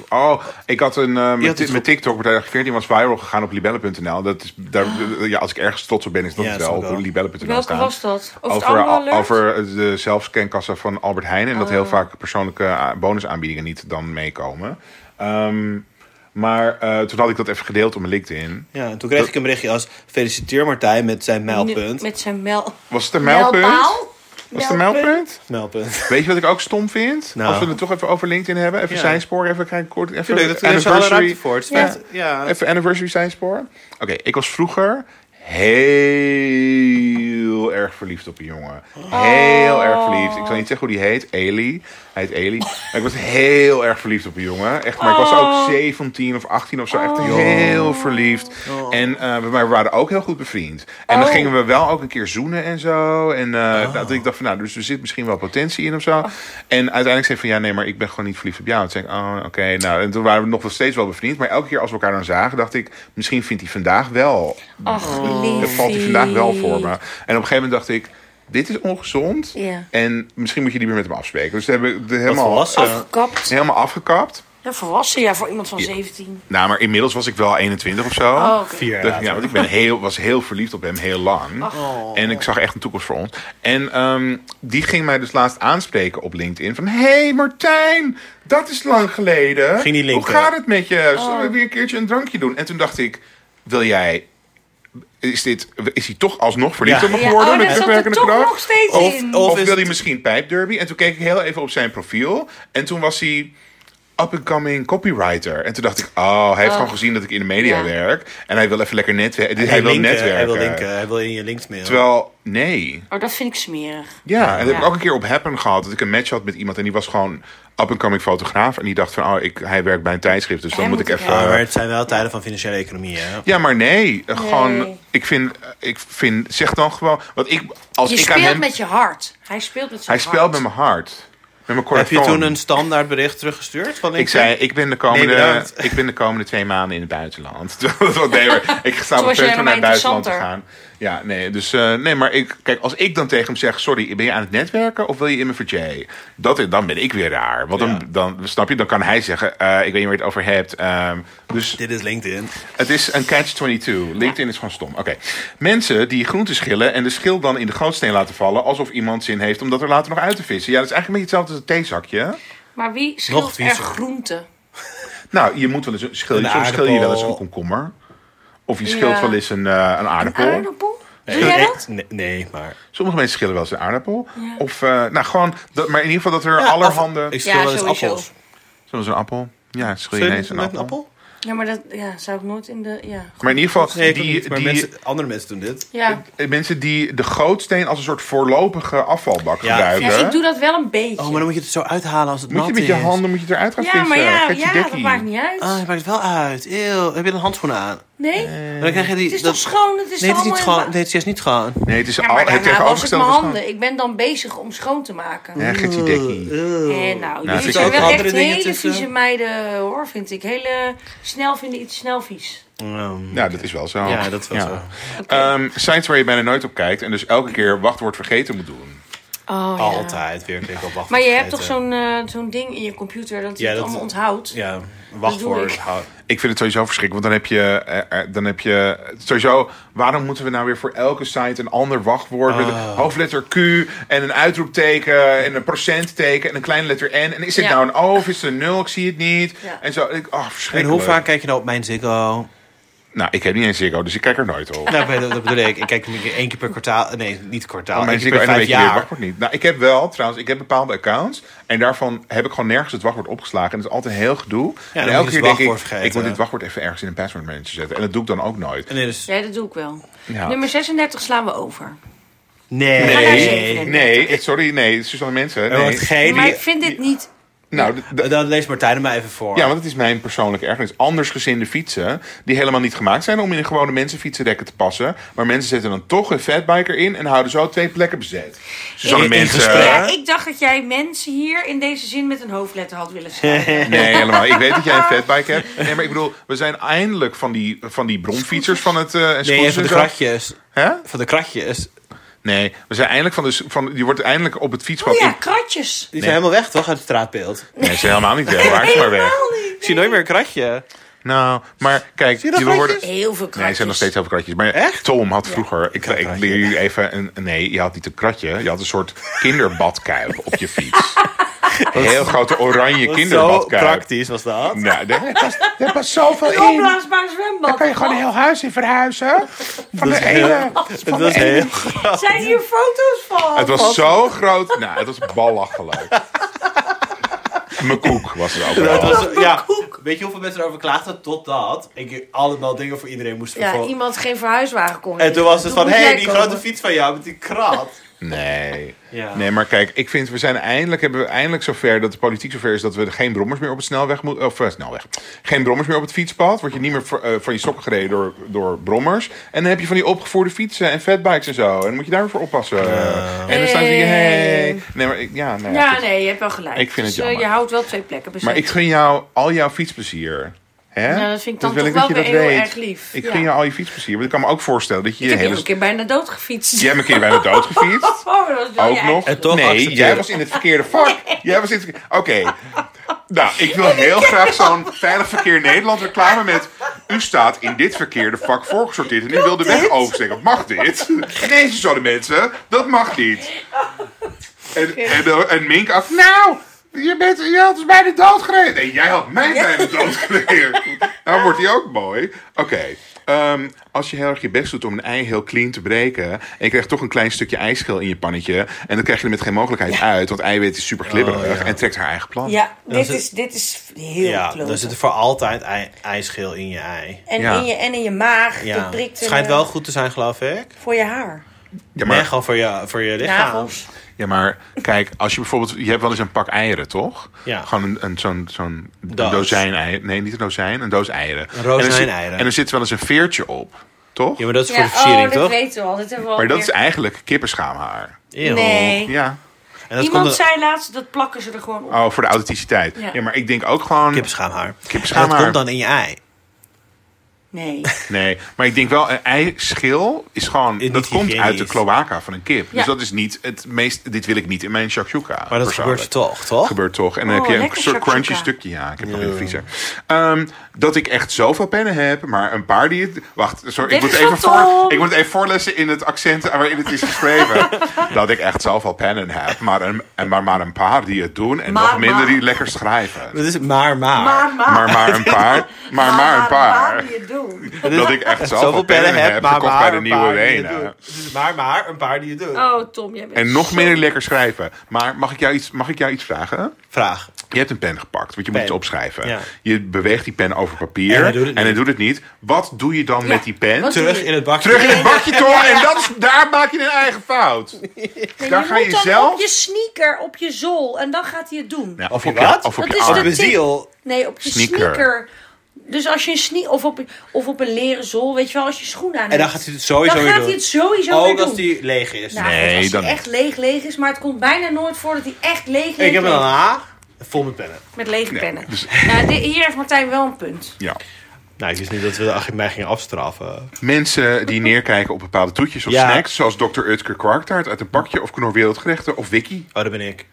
[SPEAKER 3] Oh, ik had een. eh
[SPEAKER 1] had
[SPEAKER 3] met,
[SPEAKER 1] iets
[SPEAKER 3] met
[SPEAKER 1] op-
[SPEAKER 3] TikTok, partij 14, was viral gegaan op libelle.nl. Dat is, daar, ja, als ik ergens trots op ben, is dat
[SPEAKER 1] Ja,
[SPEAKER 3] het
[SPEAKER 1] snap
[SPEAKER 3] wel
[SPEAKER 1] ik wel.
[SPEAKER 3] op libelle.nl
[SPEAKER 2] Ah. Welke
[SPEAKER 3] staan.
[SPEAKER 2] was dat? Of het
[SPEAKER 3] Over,
[SPEAKER 2] andere
[SPEAKER 3] al-
[SPEAKER 2] alert?
[SPEAKER 3] over de zelfscankassa van Albert Heijn. En dat
[SPEAKER 2] Oh.
[SPEAKER 3] heel vaak persoonlijke a- bonusaanbiedingen niet dan meekomen. Ehm, maar eh, toen had ik dat even gedeeld op mijn LinkedIn.
[SPEAKER 1] Ja, en toen kreeg ik een berichtje als. Feliciteer Martijn met zijn mijlpunt.
[SPEAKER 2] Met zijn mel...
[SPEAKER 3] Was het een mijlpunt?
[SPEAKER 2] Mijlpaal?
[SPEAKER 3] Was het een mijlpunt?
[SPEAKER 1] Mijlpunt.
[SPEAKER 3] Weet je wat ik ook stom vind?
[SPEAKER 1] Nou.
[SPEAKER 3] Als we het toch even over LinkedIn hebben. Even
[SPEAKER 1] Ja.
[SPEAKER 3] zijspoor, even kijken kort. Even
[SPEAKER 1] Tuurlijk, dat is alle ruimte voor. Het is
[SPEAKER 3] Ja.
[SPEAKER 1] vet. Ja.
[SPEAKER 3] Even anniversary zijspoor. Oké, ik was vroeger heel heel erg verliefd op een jongen.
[SPEAKER 1] Oh.
[SPEAKER 3] Heel erg verliefd. Ik zal niet zeggen hoe die heet. Eli. Hij heet Eli. Maar ik was heel erg verliefd op een jongen. Echt, maar ik
[SPEAKER 1] Oh.
[SPEAKER 3] was ook 17 of 18 of zo. Echt heel verliefd. En eh, we- maar we waren ook heel goed bevriend. En dan
[SPEAKER 2] Oh.
[SPEAKER 3] gingen we wel ook een keer zoenen en zo. En eh, dat ik dacht van, nou, dus er zit misschien wel potentie in of
[SPEAKER 2] Oh.
[SPEAKER 3] zo. En uiteindelijk zei ik van, ja, nee, maar ik ben gewoon niet verliefd op jou. Toen zei ik, oh, oké. Nou, en toen waren we nog wel steeds wel bevriend. Maar elke keer als we elkaar dan zagen, dacht ik, misschien vindt hij vandaag wel
[SPEAKER 2] Ach, lief.
[SPEAKER 3] daar valt hij vandaag wel voor me. En op een gegeven moment dacht ik, dit is ongezond.
[SPEAKER 2] Ja.
[SPEAKER 3] En misschien moet je die weer met hem afspreken. Dus dat heb ik dat helemaal,
[SPEAKER 1] volwassen.
[SPEAKER 2] Afgekapt.
[SPEAKER 3] helemaal afgekapt.
[SPEAKER 2] Ja, volwassen, ja, voor iemand van 17.
[SPEAKER 3] Nou, maar inmiddels was ik wel 21 of zo.
[SPEAKER 2] Oh, oké.
[SPEAKER 1] Vier jaar
[SPEAKER 3] Dacht ik,
[SPEAKER 1] later.
[SPEAKER 3] ja, want ik ben heel, was heel verliefd op hem, heel lang.
[SPEAKER 2] Oh.
[SPEAKER 3] En ik zag echt een toekomst voor ons. En ehm, die ging mij dus laatst aanspreken op LinkedIn. Van, hé hey Martijn, dat is lang geleden.
[SPEAKER 1] Ging die linken.
[SPEAKER 3] Hoe gaat het met je? Zullen
[SPEAKER 2] Oh.
[SPEAKER 3] we weer een keertje een drankje doen? En toen dacht ik, wil jij... Is, dit, is hij toch alsnog verliefd
[SPEAKER 1] Ja.
[SPEAKER 3] op me
[SPEAKER 2] Ja,
[SPEAKER 3] geworden
[SPEAKER 2] oh,
[SPEAKER 3] met
[SPEAKER 2] dat
[SPEAKER 3] de
[SPEAKER 2] zat er
[SPEAKER 3] werkende
[SPEAKER 2] toch
[SPEAKER 3] kracht?
[SPEAKER 2] nog steeds
[SPEAKER 1] Of-
[SPEAKER 2] in.
[SPEAKER 1] of-
[SPEAKER 3] Of,
[SPEAKER 1] is
[SPEAKER 3] wil hij
[SPEAKER 1] het-
[SPEAKER 3] misschien pijpderby? En toen keek ik heel even op zijn profiel. En toen was hij up-and-coming copywriter. En toen dacht ik, oh, hij heeft gewoon gezien dat ik in de media
[SPEAKER 2] Ja.
[SPEAKER 3] werk. En hij wil even lekker netwerken. Hij,
[SPEAKER 1] Hij
[SPEAKER 3] wil
[SPEAKER 1] linken,
[SPEAKER 3] netwerken.
[SPEAKER 1] Hij wil linken. Hij wil in je links mailen.
[SPEAKER 3] Terwijl, nee.
[SPEAKER 2] Oh, dat vind ik smerig.
[SPEAKER 3] Ja, en dat heb ik
[SPEAKER 2] Ja.
[SPEAKER 3] ook een keer op Happen gehad. Dat ik een match had met iemand en die was gewoon up-and-coming fotograaf. En die dacht van, oh, ik, hij werkt bij een tijdschrift. Dus dan
[SPEAKER 2] Hij
[SPEAKER 3] moet ik
[SPEAKER 2] moet-
[SPEAKER 3] even...
[SPEAKER 2] ja.
[SPEAKER 1] Ja, maar het zijn wel tijden van financiële economie, hè?
[SPEAKER 3] Ja, maar nee. eh, Gewoon,
[SPEAKER 2] Nee.
[SPEAKER 3] ik vind, eh, ik vind, zeg dan gewoon, want ik, als
[SPEAKER 2] Je
[SPEAKER 3] ik aan
[SPEAKER 2] speelt
[SPEAKER 3] hem,
[SPEAKER 2] met je hart. Hij speelt met zijn
[SPEAKER 3] hij speelt
[SPEAKER 2] hart.
[SPEAKER 3] met mijn hart. Met mijn
[SPEAKER 1] Heb je
[SPEAKER 3] correctoon.
[SPEAKER 1] toen een standaard bericht teruggestuurd? Van
[SPEAKER 3] Ik zei, ik ben de
[SPEAKER 1] Nee,
[SPEAKER 3] komende,
[SPEAKER 1] bedankt.
[SPEAKER 3] ik ben de komende twee maanden in het buitenland. Terwijl het wel- nee, maar ik sta op
[SPEAKER 2] was
[SPEAKER 3] het
[SPEAKER 2] je
[SPEAKER 3] punt om naar het
[SPEAKER 2] helemaal
[SPEAKER 3] buitenland te gaan.
[SPEAKER 2] interessanter.
[SPEAKER 3] Ja, nee, dus eh, nee, maar ik, kijk, als ik dan tegen hem zeg, sorry, ben je aan het netwerken of wil je in mijn verjay? Dat dan ben ik weer raar. Want
[SPEAKER 1] Ja.
[SPEAKER 3] dan, dan snap je, dan kan hij zeggen, eh, ik weet niet waar je het over hebt. ehm, dus
[SPEAKER 1] Dit is LinkedIn.
[SPEAKER 3] het is een catch-22. LinkedIn is gewoon stom. Oké. Mensen die groenten schillen en de schil dan in de gootsteen laten vallen... alsof iemand zin heeft om dat er later nog uit te vissen. Ja, dat is eigenlijk een beetje hetzelfde als een theezakje.
[SPEAKER 2] Maar wie
[SPEAKER 1] Nog
[SPEAKER 2] scheelt er
[SPEAKER 1] viezer.
[SPEAKER 2] groente?
[SPEAKER 3] Nou, je moet wel eens een schil,
[SPEAKER 1] Een
[SPEAKER 3] soms schil je wel eens een
[SPEAKER 1] aardappel.
[SPEAKER 3] komkommer. Of je schilt
[SPEAKER 2] Ja.
[SPEAKER 3] wel eens een, eh, een
[SPEAKER 2] Een
[SPEAKER 3] aardappel.
[SPEAKER 2] aardappel? Doe jij dat?
[SPEAKER 1] Nee, nee, maar...
[SPEAKER 3] Sommige mensen schillen wel eens een aardappel. Of, eh, nou gewoon, dat, maar in ieder geval dat er allerhande...
[SPEAKER 1] Ik
[SPEAKER 3] Zoals
[SPEAKER 1] schil
[SPEAKER 2] Ja,
[SPEAKER 1] wel eens
[SPEAKER 2] sowieso.
[SPEAKER 1] appels.
[SPEAKER 3] een appel. Ja, schil je
[SPEAKER 1] Schil je
[SPEAKER 3] ineens een
[SPEAKER 1] met
[SPEAKER 3] appel.
[SPEAKER 2] Ja, maar dat ja, zou ik nooit in de... Ja,
[SPEAKER 3] Maar in ieder geval,
[SPEAKER 1] Nee, ik
[SPEAKER 3] die,
[SPEAKER 1] doe niet, maar
[SPEAKER 3] die,
[SPEAKER 1] mensen, andere mensen doen dit.
[SPEAKER 2] ja.
[SPEAKER 3] eh, mensen die de gootsteen als een soort voorlopige afvalbak
[SPEAKER 1] Ja.
[SPEAKER 3] gebruiken...
[SPEAKER 2] ja Dus ik doe dat wel een beetje.
[SPEAKER 1] Oh, maar dan moet je het zo uithalen als het
[SPEAKER 3] moet
[SPEAKER 1] nat
[SPEAKER 3] je
[SPEAKER 1] is.
[SPEAKER 3] met je handen moet je het eruit gaan
[SPEAKER 2] ja,
[SPEAKER 3] vissen.
[SPEAKER 2] maar ja,
[SPEAKER 3] Get je
[SPEAKER 2] ja dat
[SPEAKER 3] dekkie.
[SPEAKER 2] maakt niet uit.
[SPEAKER 1] Ah, je maakt het wel uit. Eeuw, heb je een handschoen aan?
[SPEAKER 2] nee,
[SPEAKER 3] Eh.
[SPEAKER 1] Maar dan krijg je die...
[SPEAKER 2] het is
[SPEAKER 1] dat-
[SPEAKER 2] toch schoon? Het is
[SPEAKER 1] Nee, het
[SPEAKER 2] toch
[SPEAKER 1] is niet
[SPEAKER 2] allemaal in
[SPEAKER 1] schoon. Nee, oh, het is juist niet schoon.
[SPEAKER 3] Nee, het is
[SPEAKER 2] Ja,
[SPEAKER 3] al,
[SPEAKER 2] maar
[SPEAKER 3] het
[SPEAKER 2] daarna was ik mijn
[SPEAKER 3] tegenovergestelde van-
[SPEAKER 2] handen. Ik ben dan bezig om schoon te maken.
[SPEAKER 3] Ja, get je dekkie.
[SPEAKER 1] eh.
[SPEAKER 2] En nou,
[SPEAKER 3] Nou,
[SPEAKER 2] jullie
[SPEAKER 3] vind
[SPEAKER 2] zijn
[SPEAKER 3] ik ook
[SPEAKER 2] wel echt
[SPEAKER 1] andere dingen
[SPEAKER 2] hele
[SPEAKER 1] tussen.
[SPEAKER 2] vieze meiden, hoor, vind ik. Hele snel vinden iets snel vies.
[SPEAKER 1] Ehm,
[SPEAKER 3] Ja, Nou, dat is wel zo.
[SPEAKER 1] Ja, dat is wel zo.
[SPEAKER 2] Oh,
[SPEAKER 3] Ehm, sites waar je bijna nooit op kijkt en dus elke keer wachtwoord vergeten moet doen.
[SPEAKER 2] Oh,
[SPEAKER 1] Altijd weer klikken op wachtwoord.
[SPEAKER 2] Maar je hebt toch
[SPEAKER 1] vergeten.
[SPEAKER 2] zo'n eh, zo'n ding in je computer dat je
[SPEAKER 1] Ja,
[SPEAKER 2] het
[SPEAKER 1] dat-
[SPEAKER 2] allemaal onthoudt?
[SPEAKER 1] Ja,
[SPEAKER 2] Dat doe
[SPEAKER 1] wachtwoord.
[SPEAKER 2] ik.
[SPEAKER 1] hou-
[SPEAKER 3] Ik vind het sowieso verschrikkelijk, want dan heb je, eh, eh, dan heb je sowieso, waarom moeten we nou weer voor elke site een ander wachtwoord, met een
[SPEAKER 1] Ah.
[SPEAKER 3] hoofdletter Q en een uitroepteken en een procentteken en een kleine letter N. En is dit
[SPEAKER 2] Ja.
[SPEAKER 3] nou een O of is het een nul? Ik zie het niet.
[SPEAKER 2] Ja.
[SPEAKER 3] En zo, ik, oh,
[SPEAKER 1] En
[SPEAKER 3] verschrikkelijk.
[SPEAKER 1] hoe vaak kijk je nou op mijn Ziggo?
[SPEAKER 3] Nou, ik heb niet eens Ziggo, dus ik kijk er nooit op.
[SPEAKER 1] Nou, dat dat bedoel ik. Ik kijk hem één keer per kwartaal. Nee, niet kwartaal.
[SPEAKER 3] Oh, Maar
[SPEAKER 1] één keer
[SPEAKER 3] mensen die
[SPEAKER 1] per
[SPEAKER 3] en dan
[SPEAKER 1] vijf
[SPEAKER 3] weet je weer het
[SPEAKER 1] jaar.
[SPEAKER 3] wachtwoord niet. Nou, ik heb wel, trouwens, ik heb bepaalde accounts. En daarvan heb ik gewoon nergens het wachtwoord opgeslagen. En dat is altijd heel gedoe.
[SPEAKER 1] dan
[SPEAKER 3] en
[SPEAKER 1] moet je
[SPEAKER 3] elke keer
[SPEAKER 1] het
[SPEAKER 3] denk ik,
[SPEAKER 1] wachtwoord vergeten.
[SPEAKER 3] ik moet dit wachtwoord even ergens in een password manager zetten. En dat doe ik dan ook nooit.
[SPEAKER 1] Nee, dus...
[SPEAKER 2] Ja, dat doe ik wel.
[SPEAKER 3] Ja.
[SPEAKER 2] Nummer 36 slaan we over.
[SPEAKER 1] Nee.
[SPEAKER 2] gaan naar
[SPEAKER 1] nee.
[SPEAKER 2] zeven.
[SPEAKER 3] Nee, eh, sorry, nee, Suzanne Mensen.
[SPEAKER 1] En
[SPEAKER 3] Nee.
[SPEAKER 1] Oh, wat G,
[SPEAKER 2] maar
[SPEAKER 1] die-
[SPEAKER 2] ik vind dit niet...
[SPEAKER 3] Nou, d- d-
[SPEAKER 1] Dan leest Martijn er maar even voor.
[SPEAKER 3] ja, want het is mijn persoonlijke ergernis. Andersgezinde fietsen, die helemaal niet gemaakt zijn om in een gewone mensenfietsenrekken te passen. Maar mensen zetten dan toch een fatbiker in en houden zo twee plekken bezet. Suzanne
[SPEAKER 1] In- in
[SPEAKER 3] Mensen.
[SPEAKER 1] gesprek.
[SPEAKER 2] Ja, ik dacht dat jij mensen hier in deze zin met een hoofdletter had willen schrijven.
[SPEAKER 3] Nee, helemaal. Ik weet dat jij een fatbike hebt. Nee, maar ik bedoel, we zijn eindelijk van die, van die bromfietsers van het... eh en scooters
[SPEAKER 1] Nee,
[SPEAKER 3] en
[SPEAKER 1] van de
[SPEAKER 3] zo.
[SPEAKER 1] kratjes.
[SPEAKER 3] Hè?
[SPEAKER 1] Van de kratjes.
[SPEAKER 3] Nee, we zijn eindelijk van, dus van... Je wordt eindelijk op het
[SPEAKER 2] Oh
[SPEAKER 3] fietspad...
[SPEAKER 2] ja,
[SPEAKER 3] in-
[SPEAKER 2] kratjes.
[SPEAKER 1] Die zijn helemaal weg, toch? Uit het straatbeeld.
[SPEAKER 3] Nee, ze zijn helemaal niet weg. Waar ze maar weg.
[SPEAKER 2] Helemaal niet.
[SPEAKER 1] Ik zie nooit meer een kratje.
[SPEAKER 3] Nou, maar kijk...
[SPEAKER 1] je dat
[SPEAKER 3] we worden...
[SPEAKER 1] kratjes?
[SPEAKER 2] Heel veel kratjes.
[SPEAKER 3] Nee, ze zijn nog steeds heel veel kratjes. Maar
[SPEAKER 1] Echt?
[SPEAKER 3] Tom had vroeger... Ik, ik
[SPEAKER 1] kratje.
[SPEAKER 3] leer jullie even... Een, nee, je had niet een kratje. Je had een soort kinderbadkuip op je fiets. Een heel grote oranje
[SPEAKER 1] Zo
[SPEAKER 3] kinderbadkuip.
[SPEAKER 1] praktisch was dat.
[SPEAKER 3] Nou, daar past, daar past zoveel
[SPEAKER 2] Een
[SPEAKER 3] in.
[SPEAKER 2] opblaasbaar zwembad.
[SPEAKER 3] Daar kan je gewoon een heel huis in verhuizen. Van de
[SPEAKER 1] is heel-
[SPEAKER 3] ene.
[SPEAKER 1] Het was heel grappig.
[SPEAKER 2] Zijn hier foto's van?
[SPEAKER 3] Het was zo groot. Nou, het was belachelijk. Mijn koek was het ook
[SPEAKER 1] Het
[SPEAKER 3] wel.
[SPEAKER 1] was, ja,
[SPEAKER 2] koek.
[SPEAKER 1] Weet je hoeveel mensen erover klaagden? Totdat ik allemaal dingen voor iedereen moest
[SPEAKER 2] Ja,
[SPEAKER 1] verkopen.
[SPEAKER 2] iemand geen verhuiswagen kon.
[SPEAKER 1] en toen was het van,
[SPEAKER 2] moet
[SPEAKER 1] hé,
[SPEAKER 2] jij
[SPEAKER 1] hey, die
[SPEAKER 2] komen.
[SPEAKER 1] grote fiets van jou met die krat.
[SPEAKER 3] Nee.
[SPEAKER 1] Ja.
[SPEAKER 3] Nee, maar kijk, ik vind we zijn eindelijk hebben we eindelijk zover dat de politiek zover is dat we geen brommers meer op het snelweg moeten of eh, snelweg. Geen brommers meer op het fietspad, word je niet meer v- eh, van je sokken gereden door, door brommers. En dan heb je van die opgevoerde fietsen en fatbikes en zo. En dan moet je daarvoor oppassen. En dan staan ze hier, hey. Nee, maar ik, ja, nee.
[SPEAKER 2] Ja,
[SPEAKER 3] goed.
[SPEAKER 2] nee, je hebt wel gelijk.
[SPEAKER 3] Ik vind het
[SPEAKER 2] Dus, eh,
[SPEAKER 3] jammer.
[SPEAKER 2] je houdt wel twee plekken bezet.
[SPEAKER 3] Maar ik gun jou al jouw fietsplezier. Hè?
[SPEAKER 2] Ja, Nou, dat vind ik dan
[SPEAKER 3] wil
[SPEAKER 2] toch
[SPEAKER 3] dat
[SPEAKER 2] wel
[SPEAKER 3] je
[SPEAKER 2] weer
[SPEAKER 3] dat
[SPEAKER 2] heel
[SPEAKER 3] weet.
[SPEAKER 2] erg lief.
[SPEAKER 3] Ik
[SPEAKER 2] Ja.
[SPEAKER 3] gun jou al je fietsplezier. Want ik kan me ook voorstellen dat je
[SPEAKER 2] Ik
[SPEAKER 3] je
[SPEAKER 2] heb hier
[SPEAKER 3] hele...
[SPEAKER 2] een keer bijna dood gefietst.
[SPEAKER 3] Jij hebt een keer bijna dood gefietst.
[SPEAKER 2] Oh, dat was wel
[SPEAKER 3] Ook
[SPEAKER 2] je
[SPEAKER 3] nog.
[SPEAKER 1] En toch
[SPEAKER 3] nee,
[SPEAKER 1] accepteer
[SPEAKER 3] jij
[SPEAKER 1] ik.
[SPEAKER 3] was in het verkeerde vak. Jij was in het verkeerde- Oké. Nou, ik wil heel graag zo'n Veilig Verkeer Nederland reclame met... U staat in dit verkeerde vak voorgesorteerd en u wil de weg oversteken. Mag dit? Nee, zo de mensen. Dat mag niet. En, en, eh, en Mink af... Nou, je, bent, je had dus bijna dood gereden. Nee, jij had mij bijna dood gereden. Nou wordt hij ook mooi. Oké. ehm, als je heel erg je best doet om een ei heel clean te breken. en je krijgt toch een klein stukje ijsschil in je pannetje. en dan krijg je er met geen mogelijkheid uit. want eiwit is super glibberig
[SPEAKER 1] Oh, ja.
[SPEAKER 3] en trekt haar eigen plan.
[SPEAKER 2] Ja, dit
[SPEAKER 1] is het-
[SPEAKER 2] is, dit is heel
[SPEAKER 1] Ja,
[SPEAKER 2] kloot.
[SPEAKER 1] dan zit er voor altijd ei, ijsgeel in je ei.
[SPEAKER 2] En,
[SPEAKER 3] Ja.
[SPEAKER 2] in je, en in je maag.
[SPEAKER 1] Ja,
[SPEAKER 2] Dat
[SPEAKER 1] het
[SPEAKER 2] prikt
[SPEAKER 1] schijnt
[SPEAKER 2] een,
[SPEAKER 1] wel
[SPEAKER 2] eh,
[SPEAKER 1] goed te zijn, geloof ik.
[SPEAKER 2] voor je haar.
[SPEAKER 3] Ja,
[SPEAKER 1] Maar
[SPEAKER 3] maar,
[SPEAKER 1] gewoon voor je, voor je lichaam.
[SPEAKER 2] Nagels.
[SPEAKER 3] ja, maar kijk, als je bijvoorbeeld. je hebt wel eens een pak eieren, toch?
[SPEAKER 1] Ja.
[SPEAKER 3] Gewoon een, een, zo'n, zo'n
[SPEAKER 1] Doos.
[SPEAKER 3] dozijn eieren. Nee, niet een dozijn, een doos eieren.
[SPEAKER 1] Een rozijn
[SPEAKER 3] En er zit-
[SPEAKER 1] eieren.
[SPEAKER 3] En er zit wel eens een veertje op, toch?
[SPEAKER 1] Ja, maar dat is voor
[SPEAKER 2] Ja,
[SPEAKER 1] de versiering,
[SPEAKER 2] oh, dat
[SPEAKER 1] toch?
[SPEAKER 2] weten we al. Dit hebben we al
[SPEAKER 3] Maar dat is
[SPEAKER 2] meer.
[SPEAKER 3] eigenlijk kippenschaamhaar.
[SPEAKER 1] Eeuw.
[SPEAKER 2] Nee.
[SPEAKER 3] Ja.
[SPEAKER 1] En dat
[SPEAKER 2] Iemand
[SPEAKER 1] komt door-
[SPEAKER 2] zei laatst, dat plakken ze er gewoon op.
[SPEAKER 3] Oh, voor de authenticiteit. Ja.
[SPEAKER 2] Ja.
[SPEAKER 3] maar ik denk ook gewoon.
[SPEAKER 1] Kippenschaamhaar.
[SPEAKER 3] Kippenschaamhaar.
[SPEAKER 1] En Dat komt dan in je ei.
[SPEAKER 2] Nee.
[SPEAKER 3] Nee, maar ik denk wel, een eischil is gewoon.
[SPEAKER 1] Niet
[SPEAKER 3] dat komt uit de
[SPEAKER 1] hygiënisch.
[SPEAKER 3] cloaca van een kip.
[SPEAKER 2] Ja.
[SPEAKER 3] Dus dat is niet het meest. Dit wil ik niet in mijn shakshuka.
[SPEAKER 1] Maar dat
[SPEAKER 3] persoonlijk.
[SPEAKER 1] gebeurt toch, toch?
[SPEAKER 3] gebeurt toch. En dan
[SPEAKER 2] Oh,
[SPEAKER 3] heb je een
[SPEAKER 2] lekker
[SPEAKER 3] soort crunchy
[SPEAKER 2] shakshuka.
[SPEAKER 3] stukje. Ja, ik heb nog in de vriezer. Ehm, dat ik echt zoveel pennen heb, maar een paar die het... Wacht, sorry,
[SPEAKER 2] Dit
[SPEAKER 3] ik moet,
[SPEAKER 2] is
[SPEAKER 3] even
[SPEAKER 2] wat Tom.
[SPEAKER 3] voor, ik moet even voorlessen in het accent waarin het is geschreven. dat ik echt zoveel pennen heb, maar een, en maar, maar een paar die het doen. En
[SPEAKER 2] Maar,
[SPEAKER 3] nog minder
[SPEAKER 2] maar.
[SPEAKER 3] die lekker schrijven.
[SPEAKER 1] Dat is het maar, maar.
[SPEAKER 2] Maar, maar.
[SPEAKER 3] Ah, Maar maar een paar. Maar maar een paar.
[SPEAKER 2] die het doen.
[SPEAKER 3] Dat ik echt zoveel pennen heb gekocht bij de nieuwe Arena.
[SPEAKER 1] maar, maar, een paar die het doen.
[SPEAKER 2] Oh, Tom, jij bent
[SPEAKER 3] En nog
[SPEAKER 2] zo-
[SPEAKER 3] minder lekker schrijven. Maar mag ik jou iets, mag ik jou iets vragen?
[SPEAKER 1] Vraag.
[SPEAKER 3] Je hebt een pen gepakt, want je moet
[SPEAKER 1] Pen.
[SPEAKER 3] het opschrijven.
[SPEAKER 1] Ja.
[SPEAKER 3] Je beweegt die pen over papier
[SPEAKER 1] En
[SPEAKER 3] en
[SPEAKER 1] hij
[SPEAKER 3] hij
[SPEAKER 1] doet het
[SPEAKER 3] doet
[SPEAKER 1] niet.
[SPEAKER 3] het, niet. Wat doe je dan met die pen?
[SPEAKER 2] Wat doe
[SPEAKER 1] Terug
[SPEAKER 2] je?
[SPEAKER 1] in het bakje.
[SPEAKER 3] Terug in het bakje toch? En dat is, daar maak je een eigen fout.
[SPEAKER 2] Nee,
[SPEAKER 3] Daar
[SPEAKER 2] je
[SPEAKER 3] ga je
[SPEAKER 2] moet dan
[SPEAKER 3] zelf-
[SPEAKER 2] op je sneaker, op je zool. En dan gaat hij het doen.
[SPEAKER 3] Ja,
[SPEAKER 1] Of je
[SPEAKER 3] op je,
[SPEAKER 1] wat?
[SPEAKER 3] of op
[SPEAKER 2] Dat
[SPEAKER 3] je
[SPEAKER 2] is de
[SPEAKER 3] arm.
[SPEAKER 1] Mijn
[SPEAKER 2] tip.
[SPEAKER 1] ziel.
[SPEAKER 2] Nee, op je
[SPEAKER 3] Sneaker.
[SPEAKER 2] sneaker. Dus als je een sneaker... Of op, of op een leren zool, weet je wel, als je schoen aan
[SPEAKER 1] En dan gaat hij het sowieso
[SPEAKER 2] Dan
[SPEAKER 1] weer
[SPEAKER 2] gaat
[SPEAKER 1] doen. Oh,
[SPEAKER 2] hij het sowieso weer
[SPEAKER 1] Ook
[SPEAKER 2] doen.
[SPEAKER 1] als die leeg is.
[SPEAKER 2] Nou,
[SPEAKER 3] Nee,
[SPEAKER 2] dus als
[SPEAKER 3] dan
[SPEAKER 2] hij echt leeg leeg is. Maar het komt bijna nooit voor dat hij echt leeg leeg
[SPEAKER 1] Ik heb
[SPEAKER 2] is.
[SPEAKER 1] een A vol met pennen.
[SPEAKER 2] Met lege pennen.
[SPEAKER 3] dus-
[SPEAKER 2] Nou, di- hier heeft Martijn wel een punt.
[SPEAKER 3] Ja.
[SPEAKER 1] Nou, ik wist niet dat we mij gingen afstraffen. Oh,
[SPEAKER 3] Mensen die neerkijken op bepaalde toetjes of
[SPEAKER 1] Ja.
[SPEAKER 3] snacks, zoals Dr. Utker kwarktaart uit een bakje of Knor Wereldgerechten of Wiki.
[SPEAKER 1] Oh, dat ben ik.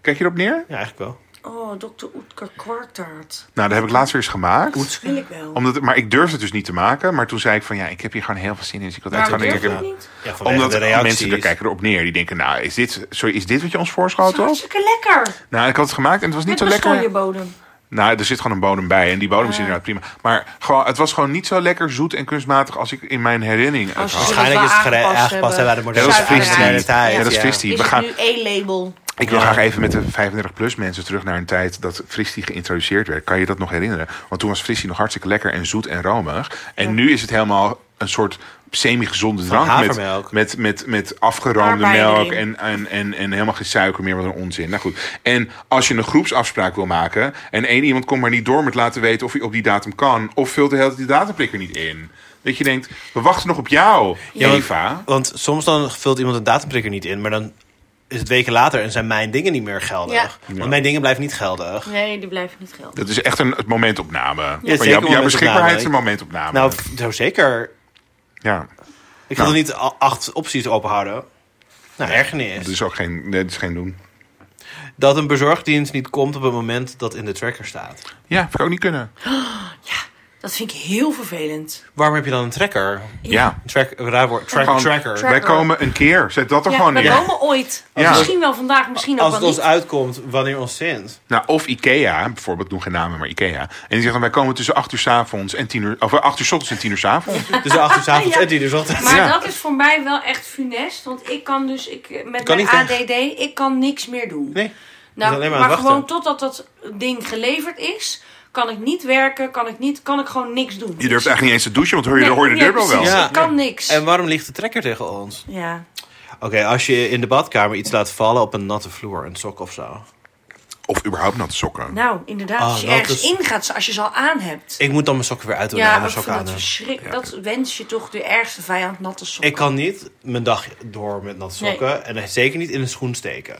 [SPEAKER 3] Kijk je erop neer?
[SPEAKER 1] Ja, eigenlijk wel.
[SPEAKER 2] Oh, Dr. Oetker kwartaart.
[SPEAKER 3] Nou, dat heb ik laatst weer eens gemaakt.
[SPEAKER 2] Wil ik wel.
[SPEAKER 3] Omdat, maar ik durfde het dus niet te maken. Maar toen zei ik van ja, ik heb hier gewoon heel veel zin in. Dus ik wil het
[SPEAKER 2] Maar
[SPEAKER 3] gewoon
[SPEAKER 2] durf
[SPEAKER 3] ik
[SPEAKER 2] je
[SPEAKER 3] heb-
[SPEAKER 2] het niet?
[SPEAKER 1] Ja, vanwege
[SPEAKER 3] Omdat
[SPEAKER 1] de reacties.
[SPEAKER 3] mensen er kijken erop neer. Die denken, nou, is dit, sorry, is dit wat je ons
[SPEAKER 2] Het is
[SPEAKER 3] voorschotelt?
[SPEAKER 2] hartstikke lekker.
[SPEAKER 3] Nou, ik had het gemaakt en het was niet
[SPEAKER 2] Met
[SPEAKER 3] zo
[SPEAKER 2] een je
[SPEAKER 3] lekker.
[SPEAKER 2] bodem.
[SPEAKER 3] Nou, er zit gewoon een bodem bij. En die bodem is inderdaad prima. Maar gewoon, het was gewoon niet zo lekker zoet en kunstmatig als ik in mijn herinnering het
[SPEAKER 2] Als je-
[SPEAKER 3] had.
[SPEAKER 1] Waarschijnlijk is het gere-
[SPEAKER 2] Aangepast
[SPEAKER 1] aangepast
[SPEAKER 2] hebben.
[SPEAKER 1] bij de moderne
[SPEAKER 3] Ja, dat is
[SPEAKER 1] tijd.
[SPEAKER 3] Fristie.
[SPEAKER 1] moderne tijd,
[SPEAKER 3] Ja, dat is Fristie.
[SPEAKER 2] Is
[SPEAKER 3] We
[SPEAKER 2] het
[SPEAKER 3] gaan-
[SPEAKER 2] nu E-label?
[SPEAKER 3] Ik wil graag even met de 35-plus mensen terug naar een tijd dat Fristie geïntroduceerd werd. Kan je dat nog herinneren? Want toen was Fristie nog hartstikke lekker en zoet en romig. En nu is het helemaal een soort semi-gezonde drank met,
[SPEAKER 1] havermelk.
[SPEAKER 3] met, met, met afgeroomde
[SPEAKER 2] Aardbeien
[SPEAKER 3] melk
[SPEAKER 2] erin.
[SPEAKER 3] en, en, en, en helemaal geen suiker meer. Wat een onzin. Nou goed. En als je een groepsafspraak wil maken en één iemand komt maar niet door met laten weten of hij op die datum kan. Of vult de hele tijd die datumprikker niet in. Dat je denkt, we wachten nog op jou,
[SPEAKER 1] want-
[SPEAKER 3] Eva.
[SPEAKER 1] Want soms dan vult iemand een datumprikker niet in, maar dan is het weken later en zijn mijn dingen niet meer geldig.
[SPEAKER 2] Ja.
[SPEAKER 1] Want mijn dingen blijven niet geldig.
[SPEAKER 2] Nee, die blijven niet gelden.
[SPEAKER 3] Dat is echt een momentopname. Van
[SPEAKER 1] zeker
[SPEAKER 3] jouw, jouw
[SPEAKER 1] momentopname.
[SPEAKER 3] beschikbaarheid is een momentopname.
[SPEAKER 1] Nou, f- nou zeker.
[SPEAKER 3] ja.
[SPEAKER 1] Ik
[SPEAKER 3] Nou.
[SPEAKER 1] wil er niet a- acht opties openhouden. Nou, ergernis.
[SPEAKER 3] Dat is ook geen, nee, dat is geen doen.
[SPEAKER 1] Dat een bezorgdienst niet komt op het moment dat in de tracker staat.
[SPEAKER 3] Ja, vind ik ook niet kunnen.
[SPEAKER 2] Dat vind ik heel vervelend.
[SPEAKER 1] Waarom heb je dan een tracker?
[SPEAKER 3] Ja.
[SPEAKER 1] Een track, een raar woord. Track,
[SPEAKER 3] Gewoon,
[SPEAKER 1] tracker.
[SPEAKER 2] Track-
[SPEAKER 3] Wij komen een keer. Zet dat er
[SPEAKER 2] Ja,
[SPEAKER 3] gewoon
[SPEAKER 2] we
[SPEAKER 3] neer.
[SPEAKER 2] komen ooit.
[SPEAKER 3] Ja.
[SPEAKER 2] Misschien wel vandaag, misschien ook
[SPEAKER 1] Als het
[SPEAKER 2] wel
[SPEAKER 1] ons
[SPEAKER 2] niet.
[SPEAKER 1] uitkomt wanneer ons zint.
[SPEAKER 3] Nou, of Ikea, bijvoorbeeld, doen geen namen, maar Ikea. En die zegt dan, wij komen tussen 8 uur 's avonds en 10 uur... Of 8 uur 's ochtends en 10 uur 's avonds.
[SPEAKER 1] Dus de achter avonds
[SPEAKER 2] Ja.
[SPEAKER 1] en die dus altijd.
[SPEAKER 2] Maar
[SPEAKER 3] Ja.
[SPEAKER 2] dat is voor mij wel echt funest. Want ik kan dus, ik, met
[SPEAKER 1] Kan
[SPEAKER 2] mijn
[SPEAKER 1] niet weg.
[SPEAKER 2] ADD, ik kan niks meer doen.
[SPEAKER 1] Nee.
[SPEAKER 2] Nou,
[SPEAKER 1] alleen maar
[SPEAKER 2] maar
[SPEAKER 1] aan het wachten.
[SPEAKER 2] gewoon totdat dat ding geleverd is, Kan ik niet werken, kan ik, niet, kan ik gewoon niks doen. Dus-
[SPEAKER 3] Je durft eigenlijk niet eens te douchen, want hoor je,
[SPEAKER 2] Nee,
[SPEAKER 3] hoor je de
[SPEAKER 2] ja,
[SPEAKER 3] deurbel wel.
[SPEAKER 2] precies.
[SPEAKER 1] Ja.
[SPEAKER 2] Ik kan niks.
[SPEAKER 1] En waarom ligt de trekker tegen ons?
[SPEAKER 2] Ja.
[SPEAKER 1] Oké, als je in de badkamer iets laat vallen op een natte vloer, een sok of zo.
[SPEAKER 3] Of überhaupt natte sokken.
[SPEAKER 2] Nou, inderdaad.
[SPEAKER 1] Ah,
[SPEAKER 2] als je
[SPEAKER 1] dat
[SPEAKER 2] ergens
[SPEAKER 1] is-
[SPEAKER 2] in gaat, als je ze al aan hebt.
[SPEAKER 1] Ik moet dan mijn sokken weer uitdoen en
[SPEAKER 2] ja,
[SPEAKER 1] mijn
[SPEAKER 2] ik vind
[SPEAKER 1] sokken aan
[SPEAKER 2] dat
[SPEAKER 1] doen.
[SPEAKER 2] verschrikkelijk. Dat wens je toch de ergste vijand, natte sokken.
[SPEAKER 1] Ik kan niet mijn dag door met natte
[SPEAKER 2] Nee.
[SPEAKER 1] sokken en zeker niet in een schoen steken.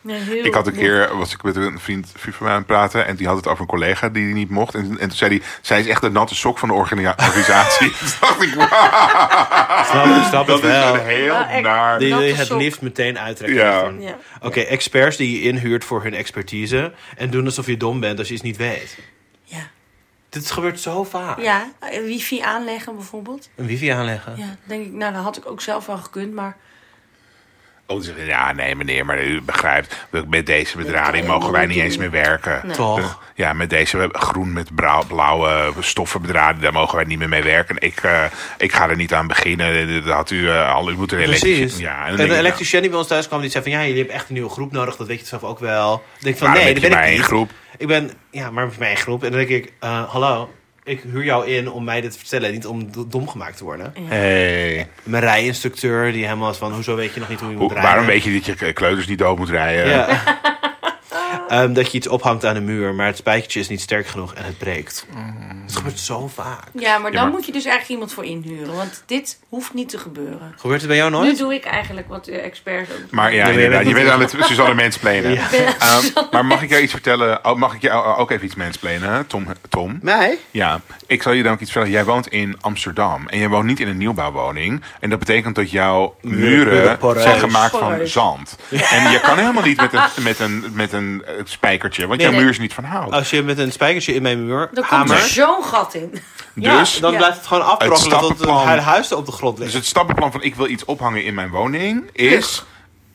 [SPEAKER 2] Nee, heel
[SPEAKER 3] Ik had een
[SPEAKER 2] moe.
[SPEAKER 3] keer, was ik met een vriend vriend van mij aan het praten... en die had het over een collega die die niet mocht. En, en toen zei hij, zij is echt de natte sok van de organi- organisatie. Toen dacht ik, wauw,
[SPEAKER 1] Snap, ik snap
[SPEAKER 3] dat
[SPEAKER 1] het
[SPEAKER 3] is
[SPEAKER 1] wel.
[SPEAKER 3] een heel
[SPEAKER 2] Ja, echt.
[SPEAKER 3] naar...
[SPEAKER 1] Die wil je
[SPEAKER 2] Natte
[SPEAKER 1] het
[SPEAKER 2] sok.
[SPEAKER 1] liefst meteen uittrekken.
[SPEAKER 3] Ja.
[SPEAKER 1] Van-
[SPEAKER 2] Ja.
[SPEAKER 1] Oké, experts die je inhuurt voor hun expertise. En doen alsof je dom bent als je iets niet weet.
[SPEAKER 2] Ja.
[SPEAKER 1] Dit gebeurt zo vaak.
[SPEAKER 2] ja, eh, wifi aanleggen bijvoorbeeld.
[SPEAKER 1] Een wifi aanleggen.
[SPEAKER 2] Ja, denk ik, nou, dat had ik ook zelf wel gekund, maar...
[SPEAKER 3] Oh, ze zeggen, ja, nee meneer, maar u begrijpt... we- met deze bedrading
[SPEAKER 2] kan je
[SPEAKER 3] mogen wij
[SPEAKER 2] niet
[SPEAKER 3] niet eens meer werken.
[SPEAKER 1] Toch?
[SPEAKER 3] Ja, met deze groen met brau- blauwe stoffen bedrading... daar mogen wij niet meer mee werken. Ik, eh, ik ga er niet aan beginnen. Dat had u eh, al... U moet een
[SPEAKER 1] Precies.
[SPEAKER 3] elektrische... Ja, en dan
[SPEAKER 1] en
[SPEAKER 3] denk
[SPEAKER 1] een
[SPEAKER 3] ik, nou,
[SPEAKER 1] elektricien die bij ons thuis kwam, die zei van... Ja, jullie hebben echt een nieuwe groep nodig, dat weet je zelf ook wel. Dan denk ik van,
[SPEAKER 3] Waarom
[SPEAKER 1] nee,
[SPEAKER 3] heb
[SPEAKER 1] dat
[SPEAKER 3] je
[SPEAKER 1] ben ik
[SPEAKER 3] mij
[SPEAKER 1] niet.
[SPEAKER 3] in groep?
[SPEAKER 1] Ik ben, ja, maar met mijn groep. En dan denk ik, eh, hallo, ik huur jou in om mij dit te vertellen. Niet om d- dom gemaakt te worden.
[SPEAKER 3] hey.
[SPEAKER 1] Mijn rijinstructeur die helemaal is van... Hoezo weet je nog niet hoe je moet
[SPEAKER 3] Hoe-
[SPEAKER 1] rijden?
[SPEAKER 3] waarom weet je dat je k- kleuters niet dood moet rijden?
[SPEAKER 1] Ja. Ehm, dat je iets ophangt aan de muur, maar het spijkertje is niet sterk genoeg en het breekt. Het gebeurt zo vaak.
[SPEAKER 2] Ja, maar dan
[SPEAKER 3] maar-
[SPEAKER 2] moet je dus eigenlijk iemand voor inhuren. Want dit hoeft niet te gebeuren.
[SPEAKER 1] Gebeurt het bij jou
[SPEAKER 2] Nu
[SPEAKER 1] nooit?
[SPEAKER 2] doe ik eigenlijk wat de experts ook
[SPEAKER 3] Maar ja,
[SPEAKER 1] Ja, maar je
[SPEAKER 3] inderdaad,
[SPEAKER 1] bent
[SPEAKER 3] je bent aan het Suzanne mensplenen. Eh, maar mag ik jou iets vertellen? Oh, mag ik jou eh, ook even iets mensplenen, Tom? Tom?
[SPEAKER 1] Mij?
[SPEAKER 3] Ja, ik zal je namelijk iets vertellen. Jij woont in Amsterdam en jij woont niet in een nieuwbouwwoning. En dat betekent dat jouw muren
[SPEAKER 1] poreus.
[SPEAKER 3] zijn gemaakt van
[SPEAKER 2] Poreus.
[SPEAKER 3] zand. En je kan helemaal niet met een, met een, met een eh, spijkertje, want jouw
[SPEAKER 1] Nee.
[SPEAKER 3] muur is niet van hout.
[SPEAKER 1] Als je met een spijkertje in mijn muur
[SPEAKER 2] Dan komt er
[SPEAKER 1] hamert,
[SPEAKER 2] zo'n gat in.
[SPEAKER 3] Dus,
[SPEAKER 1] dan
[SPEAKER 2] Ja.
[SPEAKER 1] blijft het gewoon afbrokkelen tot het
[SPEAKER 3] stappenplan.
[SPEAKER 1] hele huis er op de grond
[SPEAKER 3] dus
[SPEAKER 1] ligt.
[SPEAKER 3] het stappenplan van ik wil iets ophangen in mijn woning is...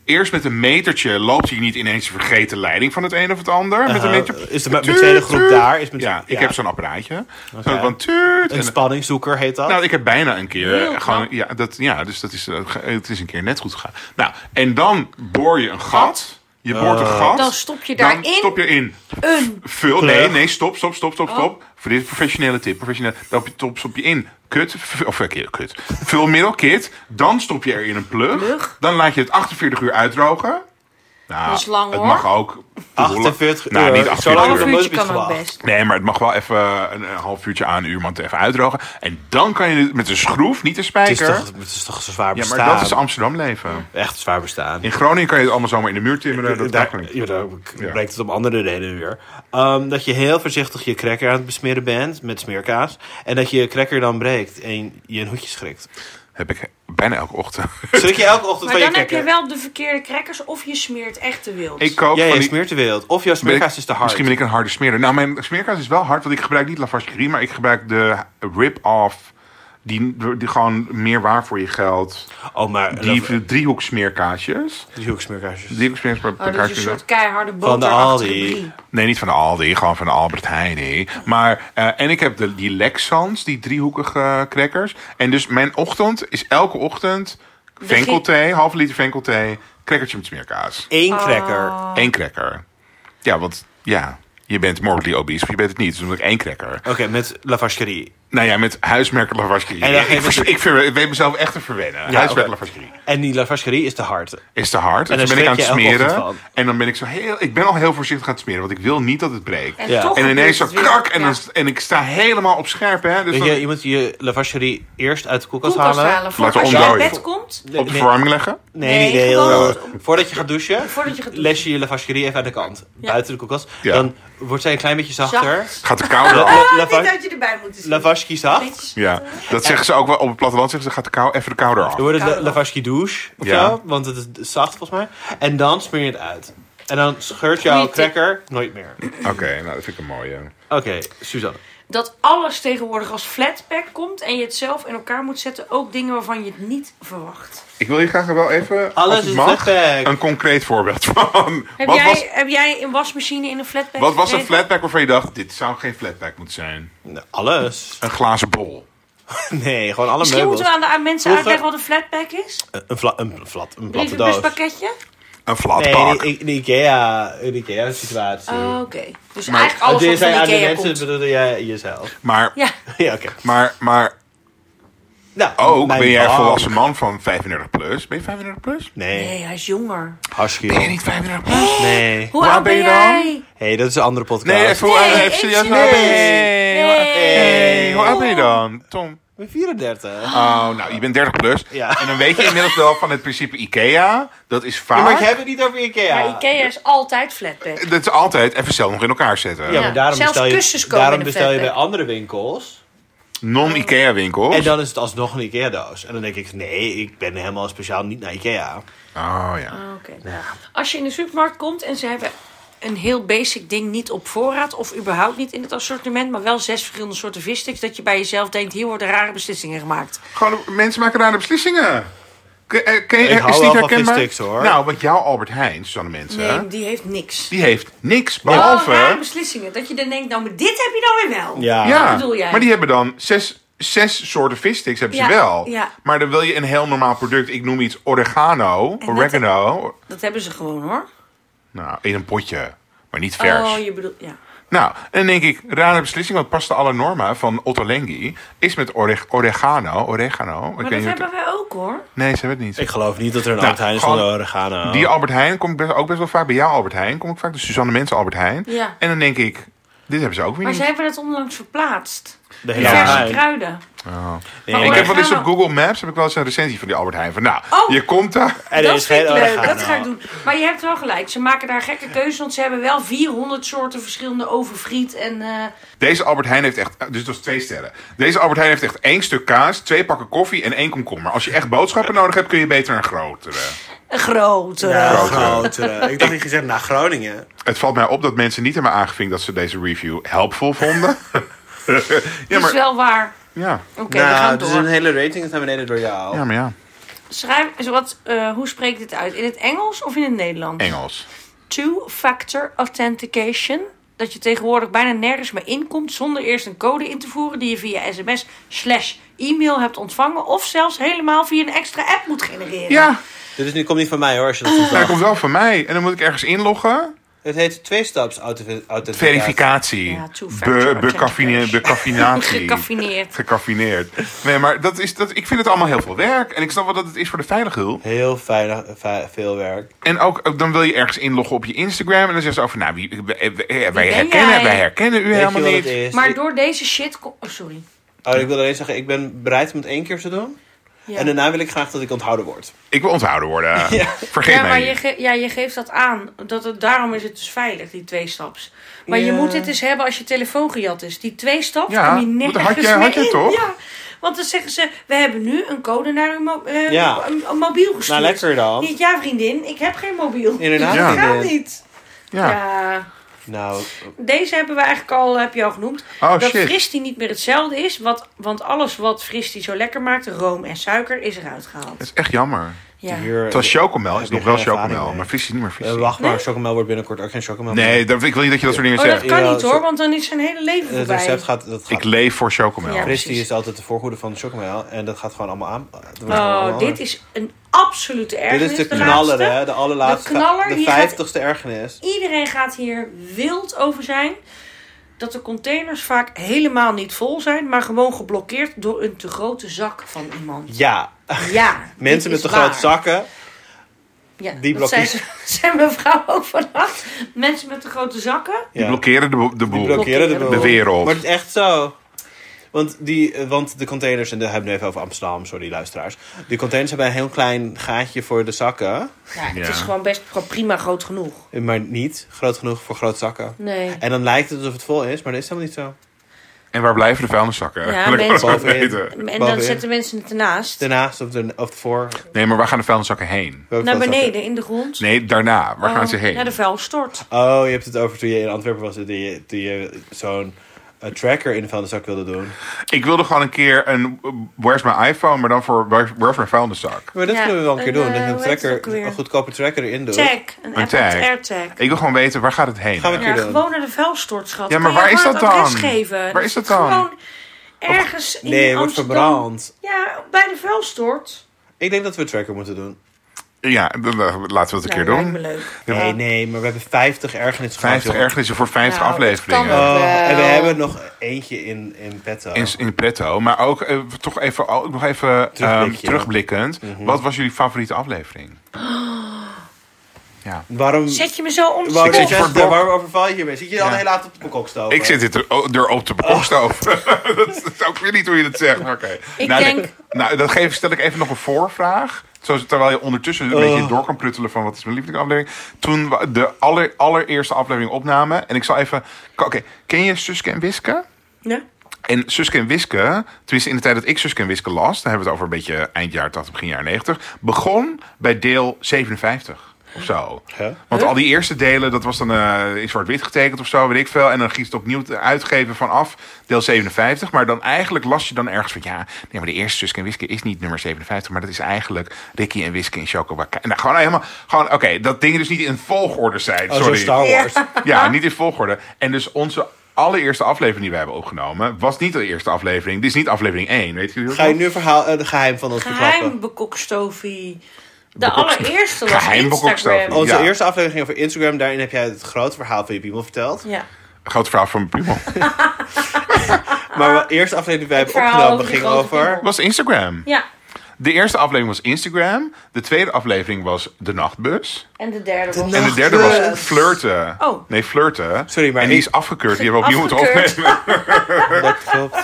[SPEAKER 3] Eerst met een metertje loopt hij niet ineens de vergeten leiding van het een of het ander. met een
[SPEAKER 1] Eh,
[SPEAKER 3] metertje.
[SPEAKER 1] is de me- tweede groep
[SPEAKER 3] Tuut, tuut.
[SPEAKER 1] daar? Is met-
[SPEAKER 3] ja, ik
[SPEAKER 1] ja.
[SPEAKER 3] heb zo'n apparaatje. Zo van tuut.
[SPEAKER 1] Een
[SPEAKER 3] En,
[SPEAKER 1] spanningszoeker heet dat.
[SPEAKER 3] nou, ik heb bijna een keer
[SPEAKER 2] Heel
[SPEAKER 3] eh, gewoon...
[SPEAKER 2] knap.
[SPEAKER 3] Ja, dat, ja dus dat is, eh, ge- het is een keer net goed gegaan. Nou, en dan boor je een gat. Je boort een gat.
[SPEAKER 2] Eh, Dan stop je
[SPEAKER 3] Dan
[SPEAKER 2] daarin
[SPEAKER 3] stop je in.
[SPEAKER 2] Een.
[SPEAKER 3] Vul,
[SPEAKER 1] Plug.
[SPEAKER 3] nee, nee, stop, stop, stop,
[SPEAKER 2] Oh.
[SPEAKER 3] stop, stop. Voor dit is een professionele tip. Professionele, dan stop je- stop, stop je in kut, v- of eh, kut, kut. Vul middelkit, dan stop je er in een plug.
[SPEAKER 2] Plug.
[SPEAKER 3] Dan laat je het 48 uur uitdrogen. Nou,
[SPEAKER 2] Dat is lang,
[SPEAKER 3] het
[SPEAKER 2] hoor.
[SPEAKER 3] mag ook.
[SPEAKER 1] 48
[SPEAKER 3] Nou,
[SPEAKER 1] uur.
[SPEAKER 3] niet
[SPEAKER 1] Zo lang
[SPEAKER 3] 48
[SPEAKER 2] half
[SPEAKER 1] heb
[SPEAKER 3] uur.
[SPEAKER 1] ik
[SPEAKER 2] uurtje
[SPEAKER 1] nooit
[SPEAKER 2] kan ook
[SPEAKER 1] gewacht.
[SPEAKER 2] best.
[SPEAKER 3] Nee, maar het mag wel even eh, een, een half uurtje aan, een uur, want even uitdrogen. En dan kan je het met een schroef, niet een
[SPEAKER 1] Het is,
[SPEAKER 3] spijker.
[SPEAKER 1] toch, het is toch zwaar
[SPEAKER 3] ja,
[SPEAKER 1] bestaan.
[SPEAKER 3] maar dat is Amsterdam leven.
[SPEAKER 1] Echt zwaar bestaan.
[SPEAKER 3] In Groningen kan je het allemaal zomaar in de muur timmeren. Dat kan
[SPEAKER 1] Daar,
[SPEAKER 3] niet.
[SPEAKER 1] ja, daar
[SPEAKER 3] Ja.
[SPEAKER 1] breekt het om andere redenen weer. Ehm, dat je heel voorzichtig je cracker aan het besmeren bent met smeerkaas. En dat je je cracker dan breekt en je een hoedje schrikt.
[SPEAKER 3] Heb ik bijna elke ochtend.
[SPEAKER 1] Schrik je elke ochtend
[SPEAKER 2] Maar
[SPEAKER 1] van je
[SPEAKER 2] dan heb
[SPEAKER 1] cracker?
[SPEAKER 2] je wel de verkeerde crackers of je smeert echt te wild. Oh,
[SPEAKER 3] Ik koop
[SPEAKER 1] Ja,
[SPEAKER 3] van
[SPEAKER 1] je
[SPEAKER 3] die-
[SPEAKER 1] smeert de wereld. Of jouw
[SPEAKER 3] Ben ik-
[SPEAKER 1] smeerkaas is te hard.
[SPEAKER 3] Misschien ben ik een harde smeerder. Nou, mijn smeerkaas is wel hard, want ik gebruik niet Lafarge Curie, maar ik gebruik de rip-off. Die, die gewoon meer waar voor je geld.
[SPEAKER 1] Oh, maar
[SPEAKER 3] Die driehoek smeerkaasjes.
[SPEAKER 1] die hoeksmeerkaasjes.
[SPEAKER 3] Driehoek
[SPEAKER 2] Oh, dat is een soort keiharde
[SPEAKER 1] Van de
[SPEAKER 2] boterachtige
[SPEAKER 1] Aldi.
[SPEAKER 2] brie.
[SPEAKER 3] Nee, niet van de Aldi, gewoon van de Albert Heijn. hè. Maar, eh, en ik heb de, die Lexans, die driehoekige crackers. En dus mijn ochtend is elke ochtend venkelthee, halve liter venkelthee, crackertje met smeerkaas.
[SPEAKER 1] Eén cracker.
[SPEAKER 2] Oh.
[SPEAKER 3] Eén cracker. Ja, want ja, je bent morbidly obese of je bent het niet. Dus dan moet ik één cracker.
[SPEAKER 1] Oké, met lavascherie.
[SPEAKER 3] Nou ja, met huismerk Lavascherie.
[SPEAKER 1] En dan
[SPEAKER 3] Ik,
[SPEAKER 1] geef
[SPEAKER 3] vers-
[SPEAKER 1] het-
[SPEAKER 3] ik, ver- ik weet mezelf echt te verwennen. huismerk
[SPEAKER 1] oké.
[SPEAKER 3] Lavascherie
[SPEAKER 1] En die lavascherie is te hard.
[SPEAKER 3] is te hard.
[SPEAKER 1] En
[SPEAKER 3] En dan
[SPEAKER 1] daar
[SPEAKER 3] ben ik aan het
[SPEAKER 1] schrik je elke
[SPEAKER 3] smeren.
[SPEAKER 1] ochtend van.
[SPEAKER 3] En dan ben ik zo heel... Ik ben al heel voorzichtig aan het smeren, want ik wil niet dat het breekt.
[SPEAKER 2] En,
[SPEAKER 1] Ja.
[SPEAKER 2] toch
[SPEAKER 3] En ineens zo
[SPEAKER 2] gebeurt het
[SPEAKER 3] krak
[SPEAKER 2] weer.
[SPEAKER 3] en, dan,
[SPEAKER 2] Ja.
[SPEAKER 3] st- en ik sta helemaal op scherp. Hè? Dus
[SPEAKER 1] Weet
[SPEAKER 3] dan
[SPEAKER 1] je, je moet je lavascherie eerst uit de koelkast,
[SPEAKER 2] Koelkast
[SPEAKER 1] halen.
[SPEAKER 2] halen. Voor
[SPEAKER 3] Laten
[SPEAKER 2] als je uit
[SPEAKER 3] omdooien.
[SPEAKER 2] bed komt,
[SPEAKER 3] op de verwarming leggen.
[SPEAKER 1] Nee, nee,
[SPEAKER 2] Nee,
[SPEAKER 1] nee.
[SPEAKER 2] gewoon-
[SPEAKER 1] heel- Voordat je gaat douchen,
[SPEAKER 2] Voordat je gaat douchen.
[SPEAKER 1] les je je lavascherie even aan de kant.
[SPEAKER 2] Ja.
[SPEAKER 1] Buiten de koelkast.
[SPEAKER 3] Ja.
[SPEAKER 1] Dan wordt zij een klein beetje zachter.
[SPEAKER 2] Zacht.
[SPEAKER 3] Gaat de kou
[SPEAKER 1] La-
[SPEAKER 3] eraf.
[SPEAKER 1] la-
[SPEAKER 2] Ah, niet
[SPEAKER 1] lava-
[SPEAKER 2] dat je erbij moet zitten.
[SPEAKER 1] Lavashki zacht.
[SPEAKER 2] Netjes.
[SPEAKER 3] Ja, dat zeggen ze ook wel op het platteland. Zeggen ze, gaat de kou even de kou eraf.
[SPEAKER 1] Dan wordt het
[SPEAKER 2] Koude
[SPEAKER 1] la-
[SPEAKER 2] lava.
[SPEAKER 1] Lavashki douche of
[SPEAKER 3] Ja.
[SPEAKER 1] zo, want het is zacht volgens mij. En dan smeer je het uit. En dan scheurt jouw
[SPEAKER 2] Goeie tip.
[SPEAKER 1] cracker nooit meer. Oké,
[SPEAKER 3] Oké, nou dat vind ik een mooie.
[SPEAKER 1] Suzanne.
[SPEAKER 2] Dat alles tegenwoordig als flatpack komt en je het zelf in elkaar moet zetten. Ook dingen waarvan je het niet verwacht.
[SPEAKER 3] Ik wil hier graag wel even,
[SPEAKER 1] Alles
[SPEAKER 3] als
[SPEAKER 1] is
[SPEAKER 3] het mag,
[SPEAKER 1] flatpack.
[SPEAKER 3] een concreet voorbeeld van.
[SPEAKER 2] Heb,
[SPEAKER 3] Wat
[SPEAKER 2] jij,
[SPEAKER 3] was,
[SPEAKER 2] heb jij een wasmachine in een Eh, flatpack?
[SPEAKER 3] wat was een
[SPEAKER 2] gezeten?
[SPEAKER 3] flatpack waarvan je dacht, dit zou geen flatpack moeten zijn?
[SPEAKER 1] Nou, Alles.
[SPEAKER 3] Een glazen bol.
[SPEAKER 1] Nee, gewoon alle
[SPEAKER 2] Misschien
[SPEAKER 1] meubels.
[SPEAKER 2] moeten we aan de aan mensen
[SPEAKER 1] Hoe
[SPEAKER 2] uitleggen
[SPEAKER 1] ga-
[SPEAKER 2] wat een flatpack is.
[SPEAKER 1] Een, vla, een, plat, een platte doos.
[SPEAKER 2] Brievenbuspakketje.
[SPEAKER 3] Een flat
[SPEAKER 1] Nee,
[SPEAKER 3] park.
[SPEAKER 1] een I- een Ikea, een Ikea situatie.
[SPEAKER 2] Oh, Oké. Dus
[SPEAKER 3] Maar-
[SPEAKER 2] eigenlijk alles wat
[SPEAKER 1] Dit zijn
[SPEAKER 2] van
[SPEAKER 1] aan de
[SPEAKER 2] Ikea
[SPEAKER 1] "Ah, mensen
[SPEAKER 2] komt.
[SPEAKER 1] bedoelde jij jezelf.
[SPEAKER 3] Maar,
[SPEAKER 2] Ja,
[SPEAKER 1] ja, oké.
[SPEAKER 3] maar, maar
[SPEAKER 1] Nou,
[SPEAKER 3] ook
[SPEAKER 1] mijn
[SPEAKER 3] ben jij een
[SPEAKER 1] bank.
[SPEAKER 3] volwassen man van 35 plus. Ben je 35 plus?
[SPEAKER 1] Nee,
[SPEAKER 2] nee, hij is jonger.
[SPEAKER 1] hartstikke
[SPEAKER 3] Ben je
[SPEAKER 1] jong.
[SPEAKER 3] niet 35 plus?
[SPEAKER 1] Nee.
[SPEAKER 2] Hoe oud ben jij?
[SPEAKER 1] Hé, hey, dat is een andere podcast.
[SPEAKER 3] Nee, even,
[SPEAKER 2] Nee,
[SPEAKER 3] even,
[SPEAKER 2] ik
[SPEAKER 3] serieus.
[SPEAKER 2] zie
[SPEAKER 3] Hoe oud ben je?
[SPEAKER 2] het.
[SPEAKER 3] Hoe oud-
[SPEAKER 2] Nee.
[SPEAKER 3] hey, Hoe oud ben je dan, Tom?
[SPEAKER 1] Ik ben 34.
[SPEAKER 2] Ah.
[SPEAKER 3] Oh, nou, je bent 30 plus.
[SPEAKER 1] Ah. Ja.
[SPEAKER 3] En dan weet je inmiddels wel van het principe IKEA. Dat is vaak.
[SPEAKER 1] Ja, maar ik heb het niet over Ikea.
[SPEAKER 2] Maar Ikea is altijd flatback.
[SPEAKER 3] Dat is altijd even zelf nog in elkaar zetten.
[SPEAKER 1] Ja,
[SPEAKER 2] Ja,
[SPEAKER 1] maar daarom
[SPEAKER 2] zelfs
[SPEAKER 1] bestel
[SPEAKER 2] kussens
[SPEAKER 1] je,
[SPEAKER 2] komen
[SPEAKER 1] daarom
[SPEAKER 2] in de
[SPEAKER 1] bestel je bij
[SPEAKER 2] fatback.
[SPEAKER 1] andere winkels.
[SPEAKER 3] Non-IKEA winkels.
[SPEAKER 1] En dan is het alsnog een Ikea-doos. En dan denk ik, nee, ik ben helemaal speciaal niet naar Ikea.
[SPEAKER 3] Oh ja.
[SPEAKER 2] Ah, oké. Als je in de supermarkt komt en ze hebben een heel basic ding niet op voorraad of überhaupt niet in het assortiment, maar wel zes verschillende soorten vissticks, dat je bij jezelf denkt: hier worden rare beslissingen gemaakt.
[SPEAKER 3] Gewoon, mensen maken rare beslissingen. Ken, eh, ken,
[SPEAKER 1] Ik hou
[SPEAKER 3] is
[SPEAKER 1] wel van
[SPEAKER 3] niet herkenbaar?
[SPEAKER 1] vissticks, hoor.
[SPEAKER 3] Nou, want jouw Albert Heijn, zo'n mensen,
[SPEAKER 2] Nee, die heeft niks.
[SPEAKER 3] die heeft niks
[SPEAKER 2] Oh,
[SPEAKER 3] behalve.
[SPEAKER 1] Ah.
[SPEAKER 2] rare beslissingen. Dat je dan denkt: nou, maar dit heb je dan weer wel.
[SPEAKER 3] ja,
[SPEAKER 2] Wat bedoel jij?
[SPEAKER 3] maar die hebben dan zes, zes soorten vissticks hebben ze
[SPEAKER 2] Ja,
[SPEAKER 3] wel.
[SPEAKER 2] ja.
[SPEAKER 3] Maar dan wil je een heel normaal product. Ik noem iets oregano.
[SPEAKER 2] En dat-
[SPEAKER 3] Oregano.
[SPEAKER 2] Dat hebben ze gewoon hoor.
[SPEAKER 3] Nou, in een potje. Maar niet vers.
[SPEAKER 2] Oh, je bedoelt. Ja.
[SPEAKER 3] Nou, en dan denk ik, rare beslissing, want pasta alla norma van Ottolenghi is met oreg- oregano. Oregano. Ik
[SPEAKER 2] Maar
[SPEAKER 3] weet
[SPEAKER 2] dat
[SPEAKER 3] niet wat-
[SPEAKER 2] hebben wij ook hoor.
[SPEAKER 3] Nee, ze hebben het niet.
[SPEAKER 1] Ik Oh. geloof niet dat er een
[SPEAKER 3] Nou,
[SPEAKER 1] Albert Heijn is
[SPEAKER 3] gewoon
[SPEAKER 1] zonder oregano.
[SPEAKER 3] Die Albert Heijn kom ik best, ook best wel vaak. Bij jou Albert Heijn kom ik vaak. De Suzanne Mensen Albert Heijn.
[SPEAKER 2] Ja.
[SPEAKER 3] En dan denk ik, dit hebben ze ook weer
[SPEAKER 2] Maar
[SPEAKER 3] niet.
[SPEAKER 2] ze hebben dat onlangs verplaatst.
[SPEAKER 1] de
[SPEAKER 2] Die
[SPEAKER 1] hele
[SPEAKER 3] Ja.
[SPEAKER 2] verse Oh,
[SPEAKER 1] Albert Heijn.
[SPEAKER 2] kruiden.
[SPEAKER 1] Nee,
[SPEAKER 2] Maar
[SPEAKER 3] Ik heb
[SPEAKER 2] oregano-
[SPEAKER 3] wel eens op Google Maps heb ik wel eens een recensie van die Albert Heijn. Van, nou,
[SPEAKER 2] Oh.
[SPEAKER 3] je komt daar.
[SPEAKER 1] en er
[SPEAKER 2] dat
[SPEAKER 1] is geen
[SPEAKER 2] vind ik leuk,
[SPEAKER 1] oregano.
[SPEAKER 2] dat ga ik doen. Maar je hebt wel gelijk, ze maken daar gekke keuzes, want ze hebben wel 400 soorten verschillende overfriet en... eh,
[SPEAKER 3] Deze Albert Heijn heeft echt, dus dat is twee sterren. Deze Albert Heijn heeft echt één stuk kaas, twee pakken koffie en één komkommer. Als je echt boodschappen nodig hebt, kun je beter een grotere.
[SPEAKER 2] een grote.
[SPEAKER 1] Nou,
[SPEAKER 3] Grotere.
[SPEAKER 1] grotere. Ik dacht dat je zegt, nou, Groningen.
[SPEAKER 3] Het valt mij op dat mensen niet hebben aangevinkt dat ze deze review helpful vonden. ja,
[SPEAKER 2] dat is
[SPEAKER 3] maar,
[SPEAKER 2] Dus wel waar.
[SPEAKER 3] ja.
[SPEAKER 2] Oké, we gaan
[SPEAKER 1] dus
[SPEAKER 2] door.
[SPEAKER 1] een hele rating is naar beneden door jou.
[SPEAKER 3] ja, maar ja.
[SPEAKER 2] Schrijf, eens wat, eh, hoe spreek ik dit uit? In het Engels of in het Nederlands?
[SPEAKER 3] Engels.
[SPEAKER 2] Two-factor authentication. Dat je tegenwoordig bijna nergens meer inkomt zonder eerst een code in te voeren die je via sms slash e-mail hebt ontvangen of zelfs helemaal via een extra app moet genereren.
[SPEAKER 3] Ja,
[SPEAKER 1] Dus Dit is nu, komt niet van mij hoor, als je dat zo
[SPEAKER 3] maar dat
[SPEAKER 1] zag.
[SPEAKER 3] komt wel van mij. En dan moet ik ergens inloggen.
[SPEAKER 1] Het heet twee staps authenticatie.
[SPEAKER 3] Verificatie.
[SPEAKER 2] Ja, two-factor
[SPEAKER 3] Be-
[SPEAKER 2] authentication.
[SPEAKER 3] becaffine- Becaffinatie.
[SPEAKER 2] Gecaffineerd.
[SPEAKER 3] Gecaffineerd. Nee, maar dat is, dat, ik vind het allemaal heel veel werk. En ik snap wel dat het is voor de veiligheid.
[SPEAKER 1] Heel veilig, ve- veel werk.
[SPEAKER 3] En ook, ook dan wil je ergens inloggen op je Instagram. En dan zeggen ze over, nou, wie, wij, wij- wij
[SPEAKER 2] ben
[SPEAKER 3] herkennen,
[SPEAKER 2] jij?
[SPEAKER 3] wij herkennen u
[SPEAKER 1] Weet je
[SPEAKER 3] helemaal
[SPEAKER 1] wat het
[SPEAKER 3] niet.
[SPEAKER 1] is?
[SPEAKER 2] Maar
[SPEAKER 1] Ik-
[SPEAKER 2] door deze shit... kom- Oh, sorry.
[SPEAKER 1] oh, ik wil alleen zeggen, ik ben bereid om het één keer te doen.
[SPEAKER 2] Ja.
[SPEAKER 1] En daarna wil ik graag dat ik onthouden word.
[SPEAKER 3] Ik wil onthouden worden. Vergeet
[SPEAKER 2] Ja, maar
[SPEAKER 3] mij
[SPEAKER 2] je,
[SPEAKER 3] niet.
[SPEAKER 2] ge- ja, je geeft dat aan. Dat het, daarom is het dus veilig, die twee staps. Maar je
[SPEAKER 1] Ja.
[SPEAKER 2] moet dit eens hebben als je telefoon gejat is. Die twee staps
[SPEAKER 3] Ja,
[SPEAKER 2] kom je
[SPEAKER 3] want
[SPEAKER 2] nergens
[SPEAKER 3] dat had jij-
[SPEAKER 2] meer
[SPEAKER 3] had jij
[SPEAKER 2] in.
[SPEAKER 3] toch?
[SPEAKER 2] Ja, want dan zeggen ze, we hebben nu een code naar uw mo- eh,
[SPEAKER 1] Ja.
[SPEAKER 2] een- een mobiel gestuurd.
[SPEAKER 1] Nou, lekker dan.
[SPEAKER 2] Niet, ja vriendin, ik heb geen mobiel.
[SPEAKER 1] Inderdaad,
[SPEAKER 2] Dat gaat
[SPEAKER 1] vriendin.
[SPEAKER 2] niet.
[SPEAKER 3] Ja.
[SPEAKER 2] ja.
[SPEAKER 1] Nou,
[SPEAKER 2] Deze hebben we eigenlijk al, heb je al genoemd.
[SPEAKER 3] Oh,
[SPEAKER 2] dat
[SPEAKER 3] shit.
[SPEAKER 2] Fristi niet meer hetzelfde is. Wat, want alles wat Fristi zo lekker maakt, room en suiker, is eruit
[SPEAKER 3] Dat
[SPEAKER 2] gehaald.
[SPEAKER 3] is echt jammer.
[SPEAKER 2] Ja. Oh,
[SPEAKER 1] hier...
[SPEAKER 3] Terwijl chocomel is
[SPEAKER 1] heb
[SPEAKER 3] nog
[SPEAKER 1] je
[SPEAKER 3] wel
[SPEAKER 1] geen ervaring
[SPEAKER 3] chocomel.
[SPEAKER 1] mee.
[SPEAKER 3] Maar fris is niet meer fris.
[SPEAKER 1] Eh, wacht maar, chocomel wordt binnenkort ook geen chocomel
[SPEAKER 3] nee, dat, ik wil niet dat je dat soort dingen
[SPEAKER 2] Oh, dat
[SPEAKER 3] zegt.
[SPEAKER 2] kan
[SPEAKER 1] Ja,
[SPEAKER 2] niet hoor,
[SPEAKER 1] zo-
[SPEAKER 2] want dan is zijn hele leven
[SPEAKER 1] Het
[SPEAKER 2] voorbij.
[SPEAKER 1] recept gaat... Dat gaat
[SPEAKER 3] Ik leef voor chocomel.
[SPEAKER 2] Ja.
[SPEAKER 1] Christie
[SPEAKER 2] precies.
[SPEAKER 1] is altijd de voorgoede van de chocomel. En dat gaat gewoon allemaal aan. dat wordt gewoon
[SPEAKER 2] Oh,
[SPEAKER 1] allemaal
[SPEAKER 2] dit is een absolute
[SPEAKER 1] Nou, Dit
[SPEAKER 2] ergernis.
[SPEAKER 1] is de
[SPEAKER 2] laatste.
[SPEAKER 1] knaller, hè? De allerlaatste.
[SPEAKER 2] De knaller,
[SPEAKER 1] de
[SPEAKER 2] die gaat-
[SPEAKER 1] vijftigste ergernis.
[SPEAKER 2] Iedereen gaat hier wild over zijn. Dat de containers vaak helemaal niet vol zijn, maar gewoon geblokkeerd door een te grote zak van iemand.
[SPEAKER 1] Ja,
[SPEAKER 2] Ja,
[SPEAKER 1] mensen met
[SPEAKER 2] dit
[SPEAKER 1] te
[SPEAKER 2] is waar.
[SPEAKER 1] grote zakken.
[SPEAKER 2] Ja,
[SPEAKER 1] die
[SPEAKER 2] dat
[SPEAKER 1] blokkeren.
[SPEAKER 2] Zijn, zijn mevrouw ook vanaf. Mensen met de grote zakken.
[SPEAKER 3] Die
[SPEAKER 1] Ja.
[SPEAKER 3] blokkeren de, bo- de boel.
[SPEAKER 1] blokkeren de,
[SPEAKER 2] Blokkeren
[SPEAKER 3] de
[SPEAKER 1] boel.
[SPEAKER 3] wereld.
[SPEAKER 1] Maar het is echt zo. Want, die, eh, want de containers, en daar hebben we nu even over Amsterdam, sorry luisteraars. Die containers hebben een heel klein gaatje voor de zakken. eh,
[SPEAKER 2] Ja, het
[SPEAKER 3] Ja.
[SPEAKER 2] is gewoon best gewoon prima groot genoeg.
[SPEAKER 1] Maar niet groot genoeg voor grote zakken.
[SPEAKER 2] Nee.
[SPEAKER 1] En dan lijkt het alsof het vol is, maar dat is helemaal niet zo.
[SPEAKER 3] En waar blijven de vuilniszakken?
[SPEAKER 2] Ja,
[SPEAKER 3] Wil ik
[SPEAKER 2] mensen-
[SPEAKER 3] wel eens
[SPEAKER 1] Bovenin.
[SPEAKER 3] weten.
[SPEAKER 2] En dan
[SPEAKER 1] Bovenin.
[SPEAKER 2] zetten mensen het ernaast.
[SPEAKER 1] Daarnaast of, de, of voor.
[SPEAKER 3] Nee, maar waar gaan de vuilniszakken heen?
[SPEAKER 1] welke
[SPEAKER 2] Naar
[SPEAKER 1] grote
[SPEAKER 2] beneden in de grond.
[SPEAKER 3] Nee, daarna. Waar gaan ze
[SPEAKER 2] Oh,
[SPEAKER 3] heen?
[SPEAKER 2] Naar de vuilstort.
[SPEAKER 1] zakken? Oh, je hebt het over toen je in Antwerpen was, toen je, toen je zo'n eh, tracker in de vuilniszak wilde doen.
[SPEAKER 3] Ik wilde gewoon een keer een eh, Where's My iPhone, maar dan voor Where- Where's My vuilniszak.
[SPEAKER 1] Maar dat
[SPEAKER 2] Ja,
[SPEAKER 1] kunnen we wel een keer
[SPEAKER 2] een,
[SPEAKER 1] doen. Dat
[SPEAKER 2] eh,
[SPEAKER 1] je een,
[SPEAKER 2] hoe heet het ook
[SPEAKER 1] tracker,
[SPEAKER 2] weer?
[SPEAKER 1] een goedkope tracker erin doet.
[SPEAKER 2] Tag. Een, Apple
[SPEAKER 3] tag.
[SPEAKER 2] AirTag.
[SPEAKER 3] Ik wil gewoon weten, waar gaat het heen?
[SPEAKER 1] Gaan we
[SPEAKER 2] Ja,
[SPEAKER 1] Doe dan.
[SPEAKER 2] gewoon naar de vuilstort, schat.
[SPEAKER 3] Ja, maar
[SPEAKER 2] Kan
[SPEAKER 3] waar
[SPEAKER 2] je
[SPEAKER 3] is
[SPEAKER 2] gewoon
[SPEAKER 3] dat
[SPEAKER 2] het adres
[SPEAKER 3] dan?
[SPEAKER 2] Geven. Dus
[SPEAKER 3] Waar is dat dan?
[SPEAKER 2] Gewoon ergens in
[SPEAKER 1] Nee, wordt
[SPEAKER 2] Amsterdam.
[SPEAKER 1] verbrand.
[SPEAKER 2] Ja, bij de vuilstort.
[SPEAKER 1] Ik denk dat we een tracker moeten doen.
[SPEAKER 3] Ja, dan, eh, laten we het een keer
[SPEAKER 2] Nou, lijkt me
[SPEAKER 3] doen.
[SPEAKER 2] leuk.
[SPEAKER 1] Nee, nee, maar we hebben 50 ergernissen gehad,
[SPEAKER 3] 50
[SPEAKER 1] joh.
[SPEAKER 3] ergernissen voor 50
[SPEAKER 2] Nou, dat
[SPEAKER 3] afleveringen.
[SPEAKER 2] kan wel.
[SPEAKER 1] Oh, en we
[SPEAKER 2] Wel.
[SPEAKER 1] hebben nog eentje in, in petto.
[SPEAKER 3] In, in pretto, maar ook eh, toch even, ook nog even ehm,
[SPEAKER 1] Terugblikje.
[SPEAKER 3] terugblikkend.
[SPEAKER 1] Mhm.
[SPEAKER 3] Wat was jullie favoriete aflevering?
[SPEAKER 2] Oh.
[SPEAKER 3] Ja.
[SPEAKER 1] Waarom,
[SPEAKER 2] Zet je me zo om te
[SPEAKER 1] waarom,
[SPEAKER 3] Ik zit
[SPEAKER 2] schoppen?
[SPEAKER 3] je voor het blok.
[SPEAKER 1] waarom overval je hiermee? Zit je al de
[SPEAKER 3] Ja.
[SPEAKER 1] hele avond op de bekok stoven?
[SPEAKER 3] Ik zit dit er, o- er op de bekokstoof. dat is ook weer niet hoe je dat zegt. maar Oké.
[SPEAKER 2] Ik
[SPEAKER 3] nou,
[SPEAKER 2] denk-
[SPEAKER 3] dat- nou, dat geef, stel ik even nog een voorvraag. Zo, terwijl je ondertussen een beetje door kan pruttelen van wat is mijn lievelingsaflevering. Toen we de aller, allereerste aflevering opnamen. En ik zal even... Oké, ken je Suske en Wiske?
[SPEAKER 2] Ja.
[SPEAKER 3] En Suske en Wiske, tenminste in de tijd dat ik Suske en Wiske las... dan hebben we het over een beetje eind jaar 80, begin jaar 90... begon bij deel 57 of zo.
[SPEAKER 1] Huh?
[SPEAKER 3] Want al die eerste delen, dat was dan eh, in zwart-wit getekend of zo, weet ik veel. En dan giet het opnieuw te- uitgeven vanaf deel 57. Maar dan eigenlijk las je dan ergens van... ja, nee, maar de eerste Suske en Wiske is niet nummer 57... maar dat is eigenlijk Ricky en Wiske in Chocobacca. Nou, gewoon helemaal... gewoon Oké, dat dingen dus niet in volgorde zijn.
[SPEAKER 1] Oh, zo
[SPEAKER 3] sorry.
[SPEAKER 1] Star Wars.
[SPEAKER 3] Ja, niet in volgorde. En dus onze allereerste aflevering die we hebben opgenomen... was niet de eerste aflevering. Dit is niet aflevering 1, weet jullie dat
[SPEAKER 1] Ga je
[SPEAKER 3] nog?
[SPEAKER 1] nu een verhaal, eh, de geheim van ons
[SPEAKER 2] Geheim
[SPEAKER 1] verklappen?
[SPEAKER 2] bekokstofie. De allereerste was
[SPEAKER 3] Geheim bekokstofie.
[SPEAKER 2] Instagram.
[SPEAKER 3] Oh.
[SPEAKER 1] Onze
[SPEAKER 3] Ja.
[SPEAKER 1] eerste aflevering ging over Instagram. Daarin heb jij het grote verhaal van je piemel verteld.
[SPEAKER 2] Ja.
[SPEAKER 3] Groot verhaal van mijn piemel.
[SPEAKER 1] Maar de eerste aflevering die wij hebben
[SPEAKER 2] verhaal
[SPEAKER 1] opgenomen
[SPEAKER 2] over die
[SPEAKER 1] ging
[SPEAKER 2] grote
[SPEAKER 1] over...
[SPEAKER 2] piemel.
[SPEAKER 3] was Instagram.
[SPEAKER 2] ja.
[SPEAKER 3] De eerste aflevering was Instagram. De tweede aflevering was De Nachtbus.
[SPEAKER 2] En de derde was...
[SPEAKER 3] En de derde was Flirten.
[SPEAKER 2] Oh.
[SPEAKER 3] Nee, Flirten.
[SPEAKER 1] Sorry, maar
[SPEAKER 3] en die
[SPEAKER 1] ik-
[SPEAKER 3] is afgekeurd. Die hebben we opnieuw moeten
[SPEAKER 2] Afgekeurd.
[SPEAKER 3] opnemen.
[SPEAKER 1] Dat klopt.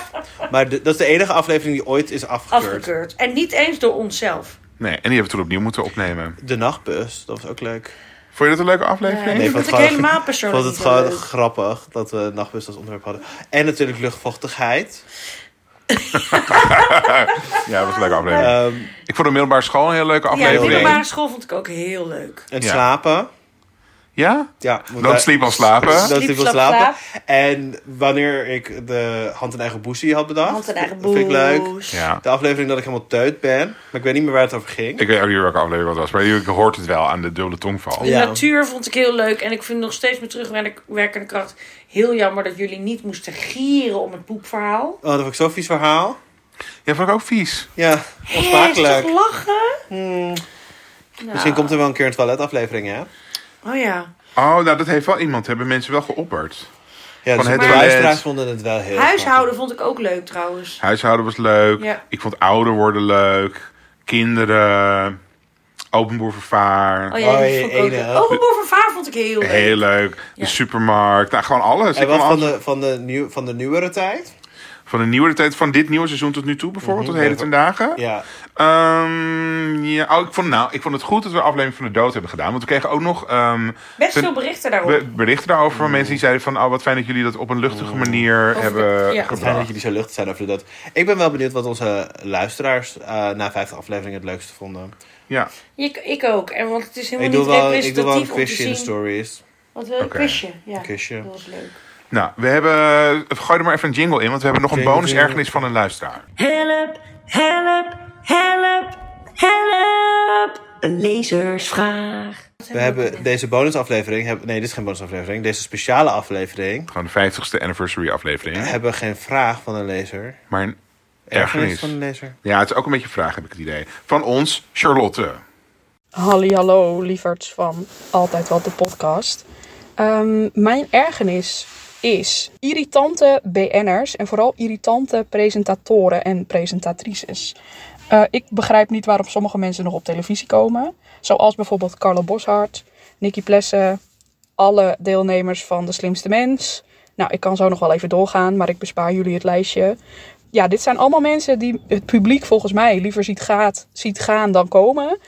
[SPEAKER 1] Maar de- dat is de enige aflevering die ooit is afgekeurd.
[SPEAKER 2] afgekeurd. En niet eens door onszelf.
[SPEAKER 3] Nee, en die hebben we toen opnieuw moeten opnemen.
[SPEAKER 1] De nachtbus, dat was ook leuk.
[SPEAKER 3] Vond je dat een leuke aflevering?
[SPEAKER 2] Nee.
[SPEAKER 1] ik
[SPEAKER 2] Eh, vond
[SPEAKER 1] vond
[SPEAKER 2] ik helemaal persoonlijk
[SPEAKER 1] vond het
[SPEAKER 2] niet
[SPEAKER 1] gewoon
[SPEAKER 2] leuk.
[SPEAKER 1] grappig dat we nachtbus als onderwerp hadden. En natuurlijk luchtvochtigheid.
[SPEAKER 3] Ja, dat was een leuke aflevering.
[SPEAKER 1] Ehm,
[SPEAKER 3] ik vond de middelbare school een hele leuke
[SPEAKER 2] Ja, de
[SPEAKER 3] aflevering.
[SPEAKER 2] middelbare school vond ik ook heel leuk.
[SPEAKER 1] en
[SPEAKER 3] Ja.
[SPEAKER 1] slapen.
[SPEAKER 3] Ja?
[SPEAKER 1] Ja,
[SPEAKER 3] Dan sliep al slapen.
[SPEAKER 1] Dat
[SPEAKER 2] Sliep,
[SPEAKER 1] sliep al
[SPEAKER 2] slap,
[SPEAKER 1] slapen. En wanneer ik de hand in eigen boesie had bedacht.
[SPEAKER 2] Want een eigen
[SPEAKER 1] dat vind ik leuk.
[SPEAKER 2] boes.
[SPEAKER 3] Ja.
[SPEAKER 1] De aflevering dat ik helemaal teut ben. Maar ik weet niet meer waar het over ging.
[SPEAKER 3] Ik weet ook niet welke aflevering dat was. Maar je hoort het wel aan de dubbele tongval.
[SPEAKER 2] De
[SPEAKER 1] Ja.
[SPEAKER 2] natuur vond ik heel leuk. En ik vind nog steeds met terugwerkende kracht heel jammer dat jullie niet moesten gieren om het poepverhaal.
[SPEAKER 1] Oh, dat vond ik zo'n vies verhaal.
[SPEAKER 3] Ja, vond ik ook vies.
[SPEAKER 1] Ja,
[SPEAKER 2] Heftig
[SPEAKER 1] onsmakelijk. Hmm.
[SPEAKER 2] lachen. Nou.
[SPEAKER 1] Misschien komt er wel een keer een toiletaflevering, hè?
[SPEAKER 2] Oh ja.
[SPEAKER 3] Oh, nou dat heeft wel iemand, hebben mensen wel geopperd.
[SPEAKER 1] Ja, dus
[SPEAKER 3] het
[SPEAKER 1] de
[SPEAKER 3] toilet.
[SPEAKER 1] luisteraars vonden het wel heel
[SPEAKER 2] Huishouden vond ik ook leuk trouwens.
[SPEAKER 3] Huishouden was leuk.
[SPEAKER 2] Ja.
[SPEAKER 3] Ik vond ouder worden leuk. Kinderen. Openbaar vervaar.
[SPEAKER 2] Oh ja, die
[SPEAKER 1] Oh,
[SPEAKER 2] vond ik ook
[SPEAKER 1] ene,
[SPEAKER 2] leuk.
[SPEAKER 1] hè?
[SPEAKER 2] Openbaar vervaar vond ik heel leuk.
[SPEAKER 3] Heel leuk. De
[SPEAKER 2] Ja.
[SPEAKER 3] supermarkt. Nou, gewoon alles. Ik
[SPEAKER 1] En wat
[SPEAKER 3] vond
[SPEAKER 1] van
[SPEAKER 3] alles.
[SPEAKER 1] de, van, de nieuw, van de nieuwere tijd?
[SPEAKER 3] Van de nieuwe tijd, van dit nieuwe seizoen tot nu toe bijvoorbeeld,
[SPEAKER 1] Mhm,
[SPEAKER 3] tot heden ten dagen.
[SPEAKER 1] Ja.
[SPEAKER 3] Ehm, ja, oh, ik, vond, nou, ik vond het goed dat we een aflevering van de dood hebben gedaan. Want we kregen ook nog ehm,
[SPEAKER 2] Best
[SPEAKER 3] Ten-
[SPEAKER 2] veel berichten daarop.
[SPEAKER 3] be- berichten daarover van
[SPEAKER 1] Mm.
[SPEAKER 3] mensen die zeiden van... oh, wat fijn dat jullie dat op een luchtige manier hebben
[SPEAKER 2] ja.
[SPEAKER 3] gebracht.
[SPEAKER 1] Fijn dat jullie zo luchtig zijn over de dood. Ik ben wel benieuwd wat onze luisteraars eh, na 50 afleveringen het leukste vonden.
[SPEAKER 3] Ja.
[SPEAKER 2] Ik, ik ook. En want het is
[SPEAKER 1] Ik
[SPEAKER 2] helemaal
[SPEAKER 1] doe,
[SPEAKER 2] niet
[SPEAKER 1] wel, ik doe wel een
[SPEAKER 2] representatief om te
[SPEAKER 1] quizje in
[SPEAKER 2] zien.
[SPEAKER 1] de stories.
[SPEAKER 2] Wat wil je?
[SPEAKER 3] Oké.
[SPEAKER 2] Quizje. Ja,
[SPEAKER 1] Quizje.
[SPEAKER 2] dat was leuk.
[SPEAKER 3] Nou, we hebben... Gooi er maar even een jingle in, want we hebben nog een
[SPEAKER 1] Jingle,
[SPEAKER 3] bonus
[SPEAKER 1] jingle.
[SPEAKER 3] ergernis van een luisteraar.
[SPEAKER 4] Help, help, help, help. Een lezersvraag.
[SPEAKER 1] We hebben deze bonusaflevering... heb- nee, dit is geen bonusaflevering. Deze speciale aflevering...
[SPEAKER 3] Gewoon de 50ste anniversary aflevering.
[SPEAKER 1] hebben we geen vraag van een lezer.
[SPEAKER 3] Maar een
[SPEAKER 1] Ergernis
[SPEAKER 3] ergernis.
[SPEAKER 1] van een lezer.
[SPEAKER 3] Ja, het is ook een beetje een vraag, heb ik het idee. Van ons, Charlotte.
[SPEAKER 5] Halli, hallo, lieverds van Altijd Wat de podcast. Ehm, mijn ergernis is irritante BN'ers en vooral irritante presentatoren en presentatrices. Eh, ik begrijp niet waarom sommige mensen nog op televisie komen. Zoals bijvoorbeeld Carlo Boshart, Nicky Plessen, alle deelnemers van De Slimste Mens. Nou, ik kan zo nog wel even doorgaan, maar ik bespaar jullie het lijstje. Ja, dit zijn allemaal mensen die het publiek volgens mij liever ziet, gaat, ziet gaan dan komen.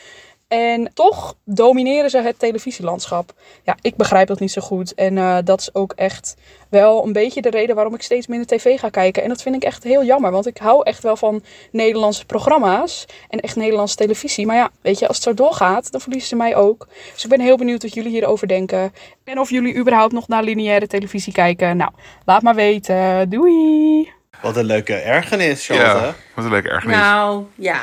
[SPEAKER 5] En toch domineren ze het televisielandschap. Ja, ik begrijp dat niet zo goed. En eh, dat is ook echt wel een beetje de reden waarom ik steeds minder tv ga kijken. En dat vind ik echt heel jammer, want ik hou echt wel van Nederlandse programma's en echt Nederlandse televisie. Maar ja, weet je, als het zo doorgaat, dan verliezen ze mij ook. Dus ik ben heel benieuwd wat jullie hierover denken. En of jullie überhaupt nog naar lineaire televisie kijken. Nou, laat maar weten. Doei!
[SPEAKER 1] Wat een leuke ergernis, Charlotte.
[SPEAKER 3] Ja, wat een leuke ergernis.
[SPEAKER 2] Nou, ja.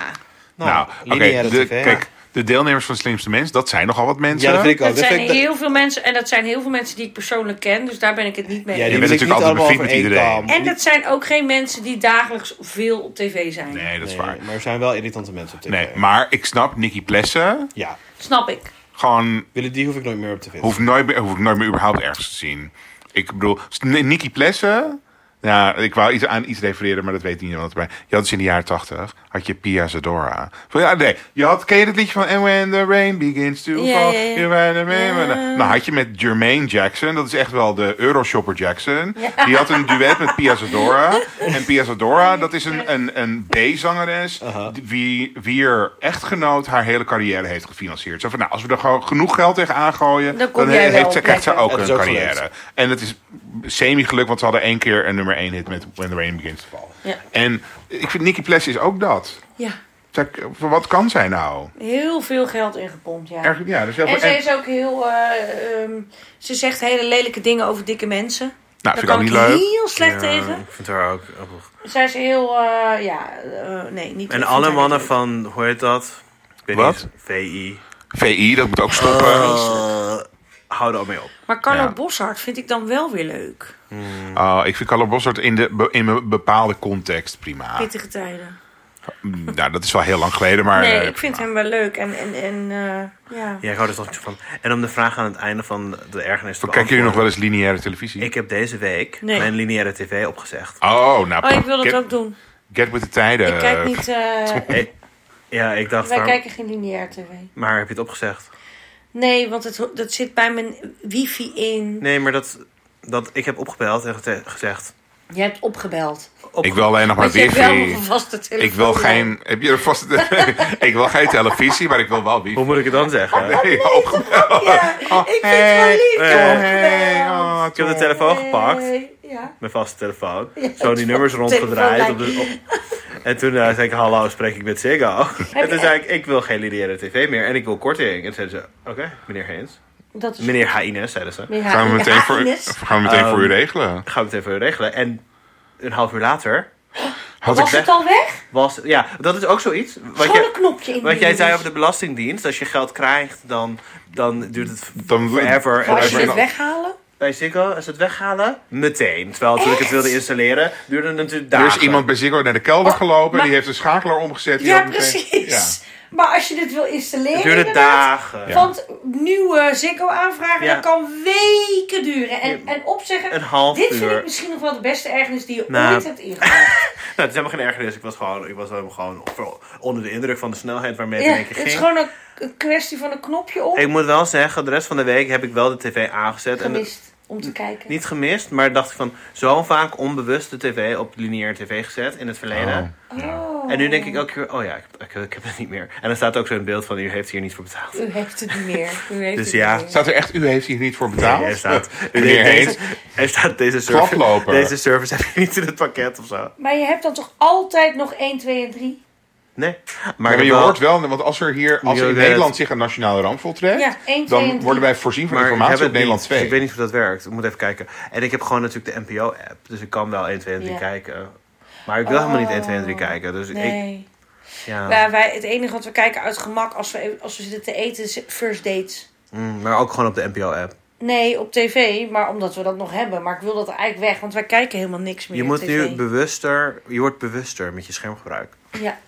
[SPEAKER 3] Nou, oké.
[SPEAKER 1] lineaire
[SPEAKER 3] de-
[SPEAKER 1] tv.
[SPEAKER 3] Kijk, de deelnemers van de Slimste Mens, dat zijn nogal wat mensen.
[SPEAKER 1] Ja, dat vind ik ook.
[SPEAKER 2] Dat
[SPEAKER 1] Dat
[SPEAKER 2] zijn
[SPEAKER 1] vind ik-
[SPEAKER 2] heel veel mensen. En dat zijn heel veel mensen die ik persoonlijk ken. Dus daar ben ik het niet mee
[SPEAKER 1] Ja,
[SPEAKER 2] eens.
[SPEAKER 1] die
[SPEAKER 3] bent
[SPEAKER 1] wil ik
[SPEAKER 3] natuurlijk
[SPEAKER 1] niet
[SPEAKER 3] altijd
[SPEAKER 1] allemaal
[SPEAKER 3] bevriend
[SPEAKER 1] over
[SPEAKER 3] met
[SPEAKER 1] één
[SPEAKER 3] iedereen.
[SPEAKER 1] kam.
[SPEAKER 2] En dat zijn ook geen mensen die dagelijks veel op tv zijn.
[SPEAKER 3] Nee, dat is
[SPEAKER 1] Nee,
[SPEAKER 3] waar.
[SPEAKER 1] Maar er zijn wel irritante mensen op tv.
[SPEAKER 3] Nee, maar ik snap Nicky Plessen.
[SPEAKER 1] Ja.
[SPEAKER 2] Snap ik.
[SPEAKER 3] Gewoon,
[SPEAKER 6] Willen die hoef ik nooit meer op te vinden.
[SPEAKER 3] hoef, nooit meer, hoef ik nooit meer überhaupt ergens te zien. Ik bedoel, Nicky Plessen. Ja, ik wou iets aan iets refereren, maar dat weet niemand bij. Je had dus in de jaren tachtig, had je Pia Zadora. Van, ja, nee, je had, ken je dat liedje van And When the Rain Begins to
[SPEAKER 2] Ja,
[SPEAKER 3] Fall?
[SPEAKER 2] ja, ja.
[SPEAKER 3] you might have been- Nou, had je met Jermaine Jackson, dat is echt wel de Euroshopper Jackson. Die had een duet met Pia Zadora. En Pia Zadora, dat is een, een, een B-zangeres, die- wie, wie er echtgenoot haar hele carrière heeft gefinancierd. Zo van, nou, als we er gewoon genoeg geld tegen aangooien,
[SPEAKER 2] Dan
[SPEAKER 3] dan,
[SPEAKER 2] kom jij
[SPEAKER 3] he-
[SPEAKER 2] wel
[SPEAKER 3] heeft, ze- krijgt ze
[SPEAKER 2] plekken.
[SPEAKER 3] ook
[SPEAKER 6] Het
[SPEAKER 3] een
[SPEAKER 6] is ook
[SPEAKER 3] carrière.
[SPEAKER 6] gelukt.
[SPEAKER 3] En het is semi-geluk, want ze hadden één keer een nummer één hit met When the Rain Begins to Fall.
[SPEAKER 2] Ja.
[SPEAKER 3] En ik vind Nicky Pless is ook dat.
[SPEAKER 2] Ja.
[SPEAKER 3] Zij- Wat kan zij nou?
[SPEAKER 2] Heel veel geld ingepompt, ja.
[SPEAKER 3] Erg- ja, dus heel
[SPEAKER 2] en
[SPEAKER 3] veel-
[SPEAKER 2] ze
[SPEAKER 3] en-
[SPEAKER 2] is ook heel... eh, ehm, ze zegt hele lelijke dingen over dikke mensen.
[SPEAKER 3] Nou,
[SPEAKER 2] Daar
[SPEAKER 3] vind ik ook
[SPEAKER 2] kan
[SPEAKER 3] niet
[SPEAKER 2] ik
[SPEAKER 3] leuk.
[SPEAKER 2] heel slecht
[SPEAKER 1] Ja,
[SPEAKER 2] tegen.
[SPEAKER 1] Ik vind haar ook.
[SPEAKER 3] oh,
[SPEAKER 1] ook-
[SPEAKER 2] Zij is heel... eh, ja, eh, nee, niet...
[SPEAKER 1] En
[SPEAKER 2] ik
[SPEAKER 1] alle
[SPEAKER 2] vind haar
[SPEAKER 1] mannen
[SPEAKER 2] niet
[SPEAKER 1] van, hoe heet dat? Ik weet
[SPEAKER 3] Wat?
[SPEAKER 1] niet, VI.
[SPEAKER 3] VI, dat moet ook stoppen.
[SPEAKER 6] Oh.
[SPEAKER 1] Eh, hou er al mee op.
[SPEAKER 2] leuk. Maar Carlo
[SPEAKER 3] Ja.
[SPEAKER 2] Boshart vind ik dan wel weer leuk.
[SPEAKER 3] Oh, ik vind Carlo Bossert in, de, be- in een bepaalde context prima.
[SPEAKER 2] Pittige tijden.
[SPEAKER 3] Mm, Nou, dat is wel heel lang geleden, maar...
[SPEAKER 2] Nee,
[SPEAKER 3] eh,
[SPEAKER 2] ik vind hem wel leuk. En, en, en eh, ja.
[SPEAKER 1] Ja, ik hou er toch niet van. En om de vraag aan het einde van de ergernis te
[SPEAKER 3] Kijken jullie nog wel
[SPEAKER 1] beantwoorden.
[SPEAKER 3] eens lineaire televisie?
[SPEAKER 1] Ik heb deze week
[SPEAKER 2] Nee.
[SPEAKER 1] mijn lineaire tv opgezegd.
[SPEAKER 3] Oh, nou,
[SPEAKER 2] Oh, ik wil dat
[SPEAKER 3] get,
[SPEAKER 2] ook doen.
[SPEAKER 3] get with the tijden.
[SPEAKER 2] Ik kijk niet... eh,
[SPEAKER 1] Eh, ja, ik dacht,
[SPEAKER 2] wij
[SPEAKER 1] waarom-
[SPEAKER 2] kijken geen lineair tv.
[SPEAKER 1] maar heb je het opgezegd?
[SPEAKER 2] Nee, want het, ho- dat zit bij mijn wifi in.
[SPEAKER 1] Nee, maar dat, dat, ik heb opgebeld en gete- gezegd...
[SPEAKER 2] Je hebt opgebeld.
[SPEAKER 1] Op,
[SPEAKER 3] Ik wil alleen nog maar
[SPEAKER 2] Want je hebt wel
[SPEAKER 3] wifi.
[SPEAKER 2] nog een vaste telefoon.
[SPEAKER 3] Ik wil geen... Heb je een vaste... ik wil geen televisie, maar ik wil wel wifi.
[SPEAKER 1] Hoe moet ik het dan zeggen?
[SPEAKER 3] Nee, opgebeld.
[SPEAKER 2] Ja, ik vind het wel lief.
[SPEAKER 1] Oh, hey,
[SPEAKER 2] toch?
[SPEAKER 3] Hey,
[SPEAKER 2] Wel.
[SPEAKER 3] oh,
[SPEAKER 1] Ik heb de
[SPEAKER 3] Tom.
[SPEAKER 1] telefoon gepakt,
[SPEAKER 2] Nee, ja.
[SPEAKER 1] mijn vaste telefoon.
[SPEAKER 2] Ja,
[SPEAKER 1] Zo die nummers rondgedraaid. Op de, op- en toen eh, zei ik, hallo, spreek ik met Ziggo? En toen zei ik, ik wil geen lineaire tv meer en ik wil korting. En toen zeiden ze, oké, meneer Heens.
[SPEAKER 2] Dat is
[SPEAKER 1] Meneer Haines, zeiden ze.
[SPEAKER 2] Ja,
[SPEAKER 3] Gaan we meteen, voor,
[SPEAKER 2] Agnes. Oh.
[SPEAKER 3] gaan we meteen voor u regelen?
[SPEAKER 1] Gaan we het even regelen. En een half uur later
[SPEAKER 3] Had ik
[SPEAKER 2] Was
[SPEAKER 3] weg...
[SPEAKER 2] het al weg?
[SPEAKER 1] was... Ja, dat is ook zoiets. Wat,
[SPEAKER 2] Gewoon een
[SPEAKER 1] je,
[SPEAKER 2] knopje in.
[SPEAKER 1] wat jij zei over
[SPEAKER 2] de...
[SPEAKER 1] de Belastingdienst. Als je geld krijgt, dan, dan duurt het
[SPEAKER 3] Dan-
[SPEAKER 1] forever.
[SPEAKER 2] Als je
[SPEAKER 1] en
[SPEAKER 2] het
[SPEAKER 1] dan,
[SPEAKER 2] weghalen?
[SPEAKER 1] bij Ziggo, als ze het weghalen, meteen. Terwijl toen ik het wilde installeren, duurde het natuurlijk
[SPEAKER 3] Er
[SPEAKER 1] dagen.
[SPEAKER 3] is iemand bij Ziggo naar de kelder gelopen.
[SPEAKER 2] Oh, maar-
[SPEAKER 3] Die heeft een schakelaar omgezet. die
[SPEAKER 2] Ja,
[SPEAKER 3] had meteen-
[SPEAKER 2] precies.
[SPEAKER 3] Ja.
[SPEAKER 2] Maar als je dit wil installeren.
[SPEAKER 1] Het duurde
[SPEAKER 2] inderdaad,
[SPEAKER 1] dagen.
[SPEAKER 2] Want nieuwe Ziggo aanvragen,
[SPEAKER 1] Ja.
[SPEAKER 2] dat kan weken duren. En, en opzeggen,
[SPEAKER 1] Een half
[SPEAKER 2] dit vind
[SPEAKER 1] uur.
[SPEAKER 2] ik misschien nog wel de beste ergernis die je
[SPEAKER 1] Nou.
[SPEAKER 2] ooit hebt ingehad.
[SPEAKER 1] Nou, het is helemaal geen ergernis. Ik was gewoon, ik was helemaal gewoon onder de indruk van de snelheid waarmee het
[SPEAKER 2] Ja,
[SPEAKER 1] in één keer
[SPEAKER 2] het is
[SPEAKER 1] ging.
[SPEAKER 2] gewoon een, een kwestie van een knopje op.
[SPEAKER 1] Ik moet wel zeggen, de rest van de week heb ik wel de tv aangezet. En het-
[SPEAKER 2] gemist om te kijken.
[SPEAKER 1] eh, niet gemist, maar dacht ik van zo vaak onbewust de tv op lineaire tv gezet in het verleden.
[SPEAKER 2] Oh,
[SPEAKER 1] En nu denk ik ook weer, oh ja, ik, ik, ik heb het niet meer. En dan staat ook zo in beeld van, u heeft hier niet voor betaald.
[SPEAKER 2] u heeft het niet meer. U heeft
[SPEAKER 1] Dus
[SPEAKER 2] het
[SPEAKER 1] ja.
[SPEAKER 2] niet meer.
[SPEAKER 3] Staat er echt, u heeft hier niet voor betaald?
[SPEAKER 1] Nee, er staat, u
[SPEAKER 3] Meneer
[SPEAKER 1] deze,
[SPEAKER 3] Heens.
[SPEAKER 1] er staat deze service,
[SPEAKER 3] Klaploper.
[SPEAKER 1] deze service heb je niet in het pakket of zo.
[SPEAKER 2] Maar je hebt dan toch altijd nog 1, 2 en 3?
[SPEAKER 1] Nee,
[SPEAKER 3] Maar, je
[SPEAKER 1] wel-
[SPEAKER 3] hoort wel, want als er hier als
[SPEAKER 1] Je
[SPEAKER 3] er in
[SPEAKER 1] weet-
[SPEAKER 3] Nederland zich een nationale ramp voltrekt,
[SPEAKER 2] Ja, één, twee en
[SPEAKER 3] dan
[SPEAKER 2] drie.
[SPEAKER 3] worden wij voorzien van
[SPEAKER 1] Maar ik heb
[SPEAKER 3] informatie
[SPEAKER 1] het
[SPEAKER 3] op Nederland
[SPEAKER 1] niet, dus
[SPEAKER 3] 2.
[SPEAKER 1] ik weet niet hoe dat werkt. Ik moet even kijken. En ik heb gewoon natuurlijk de NPO-app. Dus ik kan wel 1, 2 en 3
[SPEAKER 2] Ja. Oh.
[SPEAKER 1] kijken. Maar ik wil helemaal niet 1, 2 en 3 kijken. Dus ik...
[SPEAKER 2] Nee.
[SPEAKER 1] Ja.
[SPEAKER 2] Ja, wij, het enige wat we kijken uit gemak als we, even- als we zitten te eten is first dates.
[SPEAKER 1] Mm, maar ook gewoon op de NPO-app.
[SPEAKER 2] Nee, op tv, maar omdat we dat nog hebben. Maar ik wil dat eigenlijk weg, want wij kijken helemaal niks meer
[SPEAKER 1] Je
[SPEAKER 2] op
[SPEAKER 1] moet
[SPEAKER 2] tv.
[SPEAKER 1] nu bewuster... Je wordt bewuster met je schermgebruik.
[SPEAKER 2] Ja,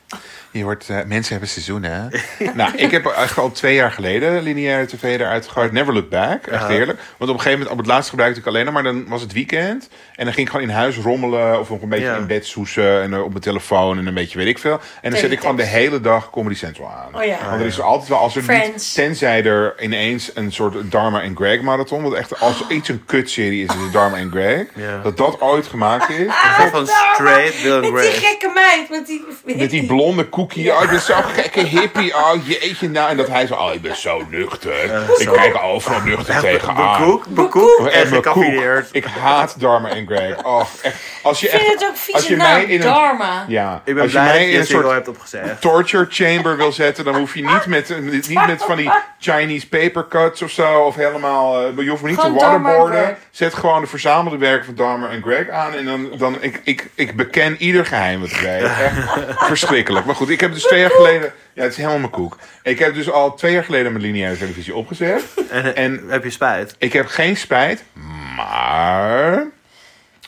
[SPEAKER 3] Je hoort, eh, mensen hebben seizoenen. hè? nou, ik heb echt al twee jaar geleden lineaire tv eruit gegooid. Never look back. Echt heerlijk. Want op een gegeven moment, op het laatst gebruikte ik alleen nog maar, dan was het weekend. En dan ging ik gewoon in huis rommelen of nog een beetje
[SPEAKER 1] Ja.
[SPEAKER 3] in bed soesen en eh, op mijn telefoon en een beetje weet ik veel. En dan zet ik gewoon de
[SPEAKER 2] Teletext.
[SPEAKER 3] hele dag Comedy Central aan.
[SPEAKER 2] Oh ja.
[SPEAKER 3] Want er is er altijd wel, als er
[SPEAKER 2] Friends.
[SPEAKER 3] niet, tenzij er ineens een soort Dharma en Greg marathon. Want echt, als er iets een kutserie is, is het Dharma en Greg.
[SPEAKER 1] Ja.
[SPEAKER 3] Dat dat ooit gemaakt is.
[SPEAKER 1] Ik ben van straight Will
[SPEAKER 2] Ah, met
[SPEAKER 1] and
[SPEAKER 2] die
[SPEAKER 1] Grace.
[SPEAKER 2] gekke meid, met die...
[SPEAKER 3] Met die blonde koekie. Oh, ik ben zo'n gekke hippie. Oh, jeetje nou. En dat hij zo, oh, ik ben zo nuchter.
[SPEAKER 1] Eh,
[SPEAKER 3] ik kijk overal nuchter tegenaan.
[SPEAKER 1] Bekoek, bekoek.
[SPEAKER 3] Echt
[SPEAKER 1] En
[SPEAKER 3] mijn koek.
[SPEAKER 1] gecaffineerd.
[SPEAKER 3] Ik haat Dharma en Greg. Oh, echt. Als je
[SPEAKER 2] Ik vind
[SPEAKER 3] echt...
[SPEAKER 2] het ook
[SPEAKER 3] als
[SPEAKER 2] vieze
[SPEAKER 3] je
[SPEAKER 2] naam,
[SPEAKER 3] mij in een...
[SPEAKER 2] Dharma.
[SPEAKER 3] Ja,
[SPEAKER 1] Ik ben
[SPEAKER 3] als je
[SPEAKER 1] blij
[SPEAKER 3] mij
[SPEAKER 1] dat je
[SPEAKER 3] in een
[SPEAKER 1] het soort...
[SPEAKER 3] soort
[SPEAKER 1] hebt opgezegd.
[SPEAKER 3] torture chamber wil zetten, dan hoef je niet met, eh, niet met van die Chinese paper cuts of zo. Of helemaal, eh, je hoeft me niet
[SPEAKER 2] Gewoon
[SPEAKER 3] te
[SPEAKER 2] Dharma en
[SPEAKER 3] waterboarden.
[SPEAKER 2] Greg.
[SPEAKER 3] Zet gewoon de verzamelde werken van Dharma en Greg aan. En dan, dan ik, ik, ik beken ieder geheim wat ik weet. Echt verschrikkelijk. Maar goed, ik heb dus twee jaar geleden... Ja, het is helemaal mijn koek. Ik heb dus al twee jaar geleden mijn lineaire televisie opgezet.
[SPEAKER 1] En, eh,
[SPEAKER 3] En-
[SPEAKER 1] heb je spijt?
[SPEAKER 3] Ik heb geen spijt, maar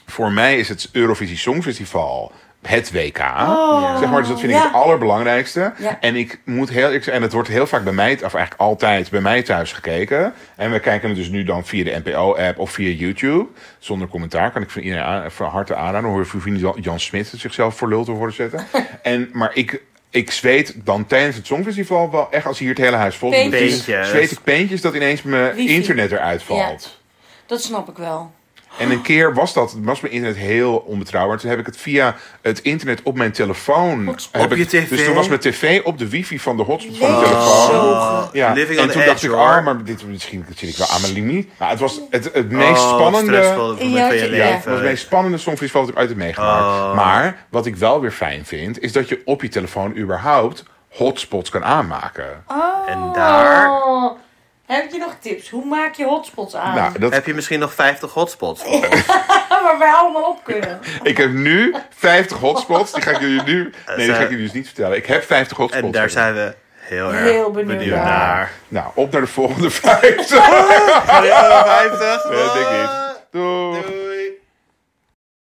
[SPEAKER 3] voor mij is het Eurovisie Songfestival het WK.
[SPEAKER 2] Oh,
[SPEAKER 3] zeg maar, dus dat vind
[SPEAKER 2] ja.
[SPEAKER 3] ik het allerbelangrijkste.
[SPEAKER 2] Ja.
[SPEAKER 3] En ik moet heel eerlijk zeggen, en het wordt heel vaak bij mij, of eigenlijk altijd bij mij thuis gekeken. En we kijken het dus nu dan via de NPO-app of via YouTube. Zonder commentaar kan ik van iedereen aan- van harte aanraden. Hoor je vriend Jan- Jan Smit het zichzelf voor lul te horen zetten. en, maar ik, ik zweet dan tijdens het Songfestival wel echt als hier het hele huis vol zit.
[SPEAKER 2] Peentjes.
[SPEAKER 3] Zweet ik peentjes dat ineens mijn
[SPEAKER 2] Wifi.
[SPEAKER 3] internet eruit valt.
[SPEAKER 2] Dat snap ik wel.
[SPEAKER 3] En een keer was dat, was mijn internet heel onbetrouwbaar. Toen heb ik het via het internet op mijn telefoon. heb
[SPEAKER 7] Op
[SPEAKER 3] ik-
[SPEAKER 7] je tv?
[SPEAKER 3] Dus toen was mijn tv op de wifi van de hotspot van
[SPEAKER 2] Nee,
[SPEAKER 3] mijn telefoon.
[SPEAKER 2] zo.
[SPEAKER 3] Ja,
[SPEAKER 7] Living
[SPEAKER 3] en
[SPEAKER 7] on
[SPEAKER 3] toen
[SPEAKER 7] the
[SPEAKER 3] dacht
[SPEAKER 7] edge,
[SPEAKER 3] ik,
[SPEAKER 7] hoor. Oh,
[SPEAKER 3] ah, maar dit, misschien zit ik wel aan mijn limiet. Maar het was het, het meest
[SPEAKER 1] Oh,
[SPEAKER 3] spannende...
[SPEAKER 7] stressvolle moment van je
[SPEAKER 2] Ja,
[SPEAKER 3] Ja,
[SPEAKER 7] leven.
[SPEAKER 3] het was het meest spannende songfestival dat ik ooit heb meegemaakt.
[SPEAKER 7] Oh.
[SPEAKER 3] Maar wat ik wel weer fijn vind, is dat je op je telefoon überhaupt hotspots kan aanmaken.
[SPEAKER 7] En daar
[SPEAKER 2] Oh, heb je nog tips? Hoe maak je hotspots aan? Ah,
[SPEAKER 3] Nou, dat,
[SPEAKER 7] heb je misschien nog 50 hotspots. voor.
[SPEAKER 2] Waar wij allemaal op kunnen.
[SPEAKER 3] ik heb nu 50 hotspots. Die ga ik jullie nu... Nee, die ga ik
[SPEAKER 7] zijn-
[SPEAKER 3] jullie dus niet vertellen. Ik heb 50 hotspots.
[SPEAKER 7] Eh, En daar
[SPEAKER 3] voor.
[SPEAKER 7] zijn we heel erg
[SPEAKER 2] Heel benieuwd naar.
[SPEAKER 3] Nou, op naar de volgende vijf.
[SPEAKER 7] Hallo, 50.
[SPEAKER 3] Nee, dat denk ik niet. Doeg.
[SPEAKER 7] Doei.